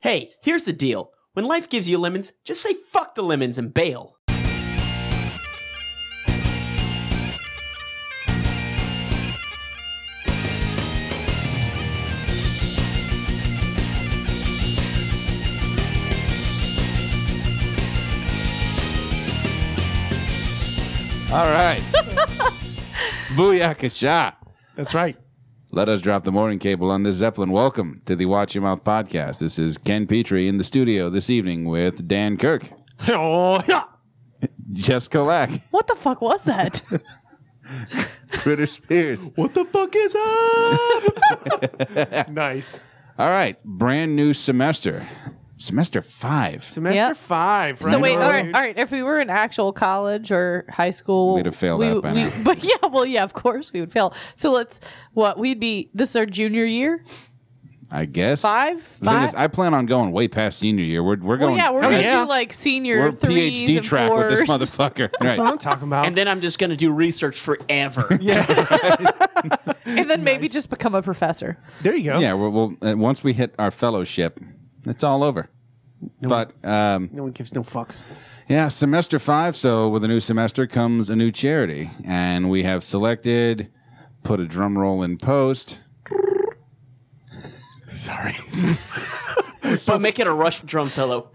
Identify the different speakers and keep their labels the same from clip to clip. Speaker 1: Hey, here's the deal. When life gives you lemons, just say fuck the lemons and bail.
Speaker 2: All right. Booyakasha.
Speaker 3: That's right.
Speaker 2: Let us drop the morning cable on this Zeppelin. Welcome to the Watch Your Mouth podcast. This is Ken Petrie in the studio this evening with Dan Kirk,
Speaker 3: Oh, yeah.
Speaker 2: Jessica Lack,
Speaker 4: What the fuck was that?
Speaker 2: Critter Spears.
Speaker 1: What the fuck is up?
Speaker 3: Nice.
Speaker 2: All right. Brand new semester. Semester five.
Speaker 3: Semester
Speaker 4: Yep.
Speaker 3: five. Right?
Speaker 4: so wait, all
Speaker 3: Or-
Speaker 4: right, all right. If we were in actual college or high school,
Speaker 2: We'd have failed
Speaker 4: we-
Speaker 2: out by
Speaker 4: we-
Speaker 2: now.
Speaker 4: But yeah, well, yeah, of course we would fail. So let's what we'd be. This is our junior year,
Speaker 2: I guess.
Speaker 4: five,
Speaker 2: The thing is,
Speaker 4: five.
Speaker 2: I plan on going way past senior year. We're, we're
Speaker 4: well,
Speaker 2: going.
Speaker 4: yeah, we're
Speaker 3: Hell
Speaker 4: gonna
Speaker 3: yeah.
Speaker 4: do like senior
Speaker 2: we're
Speaker 4: threes
Speaker 2: PhD
Speaker 4: and
Speaker 2: track with this
Speaker 4: fours.
Speaker 2: motherfucker. Right.
Speaker 3: That's what I'm talking about.
Speaker 1: and then I'm just going to do research forever.
Speaker 4: and then maybe just become a professor.
Speaker 3: there you go.
Speaker 2: Yeah. We'll, we'll, uh, once we hit our fellowship, it's all over. but um,
Speaker 3: No one gives no fucks.
Speaker 2: Yeah, semester five. So with a new semester comes a new charity, and we have selected. Put a drum roll in post.
Speaker 3: Sorry.
Speaker 1: so make it a rush drum solo.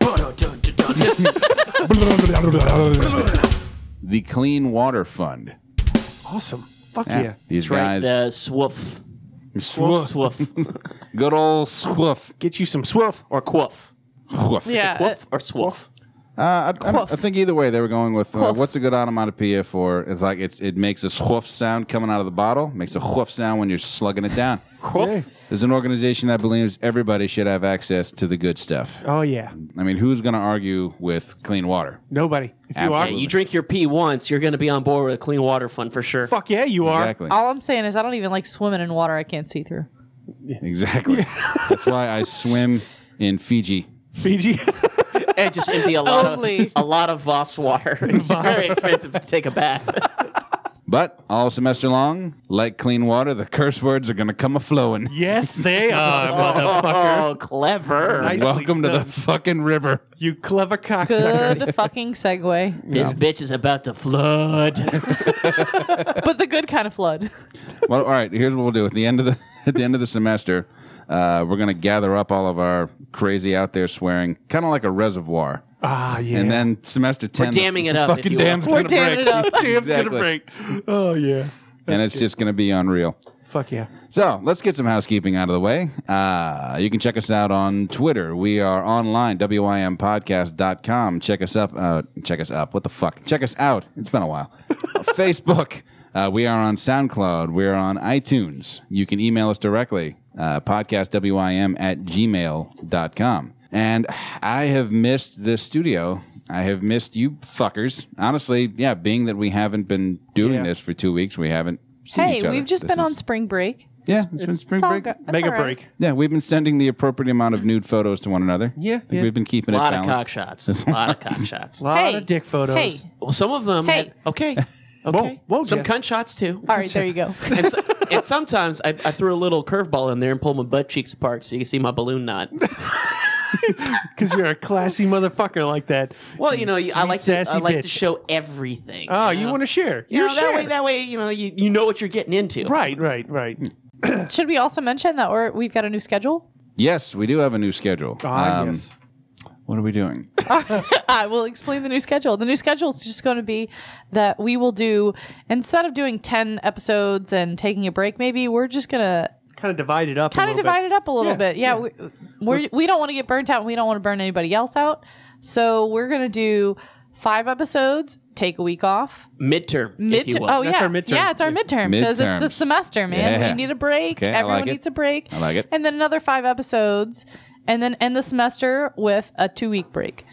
Speaker 2: The Clean Water Fund.
Speaker 3: Awesome. Fuck
Speaker 2: Yeah,
Speaker 3: yeah.
Speaker 2: these
Speaker 1: Right,
Speaker 2: guys.
Speaker 1: the swoof.
Speaker 2: Swoof.
Speaker 1: Swoof.
Speaker 2: Good old swoof.
Speaker 3: Get you some Swift.
Speaker 1: or quaff.
Speaker 2: Woof.
Speaker 4: Yeah.
Speaker 1: Quaff or swoof.
Speaker 2: Uh, I, I don't-
Speaker 4: Quaff.
Speaker 2: I think either way they were going with uh,
Speaker 4: Quaff.
Speaker 2: what's a good onomatopoeia for? It's like it's it makes a swoof sound coming out of the bottle. Makes a woof sound when you're slugging it down.
Speaker 3: Hey.
Speaker 2: There's an organization that believes everybody should have access to the good stuff.
Speaker 3: Oh yeah.
Speaker 2: I mean, who's going to argue with clean water?
Speaker 3: Nobody. If you
Speaker 1: Hey,
Speaker 3: are,
Speaker 2: Absolutely.
Speaker 1: you drink your pee once, you're going to be on board with a clean water fund for sure.
Speaker 3: fuck yeah, you are.
Speaker 2: Exactly.
Speaker 4: All I'm saying is I don't even like swimming in water I can't see through.
Speaker 2: Exactly. That's why I swim in Fiji.
Speaker 3: Fiji.
Speaker 1: And just empty a lot of
Speaker 4: Only.
Speaker 1: a lot of Voss water. It's very expensive to take a bath.
Speaker 2: But all semester long, like clean water, the curse words are going to come a flowing.
Speaker 3: yes, they are. motherfucker.
Speaker 1: Oh, clever.
Speaker 3: Nice.
Speaker 2: Welcome to the
Speaker 3: done.
Speaker 2: fucking river.
Speaker 3: You clever cocksucker.
Speaker 4: Good fucking segue,
Speaker 1: This bitch is about to flood.
Speaker 4: but the good kind of flood.
Speaker 2: Well, all right. Here's what we'll do at the end of the at the end of the semester. Uh, we're going to gather up all of our crazy out there swearing, kind of like a reservoir.
Speaker 3: Ah yeah.
Speaker 2: And then semester ten, the
Speaker 1: damming it up, if
Speaker 2: Fucking
Speaker 1: you will.
Speaker 2: dam's
Speaker 4: We're
Speaker 2: going to
Speaker 4: damming
Speaker 2: break.
Speaker 4: it up.
Speaker 3: Damn, it's
Speaker 2: Exactly.
Speaker 3: gonna break. Oh yeah.
Speaker 2: and it's just going to be unreal.
Speaker 3: Fuck yeah.
Speaker 2: So let's get some housekeeping out of the way. Uh, you can check us out on Twitter. We are online, wimpodcast.com. Check us up. Uh, check us up. What the fuck? Check us out. It's been a while. Facebook. Uh, we are on SoundCloud. We're on iTunes. You can email us directly, uh, podcastwim at gmail.com. And I have missed this studio. I have missed you fuckers. Honestly, yeah, being that we haven't been doing
Speaker 3: Yeah.
Speaker 2: this for two weeks, we haven't seen
Speaker 4: Hey,
Speaker 2: each other.
Speaker 4: we've just
Speaker 2: This
Speaker 4: been on
Speaker 2: is-
Speaker 4: spring break.
Speaker 2: yeah, it's been spring
Speaker 4: It's all
Speaker 2: break.
Speaker 4: good. That's
Speaker 3: Mega
Speaker 4: all right.
Speaker 3: break.
Speaker 2: Yeah, we've been sending the appropriate amount of nude photos to one another.
Speaker 3: Yeah,
Speaker 2: I think
Speaker 3: yeah.
Speaker 2: we've been keeping
Speaker 1: A lot
Speaker 2: it
Speaker 1: of cock
Speaker 2: balanced.
Speaker 1: shots. A lot of cock shots.
Speaker 3: lot
Speaker 4: Hey,
Speaker 3: of dick photos.
Speaker 4: Hey,
Speaker 1: Well, some of them.
Speaker 4: Hey.
Speaker 1: had- okay.
Speaker 3: Whoa,
Speaker 1: Okay.
Speaker 3: whoa,
Speaker 1: some
Speaker 3: Jess.
Speaker 1: cunt shots too.
Speaker 4: all right, there you go.
Speaker 1: And, so, and sometimes I, I threw a little curveball in there and pulled my butt cheeks apart so you can see my balloon knot.
Speaker 3: Because you're a classy motherfucker like that.
Speaker 1: Well, you know, I
Speaker 3: sweet,
Speaker 1: like to,
Speaker 3: sassy
Speaker 1: I like
Speaker 3: bitch.
Speaker 1: to show everything.
Speaker 3: Oh, you
Speaker 1: know?
Speaker 3: want to share?
Speaker 1: You
Speaker 3: You're
Speaker 1: know, that
Speaker 3: sure.
Speaker 1: way, that way, you know, you, you know what you're getting into.
Speaker 3: right, right, right.
Speaker 2: Hmm.
Speaker 4: Should we also mention that we're, we've got a new schedule?
Speaker 2: Yes, we do have a new schedule.
Speaker 3: Ah,
Speaker 2: Um,
Speaker 3: yes.
Speaker 2: What are we doing?
Speaker 4: I will explain the new schedule. The new schedule is just going to be that we will do instead of doing ten episodes and taking a break, maybe we're just gonna
Speaker 3: Kind of divide it up. a
Speaker 4: kind of
Speaker 3: little
Speaker 4: divide
Speaker 3: bit.
Speaker 4: it up a little
Speaker 3: Yeah,
Speaker 4: bit. Yeah, we we're, we don't want to get burnt out. and We don't want to burn anybody else out. So we're gonna do five episodes, take a week off.
Speaker 1: Midterm. if
Speaker 4: Mid-
Speaker 1: you will.
Speaker 4: oh
Speaker 3: That's
Speaker 4: yeah,
Speaker 3: our midterm.
Speaker 4: yeah, it's our midterm because it's the
Speaker 2: Midterms.
Speaker 4: semester, man.
Speaker 2: Yeah.
Speaker 4: We need a break.
Speaker 2: Okay, I
Speaker 4: Everyone
Speaker 2: like it.
Speaker 4: needs a break.
Speaker 2: I like it.
Speaker 4: And then another five episodes, and then end the semester with a two-week break.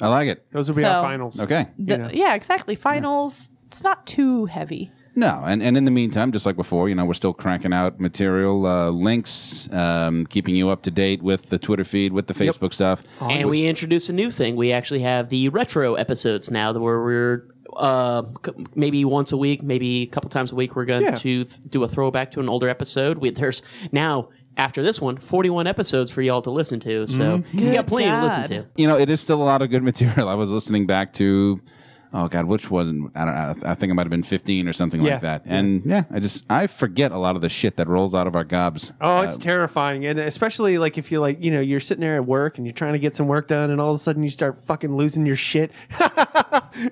Speaker 2: I like it.
Speaker 3: Those will be
Speaker 4: So-
Speaker 3: our finals.
Speaker 2: Okay.
Speaker 4: The-
Speaker 3: know?
Speaker 4: yeah, exactly. Finals. It's not too heavy.
Speaker 2: No, and, and in the meantime, just like before, you know, we're still cranking out material, uh, links, um, keeping you up to date with the Twitter feed, with the Facebook stuff.
Speaker 1: And we introduce a new thing. We actually have the retro episodes now, that where we're uh, c- maybe once a week, maybe a couple times a week, we're going
Speaker 3: Yeah.
Speaker 1: to th- do a throwback to an older episode. We, there's now after this one, 41 episodes for y'all to listen to. So
Speaker 3: Mm-hmm.
Speaker 1: you got
Speaker 4: Good
Speaker 1: plenty to listen
Speaker 4: God.
Speaker 1: to.
Speaker 2: you know, it is still a lot of good material. I was listening back to, oh god, which wasn't. I don't. I I think it might have been fifteen or something
Speaker 3: Yeah.
Speaker 2: like that. And yeah, I just I forget a lot of the shit that rolls out of our gobs.
Speaker 3: Oh, it's terrifying, and especially like if you like, you know, you're sitting there at work and you're trying to get some work done, and all of a sudden you start fucking losing your shit,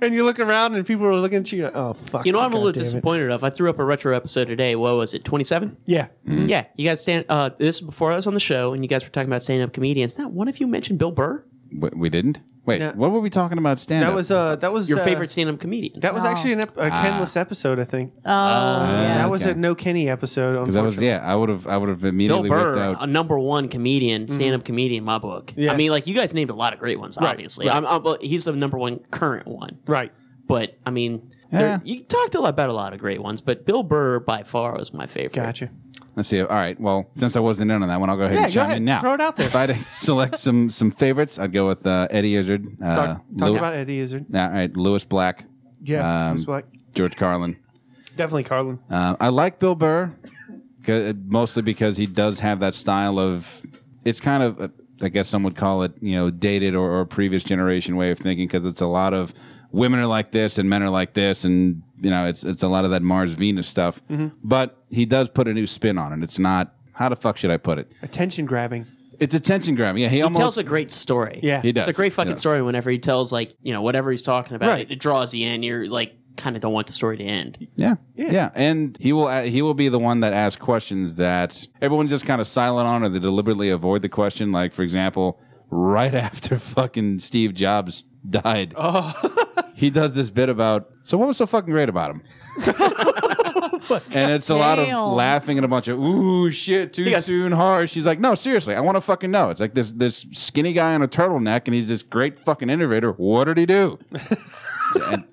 Speaker 3: and you look around and people are looking at you. like, Oh fuck!
Speaker 1: You know, I'm a little
Speaker 3: goddamn it."
Speaker 1: disappointed of. I threw up a retro episode today. What was it? 27?
Speaker 3: Yeah,
Speaker 1: Yeah, you guys stand. Uh, this is before I was on the show, and you guys were talking about stand up comedians. Not one of you mentioned Bill Burr,
Speaker 2: We, we didn't. Wait,
Speaker 3: Yeah.
Speaker 2: what were we talking about? Stand
Speaker 3: that was uh, that was
Speaker 1: your
Speaker 3: uh,
Speaker 1: favorite stand up comedian.
Speaker 3: That was
Speaker 4: No.
Speaker 3: actually an ep- a Kenless episode, I think.
Speaker 4: Oh, yeah.
Speaker 3: that was
Speaker 2: okay.
Speaker 3: a no Kenny episode.
Speaker 2: because that was yeah. I would have I would have
Speaker 1: Bill
Speaker 2: immediately worked
Speaker 1: Burr,
Speaker 2: out.
Speaker 1: a number one comedian, stand up comedian in my book.
Speaker 3: Yeah.
Speaker 1: I mean, like, you guys named a lot of great ones, obviously. I'm, I'm, but he's the number one current one.
Speaker 3: right.
Speaker 1: But, I mean,
Speaker 2: Yeah.
Speaker 1: there you talked a lot about a lot of great ones, but Bill Burr by far was my favorite.
Speaker 3: Gotcha.
Speaker 2: Let's see. All right. Well, since I wasn't in on that one, I'll go ahead
Speaker 3: Yeah,
Speaker 2: and
Speaker 3: go
Speaker 2: chime
Speaker 3: ahead.
Speaker 2: in now.
Speaker 3: Throw it out there.
Speaker 2: If I had to select some some favorites, I'd go with uh, Eddie Izzard. Uh,
Speaker 3: Talk, talk
Speaker 2: Lew-
Speaker 3: about Eddie Izzard.
Speaker 2: Nah, all right, Lewis Black,
Speaker 3: Yeah,
Speaker 2: Um,
Speaker 3: Lewis Black.
Speaker 2: George Carlin.
Speaker 3: definitely Carlin.
Speaker 2: Uh, I like Bill Burr 'cause- mostly because he does have that style of. It's kind of, uh, I guess some would call it, you know, dated or, or previous generation way of thinking because it's a lot of women are like this and men are like this and you know it's it's a lot of that Mars Venus stuff. But he does put a new spin on it. It's not how the fuck should I put it?
Speaker 3: Attention grabbing.
Speaker 2: It's attention grabbing. Yeah, he,
Speaker 1: He
Speaker 2: almost
Speaker 1: tells a great story.
Speaker 3: Yeah. He
Speaker 2: does,
Speaker 1: It's a great fucking
Speaker 2: yeah.
Speaker 1: story whenever he tells, like, you know, whatever he's talking about,
Speaker 3: Right.
Speaker 1: it, it draws you in. You're like, kind of don't want the story to end.
Speaker 2: Yeah. yeah, and he will uh, he will be the one that asks questions that everyone's just kind of silent on, or they deliberately avoid the question. Like for example, right after fucking Steve Jobs died, he does this bit about. So what was so fucking great about him? and it's a lot of
Speaker 4: Damn.
Speaker 2: laughing and a bunch of ooh shit too
Speaker 1: guys-
Speaker 2: soon harsh. She's like, no, seriously, I want to fucking know. It's like this this skinny guy on a turtleneck, and he's this great fucking innovator. What did he do? And-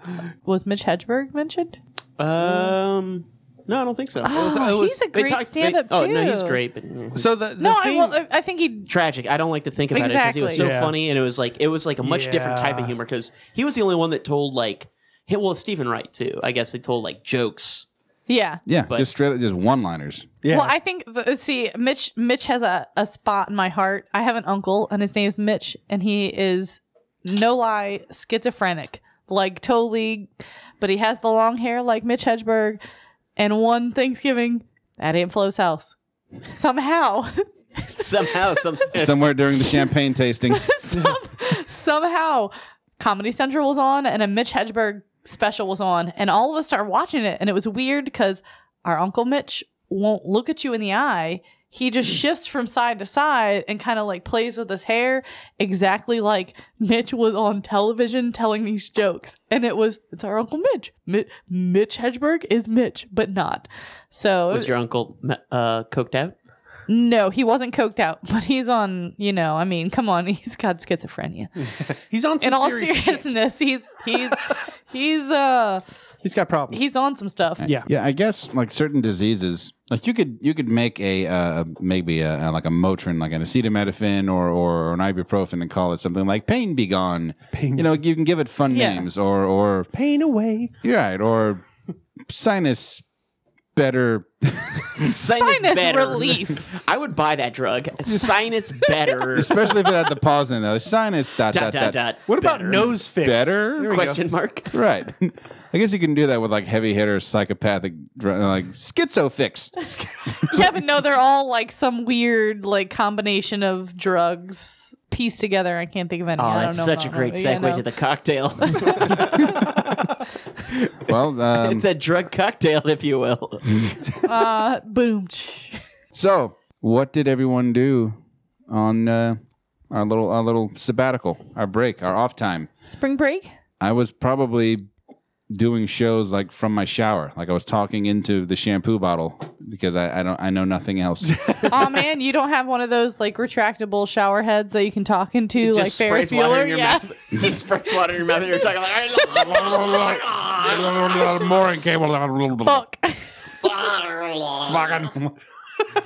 Speaker 4: Was Mitch Hedberg mentioned?
Speaker 1: Um, no, I don't think so. It was-
Speaker 4: Oh,
Speaker 1: it was-
Speaker 4: he's a
Speaker 1: they
Speaker 4: great
Speaker 1: talked- they-
Speaker 4: stand-up,
Speaker 1: Oh no, he's
Speaker 4: too.
Speaker 1: great, but mm,
Speaker 3: So the, the
Speaker 4: No,
Speaker 3: thing,
Speaker 4: I, uh, well, I think he.
Speaker 1: tragic. I don't like to think about it because it was so
Speaker 4: Exactly.
Speaker 3: Yeah.
Speaker 1: funny, and it was like it was like a much different type of
Speaker 3: Yeah.
Speaker 1: humor because he was the only one that told like, hey, well, Stephen Wright too. I guess they told like jokes.
Speaker 4: Yeah.
Speaker 2: yeah, just straight, just one liners.
Speaker 3: yeah.
Speaker 4: Well, I think the- uh, see, Mitch. Mitch has a, a spot in my heart. I have an uncle, and his name's Mitch, and he is no lie schizophrenic, like totally. But he has the long hair like Mitch Hedberg, and one Thanksgiving at Aunt Flo's house, somehow,
Speaker 1: Somehow, some
Speaker 2: somewhere during the champagne tasting.
Speaker 4: some, somehow, Comedy Central was on, and a Mitch Hedberg special was on, and all of us started watching it, and it was weird because our uncle Mitch won't look at you in the eye. He just shifts from side to side and kind of like plays with his hair, exactly like Mitch was on television telling these jokes. And it was, it's our Uncle Mitch. Mi- Mitch Hedberg is Mitch, but not. So,
Speaker 1: was your uncle uh, coked out?
Speaker 4: no, he wasn't coked out, but he's on, you know, I mean, come on, he's got schizophrenia
Speaker 3: he's on some
Speaker 4: in all
Speaker 3: serious shit.
Speaker 4: seriousness, he's he's he's uh
Speaker 3: He's got problems.
Speaker 4: he's on some stuff.
Speaker 3: yeah.
Speaker 2: Yeah, I guess like certain diseases, like you could you could make a uh, maybe a, uh like a Motrin, like an acetaminophen or or an ibuprofen, and call it something like pain be gone.
Speaker 3: Pain-
Speaker 2: You know, you can give it fun
Speaker 4: Yeah.
Speaker 2: names or or
Speaker 3: Pain away.
Speaker 2: you're right or sinus better.
Speaker 1: Sinus,
Speaker 4: Sinus
Speaker 1: better.
Speaker 4: relief.
Speaker 1: I would buy that drug. Sinus better.
Speaker 2: Especially if it had the pause in there, sinus dot
Speaker 1: dot
Speaker 2: dot
Speaker 1: dot
Speaker 2: dot,
Speaker 1: dot.
Speaker 3: What about
Speaker 1: better.
Speaker 3: nose fix?
Speaker 2: better
Speaker 3: we go.
Speaker 1: Question mark.
Speaker 2: right. I guess you can do that with like heavy hitter psychopathic dr- like schizo fix.
Speaker 4: yeah, but no, they're all like some weird like combination of drugs pieced together. I can't think of any.
Speaker 1: Oh,
Speaker 4: I don't
Speaker 1: that's
Speaker 4: know
Speaker 1: such a
Speaker 4: about-
Speaker 1: great
Speaker 4: yeah,
Speaker 1: segue
Speaker 4: no.
Speaker 1: to the cocktail.
Speaker 2: Well, um,
Speaker 1: it's a drug cocktail, if you will.
Speaker 4: uh, boom.
Speaker 2: So, what did everyone do on uh, our little our little sabbatical, our break, our off time?
Speaker 4: Spring break.
Speaker 2: I was probably doing shows like from my shower, like I was talking into the shampoo bottle because I, I don't I know nothing else.
Speaker 4: oh man, you don't have one of those like retractable shower heads that you can talk into like
Speaker 1: just
Speaker 4: Ferris
Speaker 1: sprays water in
Speaker 4: Bueller.
Speaker 1: your
Speaker 4: Yeah.
Speaker 1: mouth. Just sprays water in your mouth, and you're talking like.
Speaker 2: Mooring cable.
Speaker 4: Fuck.
Speaker 2: Fucking.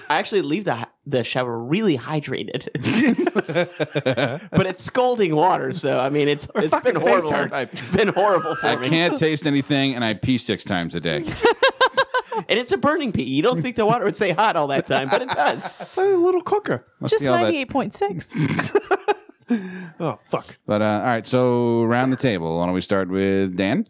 Speaker 1: I actually leave the the shower really hydrated, but it's scalding water. So I mean, it's it's been horrible. It's been horrible for
Speaker 2: I
Speaker 1: me.
Speaker 2: can't taste anything, and I pee six times a day.
Speaker 1: and it's a burning pea. You don't think the water would stay hot all that time, but it does.
Speaker 3: It's a little cooker.
Speaker 2: Must
Speaker 4: Just
Speaker 2: be all that-
Speaker 4: ninety eight point six.
Speaker 3: Oh fuck.
Speaker 2: But uh, all right, so round the table. Why don't we start with Dan?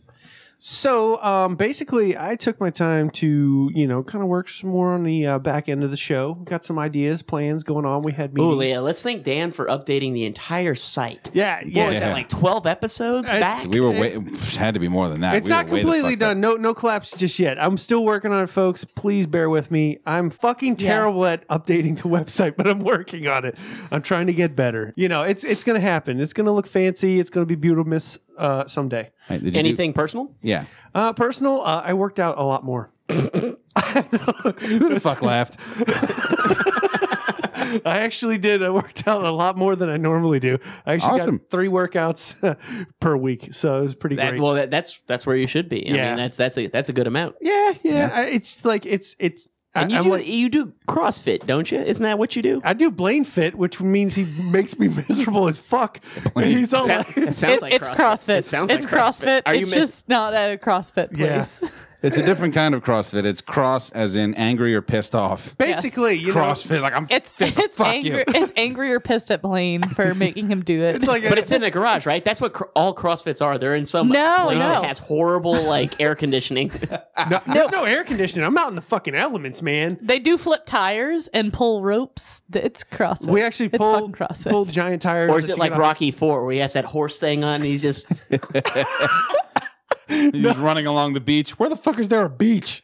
Speaker 3: So um, basically, I took my time to you know kind of work some more on the uh, back end of the show. Got some ideas, plans going on. We had meetings.
Speaker 1: Ooh, Leah, let's thank Dan for updating the entire site.
Speaker 3: Yeah,
Speaker 1: What
Speaker 3: yeah.
Speaker 1: was that, like 12 episodes
Speaker 3: I-
Speaker 1: back?
Speaker 2: We were way had to be more than that.
Speaker 3: It's
Speaker 2: We were
Speaker 3: not
Speaker 2: way the
Speaker 3: completely
Speaker 2: fuck up.
Speaker 3: done. No, no collapse just yet. I'm still working on it, folks. Please bear with me. I'm fucking terrible at updating the website, but I'm working on it. I'm trying to get better. You know, it's it's gonna happen. It's gonna look fancy. It's gonna be beautiful, miss uh, someday.
Speaker 2: All right, did you do-
Speaker 1: Anything personal?
Speaker 2: yeah.
Speaker 3: Uh, personal, uh, I worked out a lot more.
Speaker 2: Who the fuck laughed?
Speaker 3: I actually did. I worked out a lot more than I normally do. I actually
Speaker 2: Awesome.
Speaker 3: got three workouts per week, so it was pretty
Speaker 1: That,
Speaker 3: great.
Speaker 1: well, that, that's that's where you should be. I
Speaker 3: Yeah.
Speaker 1: mean, that's that's a that's a good amount.
Speaker 3: yeah, yeah. I, it's like it's it's.
Speaker 1: And
Speaker 3: I,
Speaker 1: you
Speaker 3: I'm
Speaker 1: do
Speaker 3: like-
Speaker 1: you do CrossFit, don't you? Isn't that what you do?
Speaker 3: I do Blaine fit, which means he makes me miserable as fuck. And he's all
Speaker 1: Sound-
Speaker 3: like,
Speaker 1: it sounds
Speaker 4: It-
Speaker 1: like
Speaker 4: it's
Speaker 1: CrossFit.
Speaker 4: CrossFit.
Speaker 1: It sounds
Speaker 4: it's
Speaker 1: like CrossFit. Are you
Speaker 4: it's
Speaker 1: men-
Speaker 4: just not at a CrossFit
Speaker 3: Yeah.
Speaker 4: place.
Speaker 2: It's a different kind of CrossFit. It's cross as in angry or pissed off.
Speaker 3: basically, you know,
Speaker 2: CrossFit, like I'm
Speaker 4: It's
Speaker 2: fit, but
Speaker 4: it's
Speaker 2: fuck
Speaker 4: angry.
Speaker 2: you.
Speaker 4: It's angry or pissed at Blaine for making him do it.
Speaker 3: like
Speaker 1: but it's in the garage, right? That's what cr- all CrossFits are. They're in some
Speaker 4: No,
Speaker 1: place
Speaker 4: no.
Speaker 1: that has horrible like air conditioning.
Speaker 3: no, there's no air conditioning. I'm out in the fucking elements, man.
Speaker 4: they do flip tires and pull ropes. It's CrossFit.
Speaker 3: We actually
Speaker 4: it's
Speaker 3: pulled,
Speaker 4: fucking CrossFit.
Speaker 3: pulled giant tires.
Speaker 1: or is
Speaker 3: that
Speaker 1: it
Speaker 3: you
Speaker 1: like
Speaker 3: get on-
Speaker 1: Rocky Four, where he has that horse thing on? and He's just
Speaker 2: He's running along the beach. Where the fuck is there a beach?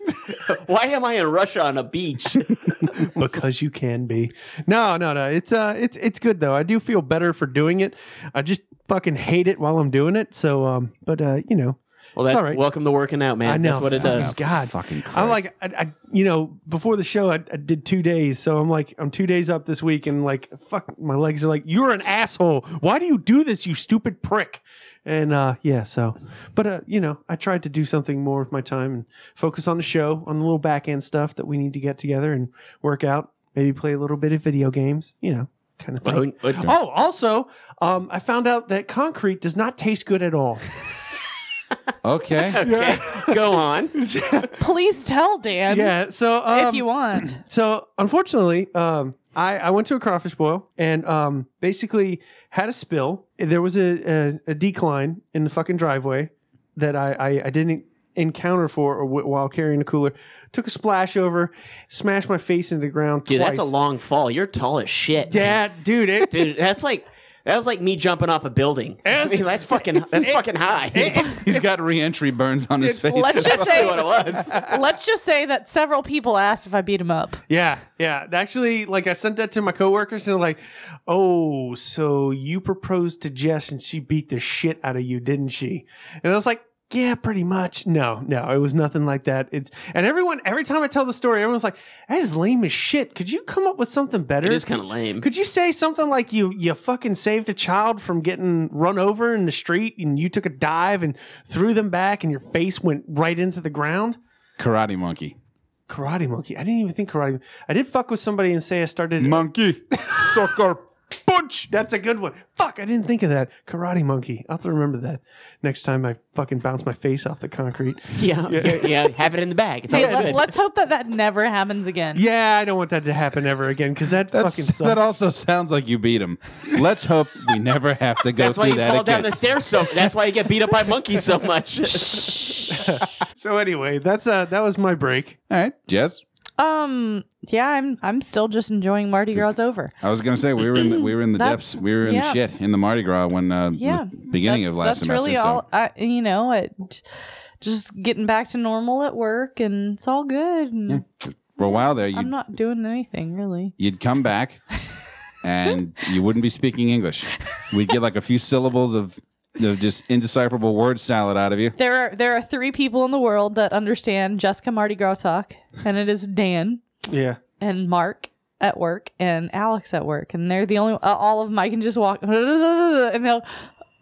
Speaker 1: why am I in Russia on a beach?
Speaker 3: because you can be. No, no, no. It's uh, it's it's good though. I do feel better for doing it. I just fucking hate it while I'm doing it. So um, but uh, you know,
Speaker 1: Well, that
Speaker 3: all right.
Speaker 1: welcome to working out, man.
Speaker 3: I know
Speaker 1: That's what it
Speaker 3: fucking
Speaker 1: does.
Speaker 3: God,
Speaker 2: Ah, Fucking Christ.
Speaker 3: I'm like, I, I, you know, before the show, I, I did two days, so I'm like, I'm two days up this week, and like, fuck, my legs are like, you're an asshole. Why do you do this, you stupid prick? And uh, yeah, so, but uh, you know, I tried to do something more with my time and focus on the show, on the little back end stuff that we need to get together and work out. Maybe play a little bit of video games, you know, kind of thing.
Speaker 1: Oh, oh,
Speaker 3: Oh, also, um, I found out that concrete does not taste good at all.
Speaker 2: okay.
Speaker 1: okay, go on.
Speaker 4: Please tell Dan
Speaker 3: yeah, so um,
Speaker 4: if you want.
Speaker 3: So unfortunately, um, I, I went to a crawfish boil and um, basically had a spill. There was a, a, a decline in the fucking driveway that I, I, I didn't encounter for or w- while carrying the cooler. Took a splash over, smashed my face into the ground.
Speaker 1: Dude, that's a
Speaker 3: twice.
Speaker 1: long fall. You're tall as shit.
Speaker 3: Yeah, dude, it,
Speaker 1: dude, that's like that was like me jumping off a building. I
Speaker 3: Yes.
Speaker 1: mean, that's fucking that's fucking high.
Speaker 2: He's got reentry burns on his face.
Speaker 4: Let's just say
Speaker 1: what it was.
Speaker 4: let's just say that several people asked if I beat him up.
Speaker 3: Yeah, yeah. Actually, like I sent that to my coworkers, and they're like, "Oh, so you proposed to Jess, and she beat the shit out of you, didn't she?" And I was like, "Yeah, pretty much." No, no, it was nothing like that. It's and everyone every time I tell the story, everyone's like, "That is lame as shit." Could you come up with something better?
Speaker 1: It is kind of lame.
Speaker 3: Could you say something like you you fucking saved a child from getting run over in the street, and you took a dive and threw them back, and your face went right into the ground?
Speaker 2: Karate monkey.
Speaker 3: Karate monkey. I didn't even think karate. I did fuck with somebody and say I started.
Speaker 2: Monkey. Sucker. Punch.
Speaker 3: That's a good one. Fuck, I didn't think of that. Karate monkey. I'll have to remember that next time I fucking bounce my face off the concrete.
Speaker 1: Yeah, yeah, yeah, have it in the bag. It's
Speaker 4: Hey,
Speaker 1: always
Speaker 4: let,
Speaker 1: good.
Speaker 4: let's hope that that never happens again.
Speaker 3: yeah, I don't want that to happen ever again because that
Speaker 2: That's,
Speaker 3: fucking sucks.
Speaker 2: that also sounds like you beat him. Let's hope we never have to go
Speaker 1: That's why
Speaker 2: through
Speaker 1: you
Speaker 2: that
Speaker 1: fall
Speaker 2: again.
Speaker 1: down the stairs so. That's why you get beat up by monkeys so much.
Speaker 3: so anyway, that's uh that was my break.
Speaker 2: All right, Jess.
Speaker 4: Um. Yeah. I'm. I'm still just enjoying Mardi Gras over.
Speaker 2: I was gonna say we were in the, we were in the
Speaker 4: That's-
Speaker 2: depths, we were in
Speaker 4: yeah.
Speaker 2: the shit in the Mardi Gras when uh,
Speaker 4: Yeah,
Speaker 2: the beginning
Speaker 4: that's,
Speaker 2: of last
Speaker 4: that's
Speaker 2: semester.
Speaker 4: really
Speaker 2: so.
Speaker 4: all. I, you know, it, just getting back to normal at work, and it's all good. And
Speaker 2: For a while there, you
Speaker 4: I'm not doing anything really.
Speaker 2: you'd come back and you wouldn't be speaking English. We'd get like a few syllables of, of just indecipherable word salad out of you.
Speaker 4: There are there are three people in the world that understand Jessica Mardi Gras talk, and it is Dan
Speaker 3: Yeah.
Speaker 4: and Mark at work and Alex at work, and they're the only. Uh, all of them I can just walk and they'll.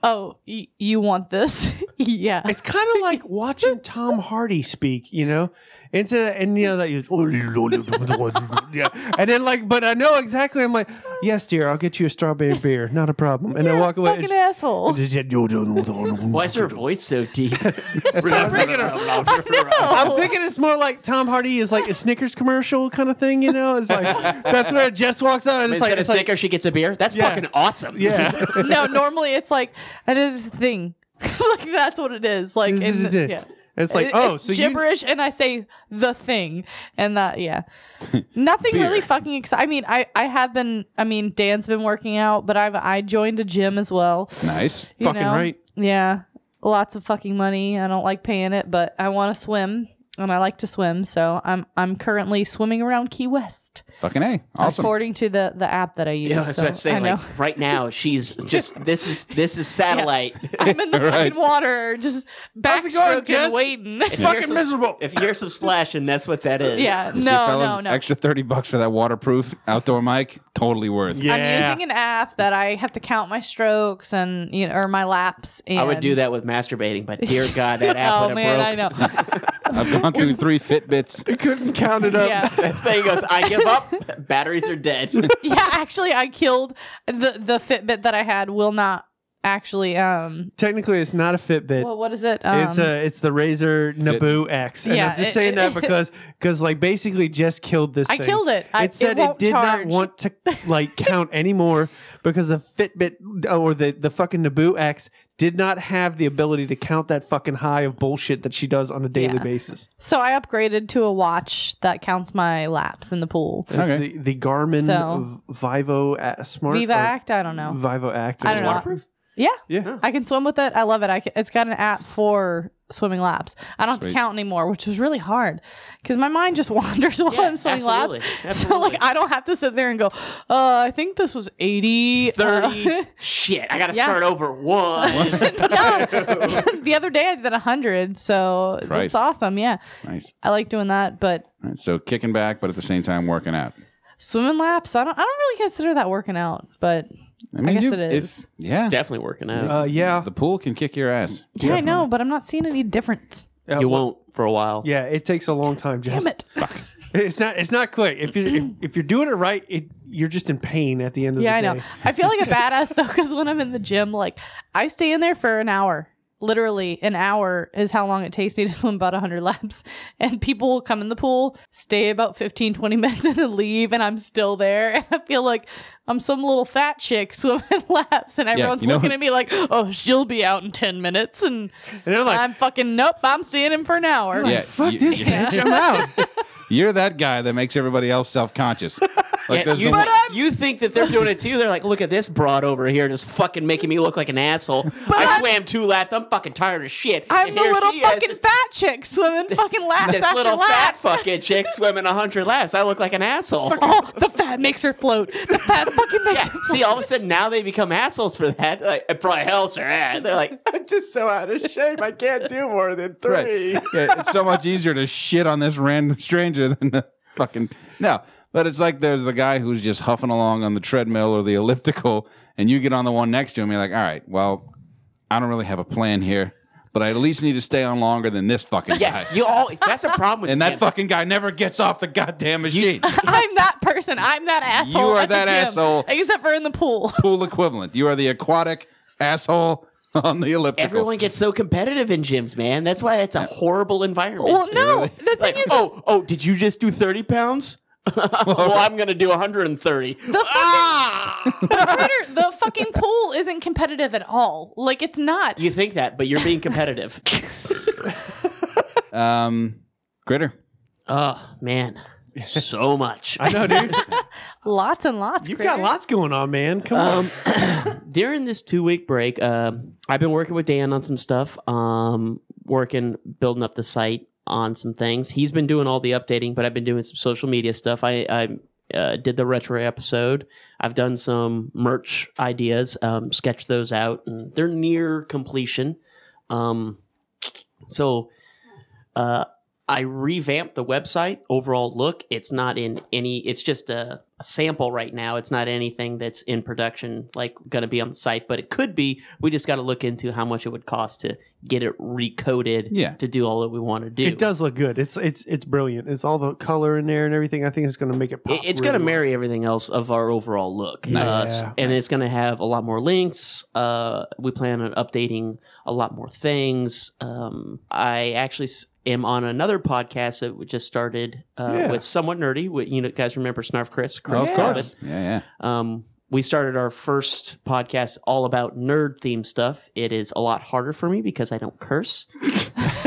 Speaker 4: Oh, y- you want this? yeah.
Speaker 3: It's kind of like watching Tom Hardy speak, you know? into the, and you know that you yeah, and then like, but I know exactly. I'm like, yes, dear, I'll get you a strawberry beer, not a problem. And I
Speaker 4: You're
Speaker 3: walk
Speaker 4: a
Speaker 3: away.
Speaker 4: Fucking
Speaker 3: and she-
Speaker 4: asshole.
Speaker 1: Why is her voice so deep?
Speaker 3: I'm thinking it's more like Tom Hardy is like a Snickers commercial kind of thing, you know? It's like that's where Jess walks out and it's
Speaker 1: Instead
Speaker 3: like,
Speaker 1: of
Speaker 3: it's like
Speaker 1: Snickers, she gets a beer. That's
Speaker 3: Yeah.
Speaker 1: fucking awesome.
Speaker 3: yeah.
Speaker 4: no, normally it's like that is the thing. like that's what it is. Like
Speaker 3: This is
Speaker 4: in,
Speaker 3: it.
Speaker 4: yeah.
Speaker 3: It's like,
Speaker 4: It-
Speaker 3: oh,
Speaker 4: it's
Speaker 3: so you-
Speaker 4: gibberish, and I say the thing, and that yeah, nothing really fucking exciting. I mean, I I have been. I mean, Dan's been working out, but I've I joined a gym as well.
Speaker 2: Nice.
Speaker 4: you
Speaker 3: Fucking
Speaker 4: know?
Speaker 3: right.
Speaker 4: Yeah, lots of fucking money. I don't like paying it, but I want to swim, and I like to swim, so I'm I'm currently swimming around Key West,
Speaker 2: Fucking A. Awesome.
Speaker 4: according to the the app that I use.
Speaker 1: Yeah, I was
Speaker 4: so
Speaker 1: about to say,
Speaker 4: I know.
Speaker 1: like right now, she's just this is this is satellite.
Speaker 4: I'm in the
Speaker 2: Right.
Speaker 4: fucking water, just
Speaker 3: How's it going,
Speaker 4: backstroking,
Speaker 3: Jess?
Speaker 4: waiting.
Speaker 1: If you hear
Speaker 3: Fucking
Speaker 1: some-
Speaker 3: miserable.
Speaker 1: If you hear some splashing, that's what that is.
Speaker 4: yeah, no,
Speaker 2: You see, fellas,
Speaker 4: no, no.
Speaker 2: Extra 30 bucks for that waterproof outdoor mic. Totally worth.
Speaker 3: Yeah.
Speaker 4: I'm using an app that I have to count my strokes and you know, or my laps. And
Speaker 1: I would do that with masturbating, but dear God, that app
Speaker 4: Oh
Speaker 1: would have
Speaker 4: man,
Speaker 1: broke.
Speaker 4: I know.
Speaker 2: I've gone through three Fitbits.
Speaker 3: I couldn't count it up.
Speaker 4: yeah,
Speaker 1: That thing goes, I give up. Batteries are dead.
Speaker 4: yeah. Actually, I killed the the Fitbit that I had. Will not actually. Um,
Speaker 3: Technically, it's not a Fitbit.
Speaker 4: well, what is it? Um,
Speaker 3: it's a it's the Razor Naboo X, and
Speaker 4: Yeah,
Speaker 3: I'm just
Speaker 4: it-
Speaker 3: saying that
Speaker 4: it-
Speaker 3: because because like basically Jess killed this.
Speaker 4: I
Speaker 3: thing.
Speaker 4: killed it. I,
Speaker 3: it said it,
Speaker 4: won't
Speaker 3: did
Speaker 4: charge.
Speaker 3: not want to like count anymore because the Fitbit uh, or the the fucking Naboo X did not have the ability to count that fucking high of bullshit that she does on a daily
Speaker 4: Yeah.
Speaker 3: basis.
Speaker 4: So I upgraded to a watch that counts my laps in the pool.
Speaker 3: It's
Speaker 2: Okay.
Speaker 3: the, the Garmin
Speaker 4: So-
Speaker 3: V- Vivo A- Smart or
Speaker 4: Viva Act. I don't know.
Speaker 3: Vivo Act.
Speaker 4: I don't know. Yeah.
Speaker 3: Yeah.
Speaker 4: I can swim with it. I love it. I ca it's got an app for swimming laps. I don't have
Speaker 2: Sweet.
Speaker 4: to count anymore, which was really hard because my mind just wanders while
Speaker 1: Yeah,
Speaker 4: I'm swimming
Speaker 1: absolutely.
Speaker 4: laps. So
Speaker 1: Absolutely.
Speaker 4: like I don't have to sit there and go, uh, I think this was 80 uh,
Speaker 1: 30. Shit, I got to
Speaker 4: Yeah.
Speaker 1: start over one.
Speaker 4: no. the other day I did 100, so
Speaker 2: Christ.
Speaker 4: it's awesome. Yeah.
Speaker 2: Nice.
Speaker 4: I like doing that, but
Speaker 2: All right, so kicking back, but at the same time working out.
Speaker 4: swimming laps, I don't I don't really consider that working out, but
Speaker 2: I mean,
Speaker 4: guess
Speaker 2: you,
Speaker 4: it
Speaker 2: if-
Speaker 4: is.
Speaker 2: yeah.
Speaker 1: It's definitely working out.
Speaker 3: Uh, yeah.
Speaker 2: the pool can kick your ass.
Speaker 4: yeah, I know, but I'm not seeing any difference.
Speaker 3: Yeah,
Speaker 1: you
Speaker 3: well-
Speaker 1: won't for a while.
Speaker 3: Yeah, it takes a long time, Jess.
Speaker 4: Damn it.
Speaker 3: It's not. It's not quick. If you if, if you're doing it right, it, you're just in pain at the end of
Speaker 4: Yeah, I
Speaker 3: the day.
Speaker 4: know. I feel like a badass though, because when I'm in the gym, like I stay in there for an hour. Literally, an hour is how long it takes me to swim about 100 laps. And people will come in the pool, stay about 15, 20 minutes, and then leave. And I'm still there. And I feel like I'm some little fat chick swimming laps. And everyone's
Speaker 2: you know-
Speaker 4: looking at me like, oh, she'll be out in 10 minutes. And
Speaker 3: And they're like,
Speaker 4: I'm fucking, nope, I'm staying in for an hour.
Speaker 2: Yeah,
Speaker 3: "Fuck
Speaker 2: you-
Speaker 3: this
Speaker 2: you-
Speaker 3: bitch, I'm out."
Speaker 2: You're that guy that makes everybody else self conscious. Like
Speaker 1: Yeah,
Speaker 2: there's
Speaker 1: you,
Speaker 2: no,
Speaker 1: you think that they're doing it too? They're like, look at this broad over here, just fucking making me look like an asshole. I
Speaker 4: I'm-
Speaker 1: swam two laps. I'm fucking tired of shit.
Speaker 4: I'm
Speaker 1: And
Speaker 4: the
Speaker 1: here
Speaker 4: little
Speaker 1: she is,
Speaker 4: fucking
Speaker 1: this-
Speaker 4: fat chick swimming fucking laps
Speaker 1: This
Speaker 4: after
Speaker 1: little fat
Speaker 4: laps.
Speaker 1: fucking chick swimming hundred laps. I look like an asshole.
Speaker 4: Oh, the fat makes her float. The fat fucking makes
Speaker 1: Yeah, See, all of a sudden now they become assholes for that. Like, it probably helps her. eh? They're like, I'm just so out of shape. I can't do more than three.
Speaker 2: right. Yeah, it's so much easier to shit on this random stranger than the fucking no. But it's like there's the guy who's just huffing along on the treadmill or the elliptical, and you get on the one next to him. You're like, all right, well, I don't really have a plan here, but I at least need to stay on longer than this fucking
Speaker 1: Yeah,
Speaker 2: guy.
Speaker 1: you all. That's a problem with
Speaker 2: and
Speaker 1: him.
Speaker 2: that fucking guy never gets off the goddamn machine.
Speaker 4: I'm that person. I'm that asshole.
Speaker 2: You are
Speaker 4: at the
Speaker 2: that
Speaker 4: gym.
Speaker 2: asshole.
Speaker 4: Except for in the pool.
Speaker 2: Pool equivalent. You are the aquatic asshole on the elliptical.
Speaker 1: Everyone gets so competitive in gyms, man. That's why it's a horrible environment.
Speaker 4: Well, no. The thing
Speaker 1: like,
Speaker 4: is,
Speaker 1: oh, oh, did you just do 30 pounds? well, I'm going to do 130.
Speaker 4: fucking-
Speaker 1: ah!
Speaker 4: the, critter- the fucking pool isn't competitive at all. Like it's not.
Speaker 1: you think that, but you're being competitive.
Speaker 2: Um, Gritter.
Speaker 1: oh, man. So much.
Speaker 3: I know, dude.
Speaker 4: Lots and lots.
Speaker 3: You've got
Speaker 4: critter.
Speaker 3: lots going on, man. Come
Speaker 1: Uh,
Speaker 3: on.
Speaker 1: Um, During this two week break, um, I've been working with Dan on some stuff, um, working, building up the site on some things. He's been doing all the updating, but I've been doing some social media stuff. I, I uh, did the retro episode. I've done some merch ideas, um, sketched those out, and they're near completion. Um, so uh, I revamped the website overall look. It's not in any. It's just a, a sample right now. It's not anything that's in production, like going to be on the site, but it could be. We just got to look into how much it would cost to get it recoded
Speaker 2: Yeah.
Speaker 1: to do all that we want to do.
Speaker 3: It does look good. It's it's it's brilliant. It's all the color in there and everything. I think it's going to make it. Pop
Speaker 1: It- it's going to
Speaker 3: really well.
Speaker 1: marry everything else of our overall look.
Speaker 2: Nice.
Speaker 1: Uh, s-
Speaker 3: Yeah.
Speaker 1: and it's going to have a lot more links. Uh, we plan on updating a lot more things. Um, I actually s- am on another podcast that we just started uh,
Speaker 3: Yeah.
Speaker 1: with Somewhat Nerdy. With, you know, guys remember Snarf Chris? Chris
Speaker 2: of
Speaker 1: Cabot.
Speaker 2: course. Yeah, yeah.
Speaker 1: Um, we started our first podcast all about nerd theme stuff. It is a lot harder for me because I don't curse.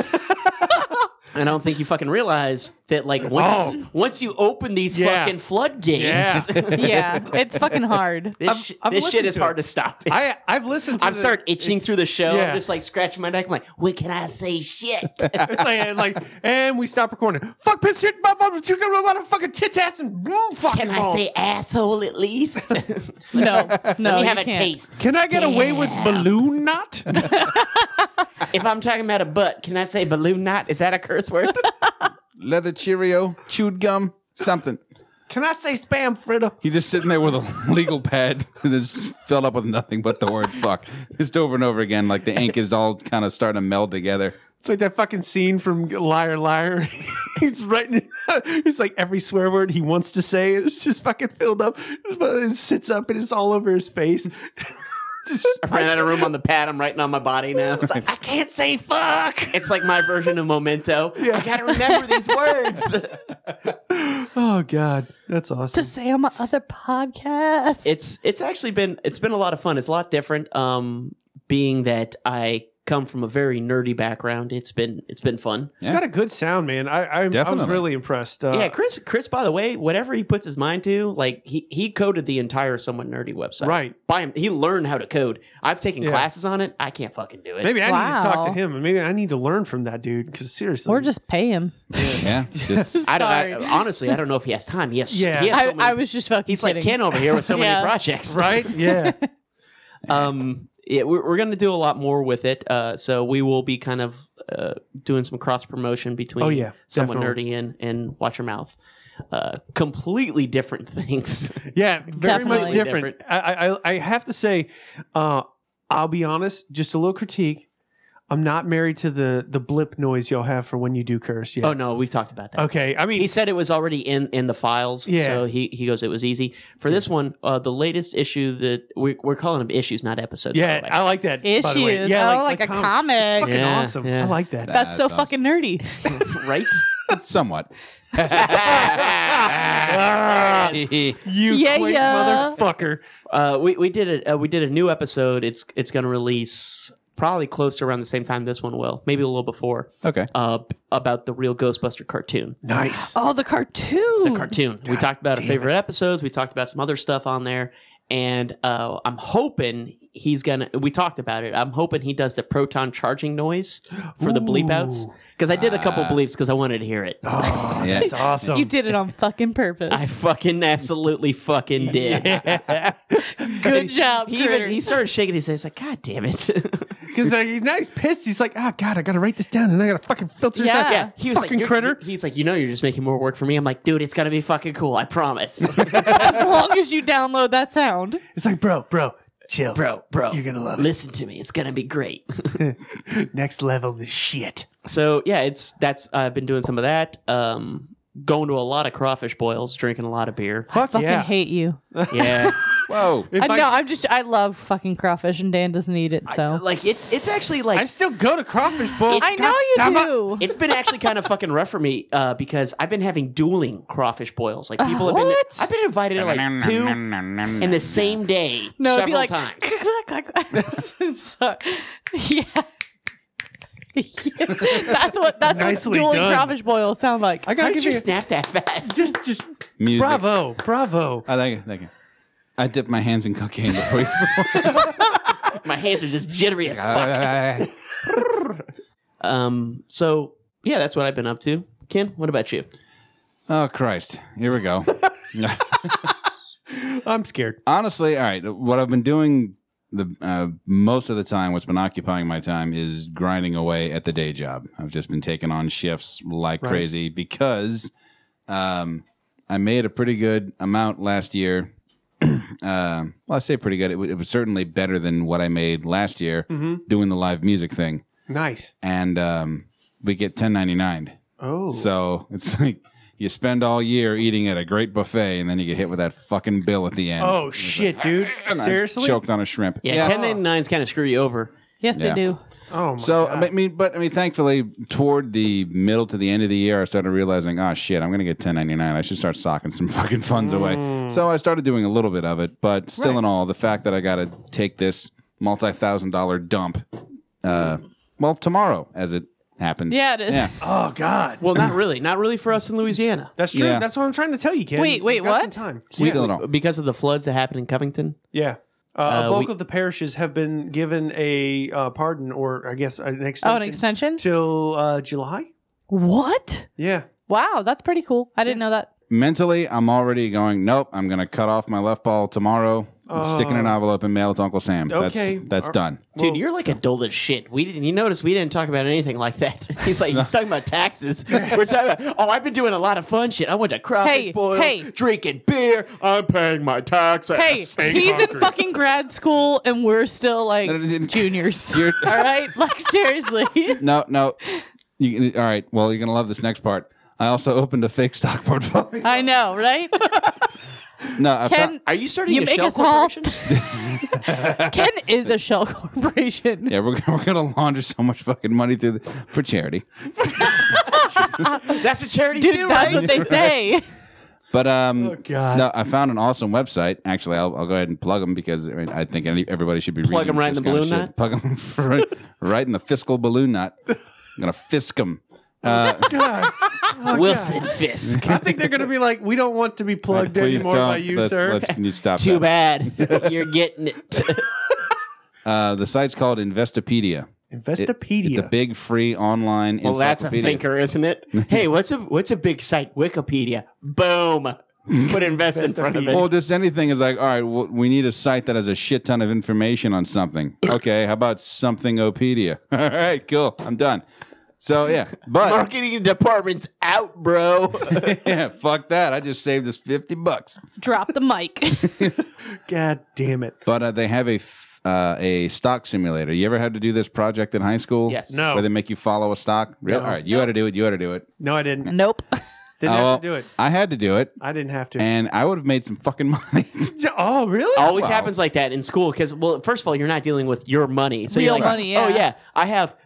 Speaker 1: And I don't think you fucking realize that, like, once, you, once you open these
Speaker 3: Yeah.
Speaker 1: fucking floodgates,
Speaker 3: Yeah.
Speaker 4: yeah, it's fucking hard. Um,
Speaker 1: this,
Speaker 3: I've-
Speaker 1: sh-
Speaker 3: I've
Speaker 1: this shit
Speaker 3: listened
Speaker 1: is
Speaker 3: to
Speaker 1: hard to stop. It's,
Speaker 3: I I've listened. to
Speaker 1: I've
Speaker 3: the-
Speaker 1: started itching
Speaker 3: it's-
Speaker 1: through the show.
Speaker 3: yeah.
Speaker 1: I'm just like scratching my neck. I'm like, when can I say shit?
Speaker 3: It's like, like and we stop recording. Fuck piss shit, blah, blah, blah, blah, blah, blah, blah, fucking tits ass and mm, fucking.
Speaker 1: can I
Speaker 3: balls.
Speaker 1: say asshole at least?
Speaker 4: No, no,
Speaker 3: Oh,
Speaker 1: Let me
Speaker 4: you
Speaker 1: have a
Speaker 4: can't.
Speaker 1: taste.
Speaker 3: Can I get away with
Speaker 1: Damn.
Speaker 3: balloon knot?
Speaker 1: If I'm talking about a butt, can I say balloon knot? Is that a curse word?
Speaker 2: Leather Cheerio, chewed gum, something.
Speaker 3: Can I say spam fritter?
Speaker 2: He's just sitting there with a legal pad and is filled up with nothing but the word fuck. Just over and over again, like the ink is all kind of starting to meld together.
Speaker 3: It's like that fucking scene from Liar Liar. he's writing. It's like every swear word he wants to say. It's just fucking filled up. It sits up and it's all over his face. Just-
Speaker 1: I ran out of room on the pad. I'm writing on my body now. It's like, I can't say fuck. It's like my version of memento. I gotta remember these words.
Speaker 3: oh god, that's awesome.
Speaker 4: To say on my other podcast.
Speaker 1: it's it's actually been it's been a lot of fun. It's a lot different. Um, being that I come from a very nerdy background, it's been it's been fun.
Speaker 3: It's got a good sound, man. I I, I was
Speaker 2: Definitely.
Speaker 3: really impressed. Uh,
Speaker 1: yeah, Chris. Chris, by the way, whatever he puts his mind to, like he he coded the entire somewhat nerdy website.
Speaker 3: Right.
Speaker 1: By him, he learned how to code. I've taken
Speaker 3: Yeah.
Speaker 1: classes on it. I can't fucking do it.
Speaker 3: Maybe I need to talk to
Speaker 4: Wow.
Speaker 3: him, and maybe I need to learn from that dude. Because seriously,
Speaker 4: or just pay him.
Speaker 2: Yeah. Just
Speaker 1: I don't. I,
Speaker 4: Sorry.
Speaker 1: honestly, I don't know if he has time. He has.
Speaker 3: Yeah.
Speaker 1: He has so
Speaker 4: I,
Speaker 1: many,
Speaker 4: I was just fucking
Speaker 1: he's
Speaker 4: kidding.
Speaker 1: like Ken over here with so
Speaker 4: Yeah.
Speaker 1: many projects.
Speaker 3: right? Yeah,
Speaker 1: um yeah, we're, we're going to do a lot more with it uh, so we will be kind of uh, doing some cross promotion between
Speaker 3: Oh, yeah,
Speaker 1: someone
Speaker 3: definitely.
Speaker 1: nerdy and, and watch your mouth uh, completely different things
Speaker 3: yeah, very much
Speaker 4: Definitely.
Speaker 3: different.
Speaker 1: Different.
Speaker 3: I, I I have to say, uh, I'll be honest, just a little critique. I'm not married to the the blip noise y'all have for when you do curse yet.
Speaker 1: oh no we've talked about that
Speaker 3: Okay, I mean,
Speaker 1: he said it was already in in the files
Speaker 3: Yeah.
Speaker 1: so he, he goes it was easy for this one uh, the latest issue that we, we're calling them issues not episodes by the
Speaker 3: yeah,
Speaker 1: way.
Speaker 3: I like that.
Speaker 4: Issues.
Speaker 3: By the way. Yeah,
Speaker 4: oh, like, a
Speaker 3: com-
Speaker 4: comic.
Speaker 3: Fucking
Speaker 1: Yeah,
Speaker 3: awesome.
Speaker 1: yeah.
Speaker 3: I like that.
Speaker 4: That's so
Speaker 2: That's
Speaker 4: fucking nerdy.
Speaker 1: right
Speaker 2: somewhat.
Speaker 3: Ah, you
Speaker 4: Yeah,
Speaker 3: quaint
Speaker 4: yeah.
Speaker 3: motherfucker.
Speaker 1: Uh, we, we did it. Uh, we did a new episode. It's it's going to release probably close to around the same time this one will, maybe a little before.
Speaker 2: okay.
Speaker 1: Uh, b- about the real Ghostbuster cartoon.
Speaker 3: Nice.
Speaker 4: Oh, the cartoon.
Speaker 1: The cartoon. we talked about our
Speaker 3: damn
Speaker 1: favorite episodes. We talked about some other stuff on there, and uh, I'm hoping he's gonna. We talked about it. I'm hoping he does the proton charging noise for the bleep outs
Speaker 3: Ooh.
Speaker 1: because I did a couple
Speaker 2: Ah.
Speaker 1: bleeps because I wanted to hear it.
Speaker 3: Oh,
Speaker 2: Yeah.
Speaker 3: that's awesome.
Speaker 4: You did it on fucking purpose.
Speaker 1: I fucking absolutely fucking did.
Speaker 4: Good job,
Speaker 1: He
Speaker 4: critter.
Speaker 1: even he started shaking his head. He's like, "God damn it."
Speaker 3: Because like, uh, he's now he's pissed. He's like, ah, God, I gotta write this down, and I gotta fucking filter this out.
Speaker 4: Yeah.
Speaker 1: Yeah, he was
Speaker 3: Fucking
Speaker 1: like, "You're-
Speaker 3: critter."
Speaker 1: He's like, you know, you're just making more work for me. I'm like, dude, it's gonna be fucking cool. I promise.
Speaker 4: as long as you download that sound.
Speaker 3: It's like, bro, bro, chill,
Speaker 1: bro, bro,
Speaker 3: You're gonna love it.
Speaker 1: Listen to me. It's gonna be great.
Speaker 3: Next level, this shit.
Speaker 1: so yeah, it's that's I've been doing some of that. Um, going to a lot of crawfish boils, drinking a lot of beer.
Speaker 3: Fuck
Speaker 4: Fucking
Speaker 3: yeah.
Speaker 4: hate you.
Speaker 1: Yeah,
Speaker 2: Whoa.
Speaker 3: If
Speaker 4: I,
Speaker 3: I-
Speaker 4: Uh, no, I'm just. I love fucking crawfish, and Dan doesn't eat it. So
Speaker 1: like it's it's actually
Speaker 3: I
Speaker 1: like.
Speaker 3: still go to crawfish bowl.
Speaker 4: I, know you do.
Speaker 1: it's been actually kind of fucking rough for me uh, because I've been having dueling crawfish boils. Like people have been,
Speaker 4: what?
Speaker 1: I've been invited to like two in the same day
Speaker 4: no, it'd be
Speaker 1: several
Speaker 4: like.
Speaker 1: times.
Speaker 4: Sorry. Yeah. that's what that's
Speaker 3: Nicely
Speaker 4: what dueling
Speaker 3: done.
Speaker 4: crawfish boils sound like.
Speaker 3: I
Speaker 1: How
Speaker 3: gotta
Speaker 1: did
Speaker 3: give
Speaker 1: you
Speaker 3: you
Speaker 1: snap that fast?
Speaker 3: just, just
Speaker 2: Music.
Speaker 3: bravo, bravo.
Speaker 2: Oh, thank you. Thank you. I dipped my hands in cocaine before you.
Speaker 1: My hands are just jittery as fuck.
Speaker 2: Fuck.
Speaker 1: Um, so yeah, that's what I've been up to. Ken, what about you?
Speaker 2: oh Christ! Here we go.
Speaker 3: I'm scared.
Speaker 2: honestly, all right. What I've been doing the uh, most of the time, what's been occupying my time is grinding away at the day job. I've just been taking on shifts like
Speaker 3: Right.
Speaker 2: crazy because um, I made a pretty good amount last year. uh,
Speaker 3: Mm-hmm.
Speaker 2: well, I say pretty good. It, wa- it was certainly better than what I made last year doing the live music thing.
Speaker 3: Nice.
Speaker 2: and um, we get ten ninety nine.
Speaker 3: Oh.
Speaker 2: So it's like you spend all year eating at a great buffet, and then you get hit with that fucking bill at the end.
Speaker 3: oh shit, dude.
Speaker 2: And I
Speaker 3: Seriously?
Speaker 2: choked on a shrimp.
Speaker 1: Yeah, 1099s kind of screw you over.
Speaker 4: Yes,
Speaker 2: Yeah.
Speaker 4: they do.
Speaker 3: Oh my
Speaker 2: So
Speaker 3: God.
Speaker 2: I mean, but I mean, thankfully, toward the middle to the end of the year, I started realizing, oh shit, I'm gonna get 1099. I should start socking some fucking funds away. So I started doing a little bit of it, but still, in all, the fact that I gotta take this multi-thousand dollar dump, uh, well, tomorrow as it happens.
Speaker 4: Yeah, it is.
Speaker 2: Yeah.
Speaker 3: oh god.
Speaker 1: Well, not really. Not really for us in Louisiana.
Speaker 3: That's true.
Speaker 2: Yeah.
Speaker 3: That's what I'm trying to tell you, Ken.
Speaker 4: Wait, wait,
Speaker 3: You've got
Speaker 4: what?
Speaker 3: Some time.
Speaker 2: We still don't.
Speaker 1: Because of the floods that happened in Covington.
Speaker 3: Yeah. Uh, a
Speaker 1: Uh,
Speaker 3: bulk
Speaker 1: we-
Speaker 3: of the parishes have been given a uh, pardon, or I guess an extension,
Speaker 4: Oh, an extension?
Speaker 3: till uh, July.
Speaker 4: What?
Speaker 3: Yeah.
Speaker 4: Wow, that's pretty cool. I didn't know that.
Speaker 2: Mentally, I'm already going. Nope, I'm gonna cut off my left ball tomorrow. I'm sticking an
Speaker 3: Oh.
Speaker 2: envelope and mail it to Uncle Sam.
Speaker 3: Okay.
Speaker 2: That's that's
Speaker 3: Ar-
Speaker 2: done.
Speaker 1: Dude,
Speaker 3: Well-
Speaker 1: you're like adult as shit. We didn't. You notice we didn't talk about anything like that. He's like he's talking about taxes. We're talking about oh, I've been doing a lot of fun shit. I went to crappie
Speaker 4: Hey,
Speaker 1: boil,
Speaker 4: hey.
Speaker 1: drinking beer. I'm paying my tax.
Speaker 4: Hey, he's in fucking grad school and we're still like
Speaker 2: No, no, no, no.
Speaker 4: juniors.
Speaker 2: You're-
Speaker 4: All right? Like, seriously.
Speaker 2: No, no. You, all right. Well, you're gonna love this next part. I also opened a fake stock portfolio.
Speaker 4: I know, right?
Speaker 2: no, I
Speaker 4: Ken,
Speaker 2: found-
Speaker 1: Are you starting
Speaker 4: You
Speaker 1: a
Speaker 4: make
Speaker 1: shell
Speaker 4: us all-
Speaker 1: corporation?
Speaker 4: Ken is a shell corporation.
Speaker 2: yeah, we're, we're gonna launder so much fucking money through the, for charity.
Speaker 1: That's what charities
Speaker 4: Dude,
Speaker 1: do,
Speaker 4: that's
Speaker 1: right?
Speaker 4: what they say.
Speaker 2: But um,
Speaker 3: Oh, God.
Speaker 2: no, I found an awesome website. Actually, I'll, I'll go ahead and plug them because I, mean, I think any, everybody should be
Speaker 1: Plug
Speaker 2: reading
Speaker 1: 'em right in
Speaker 2: this
Speaker 1: the
Speaker 2: kind of
Speaker 1: balloon
Speaker 2: shit.
Speaker 1: knot?
Speaker 2: Plug 'em right, right in the fiscal balloon nut. I'm gonna fisk them.
Speaker 3: God.
Speaker 1: Wilson Fisk.
Speaker 3: I think they're going to be like, we don't want to be plugged
Speaker 2: Please
Speaker 3: anymore
Speaker 2: don't.
Speaker 3: by you,
Speaker 2: let's,
Speaker 3: sir.
Speaker 2: Let's, can you stop
Speaker 1: Too
Speaker 2: that?
Speaker 1: bad. you're getting it.
Speaker 2: Uh, the site's called Investopedia.
Speaker 3: Investopedia.
Speaker 2: It's a big free online.
Speaker 1: Well, that's a
Speaker 2: encyclopedia.
Speaker 1: thinker, isn't it? Hey, what's a what's a big site? Wikipedia. Boom. Put invest in front of it.
Speaker 2: Well, just anything is like, all right, well, we need a site that has a shit ton of information on something. Okay, how about somethingopedia? All right, cool. I'm done. So yeah, but
Speaker 1: Marketing department's out, bro.
Speaker 2: yeah, fuck that. I just saved us fifty bucks.
Speaker 4: Drop the mic.
Speaker 3: God damn it.
Speaker 2: But uh, they have a f- uh, a stock simulator. You ever had to do this project in high school?
Speaker 1: Yes.
Speaker 3: No.
Speaker 2: Where they make you follow a stock? Really? All right, you had to do it. You had to do it.
Speaker 3: No, I didn't.
Speaker 4: nope.
Speaker 3: Didn't
Speaker 2: Oh,
Speaker 3: have to do it.
Speaker 2: I had to do it,
Speaker 3: I didn't have to.
Speaker 2: and I would have made some fucking money.
Speaker 3: oh, really?
Speaker 1: always
Speaker 2: Wow.
Speaker 1: happens like that in school because well first of all you're not dealing with your money so
Speaker 4: Real
Speaker 1: you're like
Speaker 4: money,
Speaker 1: oh
Speaker 4: yeah.
Speaker 1: yeah i have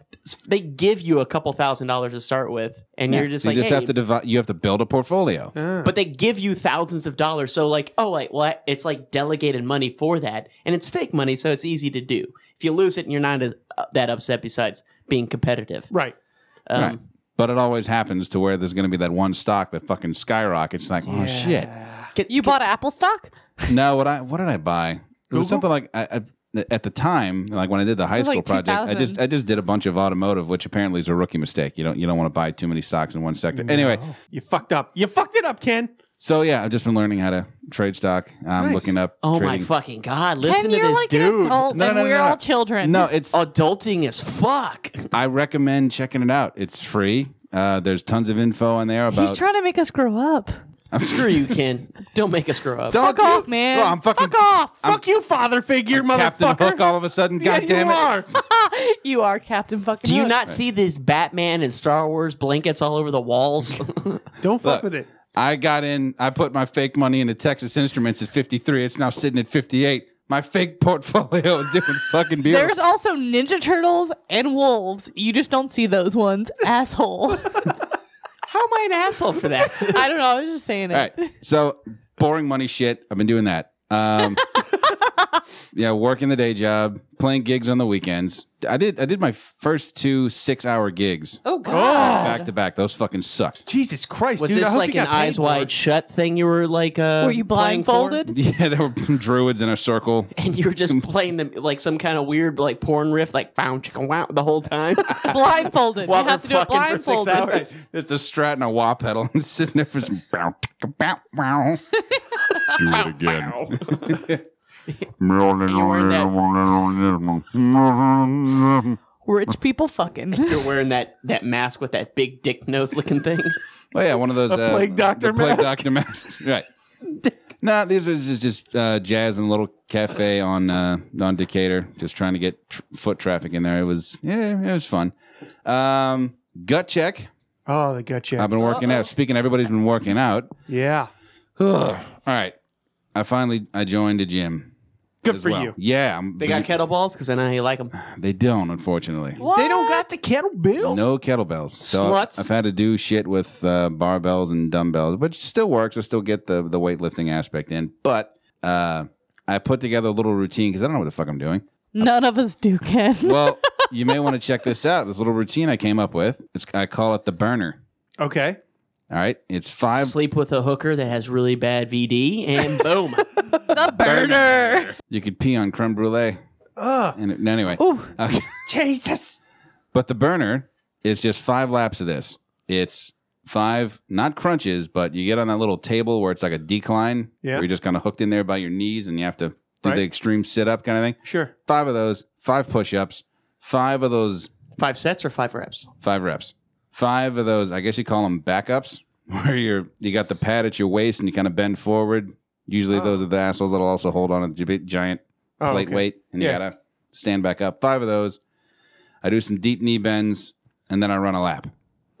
Speaker 1: they give you a couple thousand dollars to start with and you're just
Speaker 2: you
Speaker 1: like
Speaker 2: just
Speaker 1: hey,
Speaker 2: have to divide. You have to build a portfolio.
Speaker 4: Uh.
Speaker 1: but they give you thousands of dollars so like oh wait well I- it's like delegated money for that and it's fake money so it's easy to do if you lose it and you're not as, uh, that upset besides being competitive
Speaker 3: Right.
Speaker 1: um,
Speaker 2: Right. But it always happens to where there's going to be that one stock that fucking skyrockets. Like, oh shit!
Speaker 1: can-
Speaker 4: You bought Apple stock?
Speaker 2: No, what I what did I buy? It
Speaker 3: Google?
Speaker 2: was something like I, I, at the time, like when I did the high
Speaker 4: was
Speaker 2: school
Speaker 4: like
Speaker 2: project, I
Speaker 4: 2000.
Speaker 2: just I just did a bunch of automotive, which apparently is a rookie mistake. You don't you don't want to buy too many stocks in one sector. Anyway,
Speaker 3: You fucked up. You fucked it up, Ken.
Speaker 2: so yeah, I've just been learning how to trade stock. I'm
Speaker 3: Nice.
Speaker 2: looking up.
Speaker 1: oh my
Speaker 2: trading.
Speaker 1: fucking god listen
Speaker 4: Ken,
Speaker 1: to
Speaker 4: you're
Speaker 1: this
Speaker 4: like an
Speaker 1: dude
Speaker 4: adult
Speaker 2: No,
Speaker 4: and
Speaker 2: no, no,
Speaker 4: we're
Speaker 2: no.
Speaker 4: all children.
Speaker 2: No, it's
Speaker 1: adulting as fuck
Speaker 2: I recommend checking it out. It's free. Uh, there's tons of info on there about.
Speaker 4: He's trying to make us grow up.
Speaker 1: screw you ken don't make us grow up
Speaker 2: Don't
Speaker 4: Fuck
Speaker 2: do-
Speaker 4: off, man.
Speaker 2: Oh, I'm fucking
Speaker 4: Fuck off.
Speaker 3: Fuck you, father figure,
Speaker 2: Captain
Speaker 3: motherfucker.
Speaker 2: Hook. All of a sudden,
Speaker 3: yeah,
Speaker 2: God damn
Speaker 3: you
Speaker 2: it!
Speaker 3: are.
Speaker 4: you are Captain fucking
Speaker 1: Do you
Speaker 4: Hook.
Speaker 1: not see these Batman and Star Wars blankets all over the walls?
Speaker 3: Don't
Speaker 2: Look.
Speaker 3: fuck with it.
Speaker 2: I got in, I put my fake money into Texas Instruments at 53. It's now sitting at 58. My fake portfolio is doing fucking beautiful.
Speaker 4: There's also Ninja Turtles and wolves. You just don't see those ones, asshole.
Speaker 1: How am I an asshole for that?
Speaker 4: I don't know. I was just saying it.
Speaker 2: All right. So, boring money shit. I've been doing that. Um, yeah, working the day job, playing gigs on the weekends. I did I did my first two 6-hour gigs
Speaker 4: Oh god.
Speaker 2: back to back. Those fucking sucked.
Speaker 3: Jesus Christ,
Speaker 1: Was
Speaker 3: dude. I
Speaker 1: this
Speaker 3: hope
Speaker 1: like
Speaker 3: you
Speaker 1: an
Speaker 3: got paid
Speaker 1: eyes
Speaker 3: for it.
Speaker 1: wide shut thing you were like uh
Speaker 4: Were you
Speaker 1: playing for?
Speaker 4: blindfolded?
Speaker 2: Yeah, there were druids in a circle.
Speaker 1: And you were just playing them like some kind of weird like porn riff like found chicken wow the whole time.
Speaker 4: blindfolded.
Speaker 1: While
Speaker 4: you have to
Speaker 1: they're
Speaker 4: do it
Speaker 1: fucking for six
Speaker 4: blindfolded.
Speaker 1: hours.
Speaker 2: There's a strat and a wah pedal. I'm sitting there for some bow, ticka, bow, wow.
Speaker 5: do it again.
Speaker 1: You're wearing that
Speaker 4: Rich people fucking.
Speaker 1: you're wearing that that mask with that big dick nose looking thing.
Speaker 2: Oh yeah, one of those
Speaker 3: A plague doctor
Speaker 2: the plague
Speaker 3: mask.
Speaker 2: doctor masks, right? Nah, these are just, just uh, jazz and little cafe on uh, on Decatur. Just trying to get tr- foot traffic in there. It was yeah, it was fun. Um, gut check.
Speaker 3: Oh, the gut check.
Speaker 2: I've been working out. Speaking, of everybody's been working out.
Speaker 3: Yeah.
Speaker 2: Ugh. All right, I finally I joined a gym.
Speaker 3: Good
Speaker 2: as
Speaker 3: for
Speaker 2: well.
Speaker 3: you.
Speaker 2: Yeah, I'm-
Speaker 1: They got kettlebells because I know how you like them.
Speaker 2: They don't, unfortunately.
Speaker 4: What?
Speaker 3: They don't got the kettlebells.
Speaker 2: No kettlebells. So I've-
Speaker 1: Sluts.
Speaker 2: I've had to do shit with uh, barbells and dumbbells, which still works. I still get the the weightlifting aspect in, but uh, I put together a little routine because I don't know what the fuck I'm doing.
Speaker 4: None of us do, Ken.
Speaker 2: Well, you may want to check this out. This little routine I came up with. It's I call it the burner.
Speaker 3: Okay.
Speaker 2: All right, it's five.
Speaker 1: Sleep with a hooker that has really bad VD, and boom.
Speaker 4: the burner.
Speaker 2: You could pee on creme brulee,
Speaker 3: Ugh.
Speaker 2: and it, anyway,
Speaker 4: Ooh,
Speaker 2: Okay.
Speaker 3: Jesus.
Speaker 2: but the burner is just five laps of this. It's five, not crunches, but you get on that little table where it's like a decline.
Speaker 3: Yeah.
Speaker 2: where you're just kind of hooked in there by your knees, and you have to do
Speaker 3: Right.
Speaker 2: the extreme sit up kind of thing.
Speaker 3: Sure.
Speaker 2: Five of those, five push ups, five of those
Speaker 1: five sets or five reps?
Speaker 2: five reps five of those i guess you call them backups where you're you got the pad at your waist and you kind of bend forward usually those are the assholes that'll also hold on to the big giant
Speaker 3: Oh,
Speaker 2: plate
Speaker 3: okay.
Speaker 2: weight and
Speaker 3: Yeah.
Speaker 2: you gotta stand back up five of those i do some deep knee bends and then i run a lap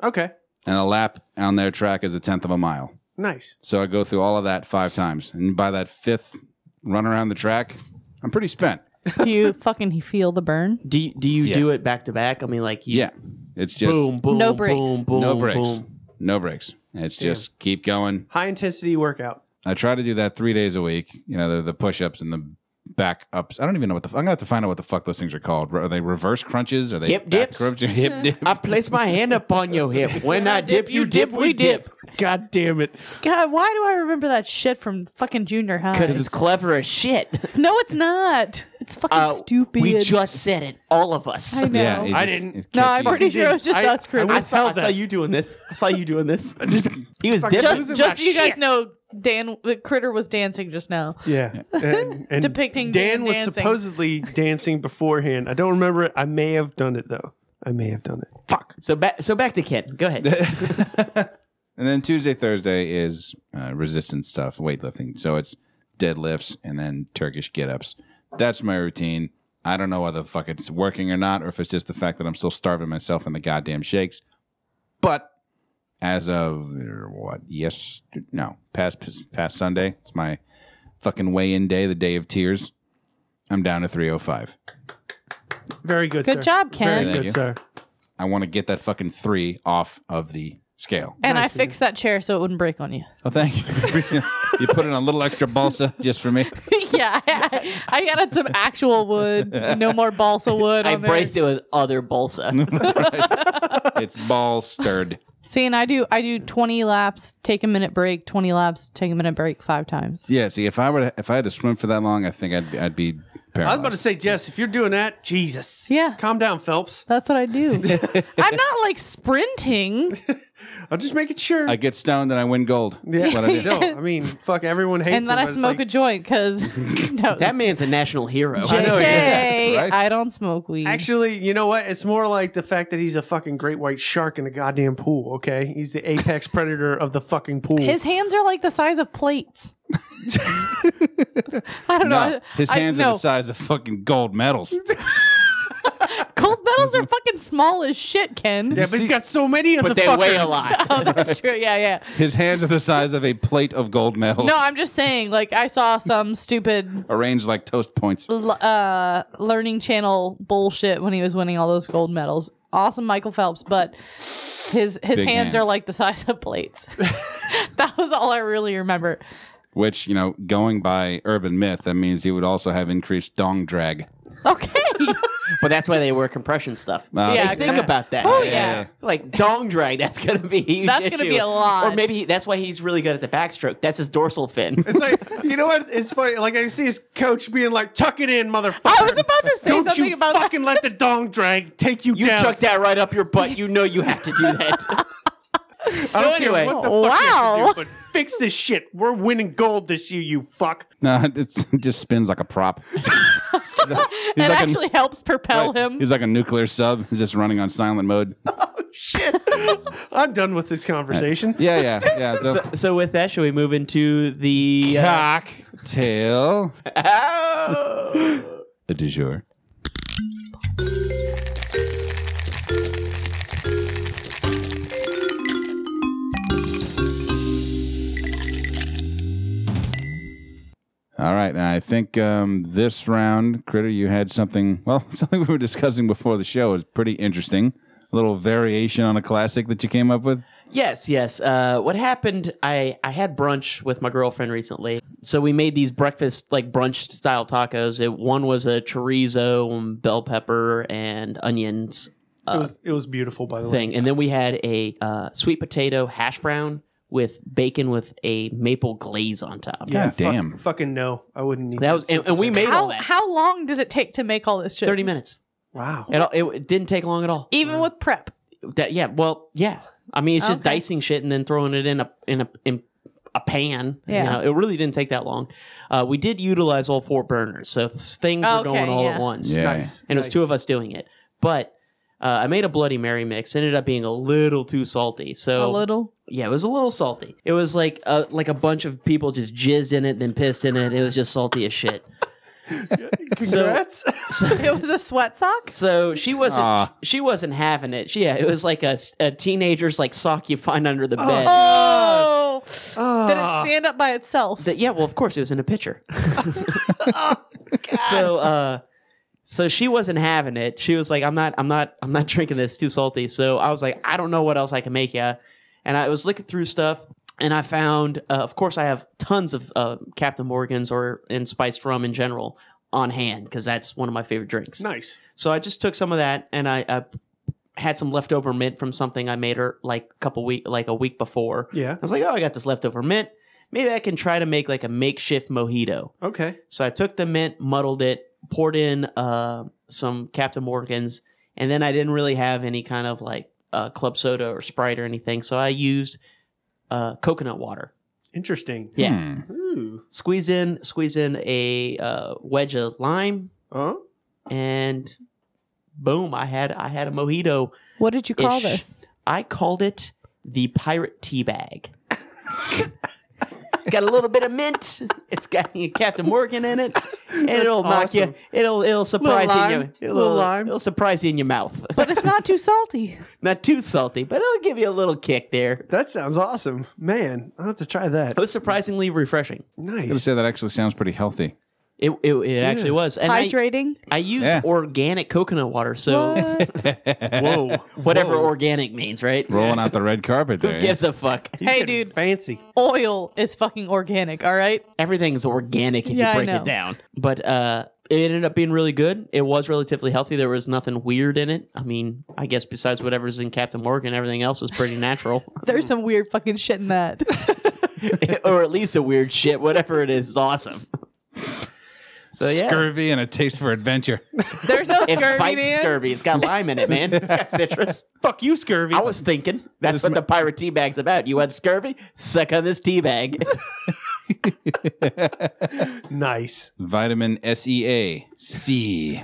Speaker 3: Okay.
Speaker 2: and a lap on their track is a tenth of a mile
Speaker 3: Nice.
Speaker 2: so i go through all of that five times and by that fifth run around the track i'm pretty spent
Speaker 4: do you fucking feel the burn?
Speaker 1: Do you, do you
Speaker 2: Yeah.
Speaker 1: do it back to back? I mean, like you,
Speaker 2: yeah it's just
Speaker 1: boom, boom,
Speaker 4: No breaks.
Speaker 1: boom, boom,
Speaker 2: no breaks
Speaker 1: boom.
Speaker 2: no breaks it's just keep going
Speaker 3: High intensity workout.
Speaker 2: I try to do that three days a week. You know, the, the push ups and the back ups. I don't even know what the. I'm gonna have to find out what the fuck those things are called. Are they reverse crunches? Are they
Speaker 1: Hip
Speaker 2: back
Speaker 1: dips?
Speaker 2: crunches? Hip dip.
Speaker 1: I place my hand upon your hip. When I dip, you dip, we dip.
Speaker 3: God damn it.
Speaker 4: God, why do I remember that shit from fucking junior high?
Speaker 1: Because it's clever as shit.
Speaker 4: no, it's not. It's fucking
Speaker 1: Uh,
Speaker 4: stupid.
Speaker 1: We just said it, all of us.
Speaker 4: I know.
Speaker 2: Yeah, it
Speaker 3: I
Speaker 2: just-
Speaker 3: didn't.
Speaker 2: it
Speaker 4: no, I'm
Speaker 2: catches-
Speaker 4: pretty sure it was just
Speaker 3: I-
Speaker 4: us, Chris.
Speaker 3: I
Speaker 1: I
Speaker 3: would
Speaker 1: saw, I
Speaker 3: tell
Speaker 1: saw
Speaker 3: that.
Speaker 1: you doing this. I saw you doing this. he was dipping.
Speaker 4: just,
Speaker 3: Losing
Speaker 4: just
Speaker 3: my
Speaker 4: so you guys
Speaker 3: shit.
Speaker 4: know, Dan, the critter was dancing just now.
Speaker 3: Yeah. And, and
Speaker 4: Depicting
Speaker 3: Dan
Speaker 4: Dan
Speaker 3: was
Speaker 4: dancing.
Speaker 3: supposedly dancing beforehand. I don't remember it. I may have done it though. I may have done it. Fuck.
Speaker 1: so back. So back to Ken. Go ahead.
Speaker 2: and then Tuesday, Thursday is uh, resistance stuff, weightlifting. So it's deadlifts and then Turkish get ups. That's my routine. I don't know whether the fuck it's working or not, or if it's just the fact that I'm still starving myself in the goddamn shakes. But as of er, what? Yes, no, past past Sunday. It's my fucking weigh-in day, the day of tears. I'm down to 305.
Speaker 3: Very good.
Speaker 4: Good
Speaker 3: sir.
Speaker 4: job,
Speaker 3: Very
Speaker 4: Ken.
Speaker 2: Thank
Speaker 3: good,
Speaker 2: you.
Speaker 3: sir.
Speaker 2: I want to get that fucking three off of the scale.
Speaker 4: And I fixed that chair so it wouldn't break on you.
Speaker 2: Oh, thank you. you put in a little extra balsa just for me.
Speaker 4: yeah, I, I I added some actual wood. No more balsa wood.
Speaker 1: I
Speaker 4: on there.
Speaker 1: braced it with other balsa.
Speaker 2: It's ball stirred.
Speaker 4: See, and I do I do twenty laps, take a minute break, twenty laps, take a minute break five times.
Speaker 2: Yeah. See, if I were if I had to swim for that long, I think I'd I'd be
Speaker 3: I was
Speaker 2: paralyzed.
Speaker 3: about to say, Jess, if you're doing that, Jesus.
Speaker 4: Yeah.
Speaker 3: Calm down, Phelps.
Speaker 4: That's what I do. I'm not like sprinting.
Speaker 3: I'm just making sure.
Speaker 2: I get stoned and I win gold.
Speaker 3: yeah,
Speaker 2: What I do.
Speaker 3: no, I mean, fuck, everyone hates
Speaker 4: and then
Speaker 3: it,
Speaker 4: I
Speaker 3: but it's
Speaker 4: smoke a
Speaker 3: like-
Speaker 4: joint because no,
Speaker 1: that man's a national hero.
Speaker 4: JK, I,
Speaker 3: know,
Speaker 2: yeah, right?
Speaker 4: don't smoke weed.
Speaker 3: Actually, you know what? It's more like the fact that he's a fucking great white shark in a goddamn pool, okay? He's the apex predator of the fucking pool.
Speaker 4: his hands are like the size of plates. I don't know.
Speaker 2: No,
Speaker 4: I-
Speaker 2: his
Speaker 4: I-
Speaker 2: hands are
Speaker 4: no.
Speaker 2: the size of fucking gold medals.
Speaker 4: Gold medals are fucking small as shit, Ken.
Speaker 3: yeah, but he's got so many of
Speaker 1: but
Speaker 3: the
Speaker 1: they
Speaker 3: fuckers.
Speaker 1: weigh a lot.
Speaker 4: Oh, that's true. Yeah, yeah.
Speaker 2: His hands are the size of a plate of gold medals.
Speaker 4: No, I'm just saying. Like, I saw some stupid
Speaker 2: arranged like toast points.
Speaker 4: l- uh, learning channel bullshit when he was winning all those gold medals. Awesome, Michael Phelps, but his his
Speaker 2: Big
Speaker 4: hands, are
Speaker 2: hands.
Speaker 4: like the size of plates. that was all I really remember.
Speaker 2: Which you know, going by urban myth, that means he would also have increased dong drag.
Speaker 4: Okay.
Speaker 1: But that's why they wear compression stuff.
Speaker 2: Uh,
Speaker 4: Yeah,
Speaker 1: Like, think
Speaker 4: exactly.
Speaker 1: about that.
Speaker 4: Oh, yeah.
Speaker 1: Like dong drag, that's gonna be a huge
Speaker 4: That's gonna
Speaker 1: issue.
Speaker 4: be a lot.
Speaker 1: Or maybe that's why he's really good at the backstroke. That's his dorsal fin.
Speaker 3: It's like, you know what? It's funny. Like, I see his coach being like, tuck it in, motherfucker.
Speaker 4: I was about to say
Speaker 3: Don't
Speaker 4: something
Speaker 3: you
Speaker 4: about
Speaker 3: fucking let the dong drag take you,
Speaker 1: You
Speaker 3: down.
Speaker 1: chuck that right up your butt. You know you have to do that.
Speaker 3: I
Speaker 1: so
Speaker 3: don't care
Speaker 1: anyway,
Speaker 3: what the fuck you have to
Speaker 4: Wow.
Speaker 3: do, but fix this shit. We're winning gold this year, you fuck.
Speaker 2: No, it's, it just spins like a prop. He's like- he's
Speaker 4: that. It
Speaker 2: like a-
Speaker 4: actually helps propel him.
Speaker 2: He's like a nuclear sub. He's just running on silent mode.
Speaker 3: shit. I'm done with this conversation.
Speaker 2: Yeah, yeah, yeah.
Speaker 1: So, so with that, should we move into the? Uh,
Speaker 2: cocktail
Speaker 1: Ow!
Speaker 2: du jour. All right, and I think um, this round, Critter, you had something. Well, something we were discussing before the show is pretty interesting. A little variation on a classic that you came up with.
Speaker 1: Yes, yes. Uh, what happened? I I had brunch with my girlfriend recently, so we made these breakfast like brunch style tacos. It, one was a chorizo, and bell pepper, and onions
Speaker 3: it,
Speaker 1: uh,
Speaker 3: was, it was beautiful, by the way.
Speaker 1: thing, and then we had a uh, sweet potato hash brown with bacon with a maple glaze on top.
Speaker 2: Yeah. God
Speaker 3: fuck-
Speaker 2: damn.
Speaker 3: fucking no. I wouldn't need
Speaker 1: That was, and, and we made all
Speaker 4: How
Speaker 1: that
Speaker 4: how long did it take to make all this shit?
Speaker 1: thirty minutes.
Speaker 3: wow.
Speaker 1: It, all, it, it didn't take long at all.
Speaker 4: Even with prep.
Speaker 1: That yeah, well yeah. I mean, it's just
Speaker 4: Okay.
Speaker 1: dicing shit and then throwing it in a in a in a pan.
Speaker 4: Yeah.
Speaker 1: You know, it really didn't take that long. Uh, we did utilize all four burners, so th- things were
Speaker 4: Okay,
Speaker 1: going all
Speaker 4: yeah.
Speaker 1: at once.
Speaker 2: Yeah.
Speaker 3: Nice.
Speaker 1: And it was two of us doing it, but. Uh, I made a Bloody Mary mix. Ended up being a little too salty. So
Speaker 4: a little.
Speaker 1: yeah, it was a little salty. It was like a, like a bunch of people just jizzed in it, then pissed in it. It was just salty as shit.
Speaker 3: Congrats.
Speaker 4: It was a sweat sock.
Speaker 1: So she wasn't
Speaker 2: Aw.
Speaker 1: she wasn't having it. She, yeah, it was like a, s- a teenager's like sock you find under the bed.
Speaker 4: Oh, did
Speaker 3: Ah.
Speaker 4: it stand up by itself?
Speaker 1: That- yeah, well, of course it was in a pitcher. So, uh, so she wasn't having it. She was like, "I'm not, I'm not, I'm not drinking this. It's too salty." So I was like, "I don't know what else I can make ya." And I was looking through stuff, and I found, uh, of course, I have tons of uh, Captain Morgan's or and spiced rum in general on hand because that's one of my favorite drinks.
Speaker 3: nice.
Speaker 1: So I just took some of that and I, I had some leftover mint from something I made her like a couple week like a week before.
Speaker 3: Yeah.
Speaker 1: I was like, oh, I got this leftover mint. Maybe I can try to make like a makeshift mojito.
Speaker 3: Okay.
Speaker 1: So I took the mint, muddled it, poured in uh, some Captain Morgan's, and then I didn't really have any kind of like uh, club soda or Sprite or anything. So I used uh, coconut water.
Speaker 3: Interesting.
Speaker 1: Yeah.
Speaker 2: Hmm.
Speaker 3: Ooh.
Speaker 1: Squeeze in, squeeze in a uh, wedge of lime,
Speaker 3: Huh?
Speaker 1: and boom! I had I had a mojito
Speaker 4: What did you call
Speaker 1: Ish.
Speaker 4: this?
Speaker 1: I called it the pirate tea bag. it's got a little bit of mint. It's got Captain Morgan in it, and
Speaker 3: That's
Speaker 1: it'll knock you.
Speaker 3: awesome.
Speaker 1: It'll it'll surprise
Speaker 3: Little
Speaker 1: you.
Speaker 3: lime,
Speaker 1: In your,
Speaker 3: little lime.
Speaker 1: It'll surprise you in your mouth.
Speaker 4: But it's not too salty.
Speaker 1: Not too salty, but it'll give you a little kick there.
Speaker 3: That sounds awesome. Man, I'll have to try that.
Speaker 1: It was surprisingly refreshing.
Speaker 2: I was
Speaker 3: Nice.
Speaker 2: gonna say that actually sounds pretty healthy.
Speaker 1: It it, it actually was. And I,
Speaker 4: Hydrating.
Speaker 1: I used
Speaker 2: Yeah.
Speaker 1: organic coconut water, so
Speaker 4: What?
Speaker 3: Whoa.
Speaker 1: whatever
Speaker 3: Whoa.
Speaker 1: organic means, right?
Speaker 2: Rolling out the red carpet there.
Speaker 1: Who
Speaker 2: yeah.
Speaker 1: gives a fuck?
Speaker 3: He's
Speaker 4: Hey,
Speaker 3: getting
Speaker 4: dude.
Speaker 3: Fancy.
Speaker 4: Oil is fucking organic. All right.
Speaker 1: everything's organic if
Speaker 4: Yeah, I
Speaker 1: you break
Speaker 4: know.
Speaker 1: it down. But uh, it ended up being really good. It was relatively healthy. There was nothing weird in it. I mean, I guess besides whatever's in Captain Morgan, everything else was pretty natural,
Speaker 4: There's some weird fucking shit in that.
Speaker 1: or at least a weird shit. Whatever it is, is awesome. So yeah,
Speaker 2: Scurvy and a taste for adventure.
Speaker 4: There's no
Speaker 1: it
Speaker 4: scurvy,
Speaker 1: fights
Speaker 4: man.
Speaker 1: scurvy. It's got lime in it, man. It's got citrus.
Speaker 3: Fuck you, scurvy.
Speaker 1: I was thinking that's what the pirate tea bag's about. You want scurvy? Suck on this tea bag.
Speaker 3: nice.
Speaker 2: Vitamin S E A C.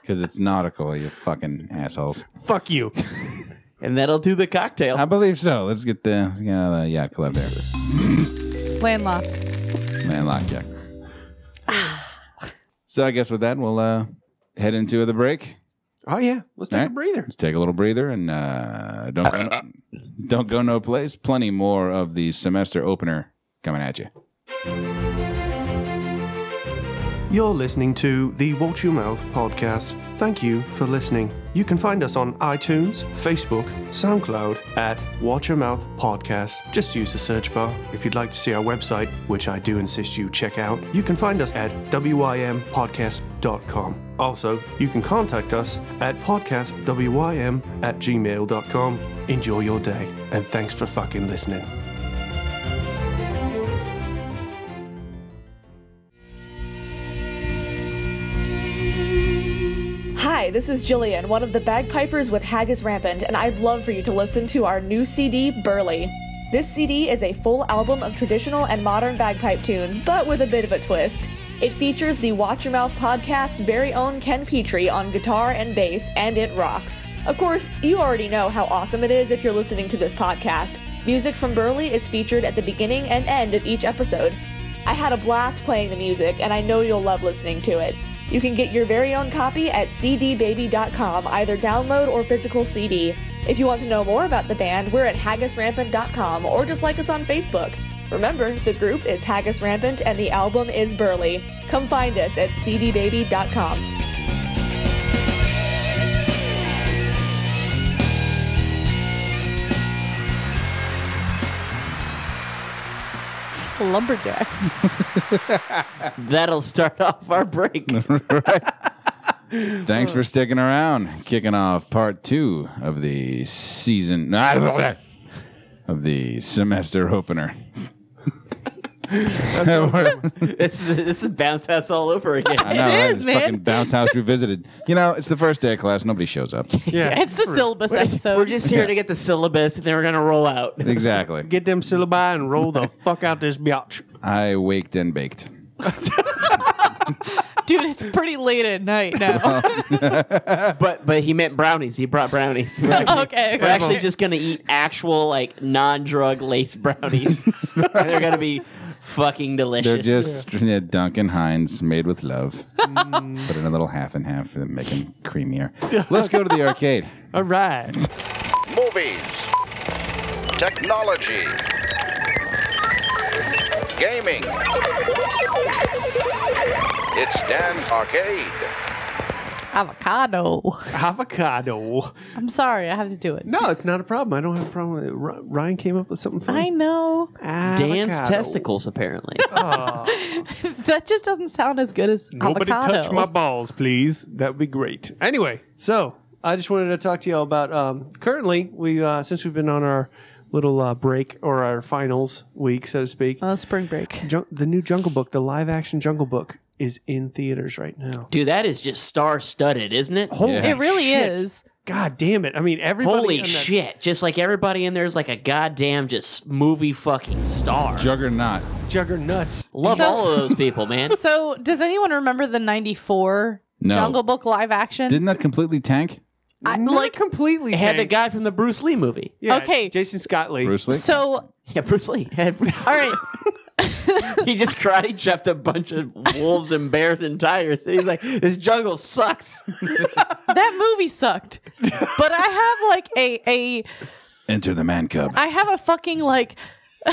Speaker 2: Because it's nautical, you fucking assholes.
Speaker 3: Fuck you.
Speaker 1: and that'll do the cocktail.
Speaker 2: I believe so. Let's get the let's get out of the yacht club here.
Speaker 4: Landlocked.
Speaker 2: Man, lockjack. so I guess with that, we'll uh, head into the break.
Speaker 3: Oh yeah. Let's take a
Speaker 2: Alright.
Speaker 3: breather.
Speaker 2: Let's take a little breather and uh, don't go, don't go no place. Plenty more of the semester opener coming at you.
Speaker 6: You're listening to the Watch Your Mouth podcast. Thank you for listening. You can find us on iTunes, Facebook, SoundCloud at Watch Your Mouth Podcast. Just use the search bar. If you'd like to see our website, which I do insist you check out, you can find us at wympodcast.com. Also, you can contact us at podcastwym at gmail.com. Enjoy your day, and thanks for fucking listening.
Speaker 7: Hi, this is Jillian, one of the bagpipers with Haggis Rampant, and I'd love for you to listen to our new CD, Burley. This CD is a full album of traditional and modern bagpipe tunes, but with a bit of a twist. It features the Watch Your Mouth podcast's very own Ken Petrie on guitar and bass, and it rocks. Of course, you already know how awesome it is if you're listening to this podcast. Music from Burley is featured at the beginning and end of each episode. I had a blast playing the music, and I know you'll love listening to it. You can get your very own copy at cdbaby.com, either download or physical CD. If you want to know more about the band, we're at haggisrampant.com or just like us on Facebook. Remember, the group is Haggis Rampant and the album is Burley. Come find us at cdbaby.com.
Speaker 4: Lumberjacks.
Speaker 1: That'll start off our break.
Speaker 2: Thanks for sticking around. Kicking off part two of the season of the semester opener.
Speaker 1: this is this is bounce house all over again.
Speaker 2: I know,
Speaker 4: It
Speaker 2: right?
Speaker 4: is,
Speaker 2: It's
Speaker 4: man.
Speaker 2: fucking bounce house revisited. You know, it's the first day of class. Nobody shows up.
Speaker 3: Yeah.
Speaker 4: It's the syllabus episode.
Speaker 1: We're just here to get the syllabus, and then we're gonna roll out.
Speaker 2: exactly.
Speaker 3: Get them syllabi and roll the fuck out this biatch.
Speaker 2: I waked and baked.
Speaker 4: Dude, it's pretty late at night now.
Speaker 1: But but he meant brownies. He brought brownies. We're actually,
Speaker 4: okay.
Speaker 1: we're
Speaker 4: okay.
Speaker 1: actually just gonna eat actual like non-drug lace brownies. They're gonna be fucking
Speaker 2: They're
Speaker 1: delicious.
Speaker 2: just yeah, Duncan Hines made with love.
Speaker 4: Mm.
Speaker 2: Put in a little half and half and make them creamier. Let's go to the arcade.
Speaker 3: All right.
Speaker 8: movies, technology, gaming. It's Dan's Arcade.
Speaker 4: Avocado.
Speaker 3: Avocado.
Speaker 4: I'm sorry, I have to do it.
Speaker 3: No, it's not a problem. I don't have a problem with it. Ry- Ryan came up with something
Speaker 4: I
Speaker 3: funny.
Speaker 4: know.
Speaker 1: Dan's testicles, apparently.
Speaker 4: That just doesn't sound as good as
Speaker 3: Nobody
Speaker 4: avocado.
Speaker 3: touch my balls, please. That would be great. Anyway, so I just wanted to talk to y'all about um, currently we uh, since we've been on our little uh, break or our finals week, so to speak.
Speaker 1: Uh.
Speaker 4: Oh, spring break.
Speaker 3: Jun- the new Jungle Book, the live action Jungle Book, is in theaters right now.
Speaker 1: Dude, that is just star-studded, isn't it?
Speaker 3: Holy
Speaker 2: Yeah.
Speaker 4: It really
Speaker 3: shit.
Speaker 4: is.
Speaker 3: God damn it! I mean, everybody.
Speaker 1: Holy
Speaker 3: in that-
Speaker 1: shit! Just like everybody in there is like a goddamn just movie fucking star.
Speaker 2: Juggernaut.
Speaker 3: Juggernauts.
Speaker 1: Love
Speaker 4: So-
Speaker 1: all of those people, man.
Speaker 4: So, does anyone remember the 94
Speaker 2: No.
Speaker 4: Jungle Book live action?
Speaker 2: Didn't that completely tank?
Speaker 1: I,
Speaker 3: Not
Speaker 1: like
Speaker 3: completely.
Speaker 1: it had the
Speaker 3: tanked.
Speaker 1: guy from the Bruce Lee movie.
Speaker 3: Yeah,
Speaker 4: Okay.
Speaker 3: Jason Scott Lee.
Speaker 2: Bruce Lee?
Speaker 4: so,
Speaker 1: Yeah, Bruce Lee. Had Bruce-
Speaker 4: all right.
Speaker 1: he just karate chopped a bunch of wolves and bears and tigers. And he's like, this jungle sucks.
Speaker 4: that movie sucked. But I have like a a
Speaker 2: Enter the man cub.
Speaker 4: I have a fucking like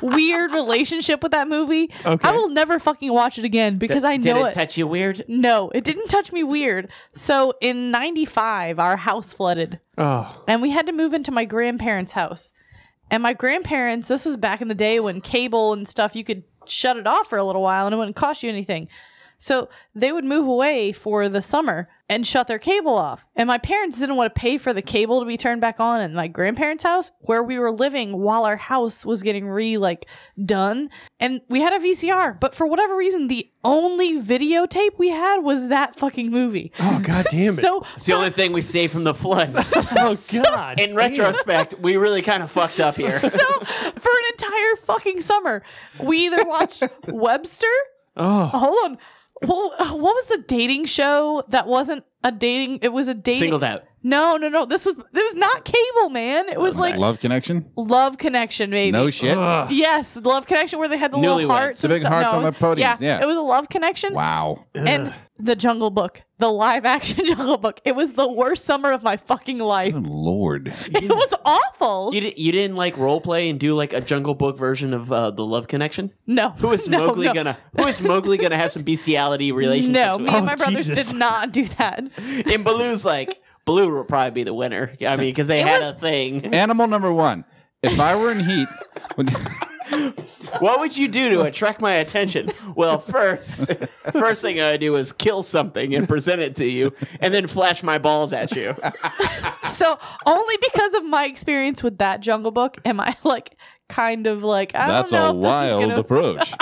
Speaker 4: weird relationship with that movie.
Speaker 3: Okay.
Speaker 4: I will never fucking watch it again because I
Speaker 1: Did
Speaker 4: know
Speaker 1: it,
Speaker 4: it.
Speaker 1: touch you weird?
Speaker 4: no, it didn't touch me weird. So in 95 our house flooded
Speaker 3: Oh,
Speaker 4: and we had to move into my grandparents' house. And my grandparents, this was back in the day when cable and stuff you could shut it off for a little while and it wouldn't cost you anything. So they would move away for the summer and shut their cable off. And my parents didn't want to pay for the cable to be turned back on in my grandparents' house where we were living while our house was getting re like done. And we had a VCR, but for whatever reason the only videotape we had was that fucking movie.
Speaker 3: oh, god damn it!
Speaker 4: So
Speaker 1: It's the only thing we saved from the flood.
Speaker 3: oh god.
Speaker 1: In
Speaker 3: damn.
Speaker 1: retrospect, we really kind of fucked up here.
Speaker 4: so for an entire fucking summer, we either watched Webster.
Speaker 3: Oh.
Speaker 4: Hold on. What, what was the dating show that wasn't a dating? It was a dating.
Speaker 1: Singled out.
Speaker 4: No, no, no. This was this was not cable, man. It was like
Speaker 2: Love connection?
Speaker 4: Love Connection, maybe.
Speaker 2: No shit.
Speaker 4: Yes, Love Connection, where they had the
Speaker 1: Newlyweds.
Speaker 4: little hearts,
Speaker 2: The
Speaker 4: and
Speaker 2: big
Speaker 4: stuff.
Speaker 2: hearts on the podiums, yeah.
Speaker 4: it was a Love Connection.
Speaker 2: Wow.
Speaker 4: And the Jungle Book, the live action Jungle Book. It was the worst summer of my fucking life.
Speaker 2: Good lord.
Speaker 4: It was awful.
Speaker 1: You, di- you didn't like role play and do like a Jungle Book version of uh, the Love Connection?
Speaker 4: no,
Speaker 1: Who is
Speaker 4: no,
Speaker 1: Mowgli
Speaker 4: no.
Speaker 1: gonna? Who is Mowgli gonna have some bestiality relationships?
Speaker 4: No,
Speaker 1: with?
Speaker 4: me and my brothers
Speaker 3: Jesus.
Speaker 4: did not do that.
Speaker 1: And Baloo's like, Baloo will probably be the winner. I mean, because they had a thing.
Speaker 2: Animal number one. If I were in heat, would-
Speaker 1: What would you do to attract my attention? Well, first, first thing I do is kill something and present it to you, and then flash my balls at you.
Speaker 4: So only because of my experience with that Jungle Book am I like kind of like I
Speaker 2: that's a
Speaker 4: don't know if
Speaker 2: wild
Speaker 4: this is gonna.
Speaker 2: approach.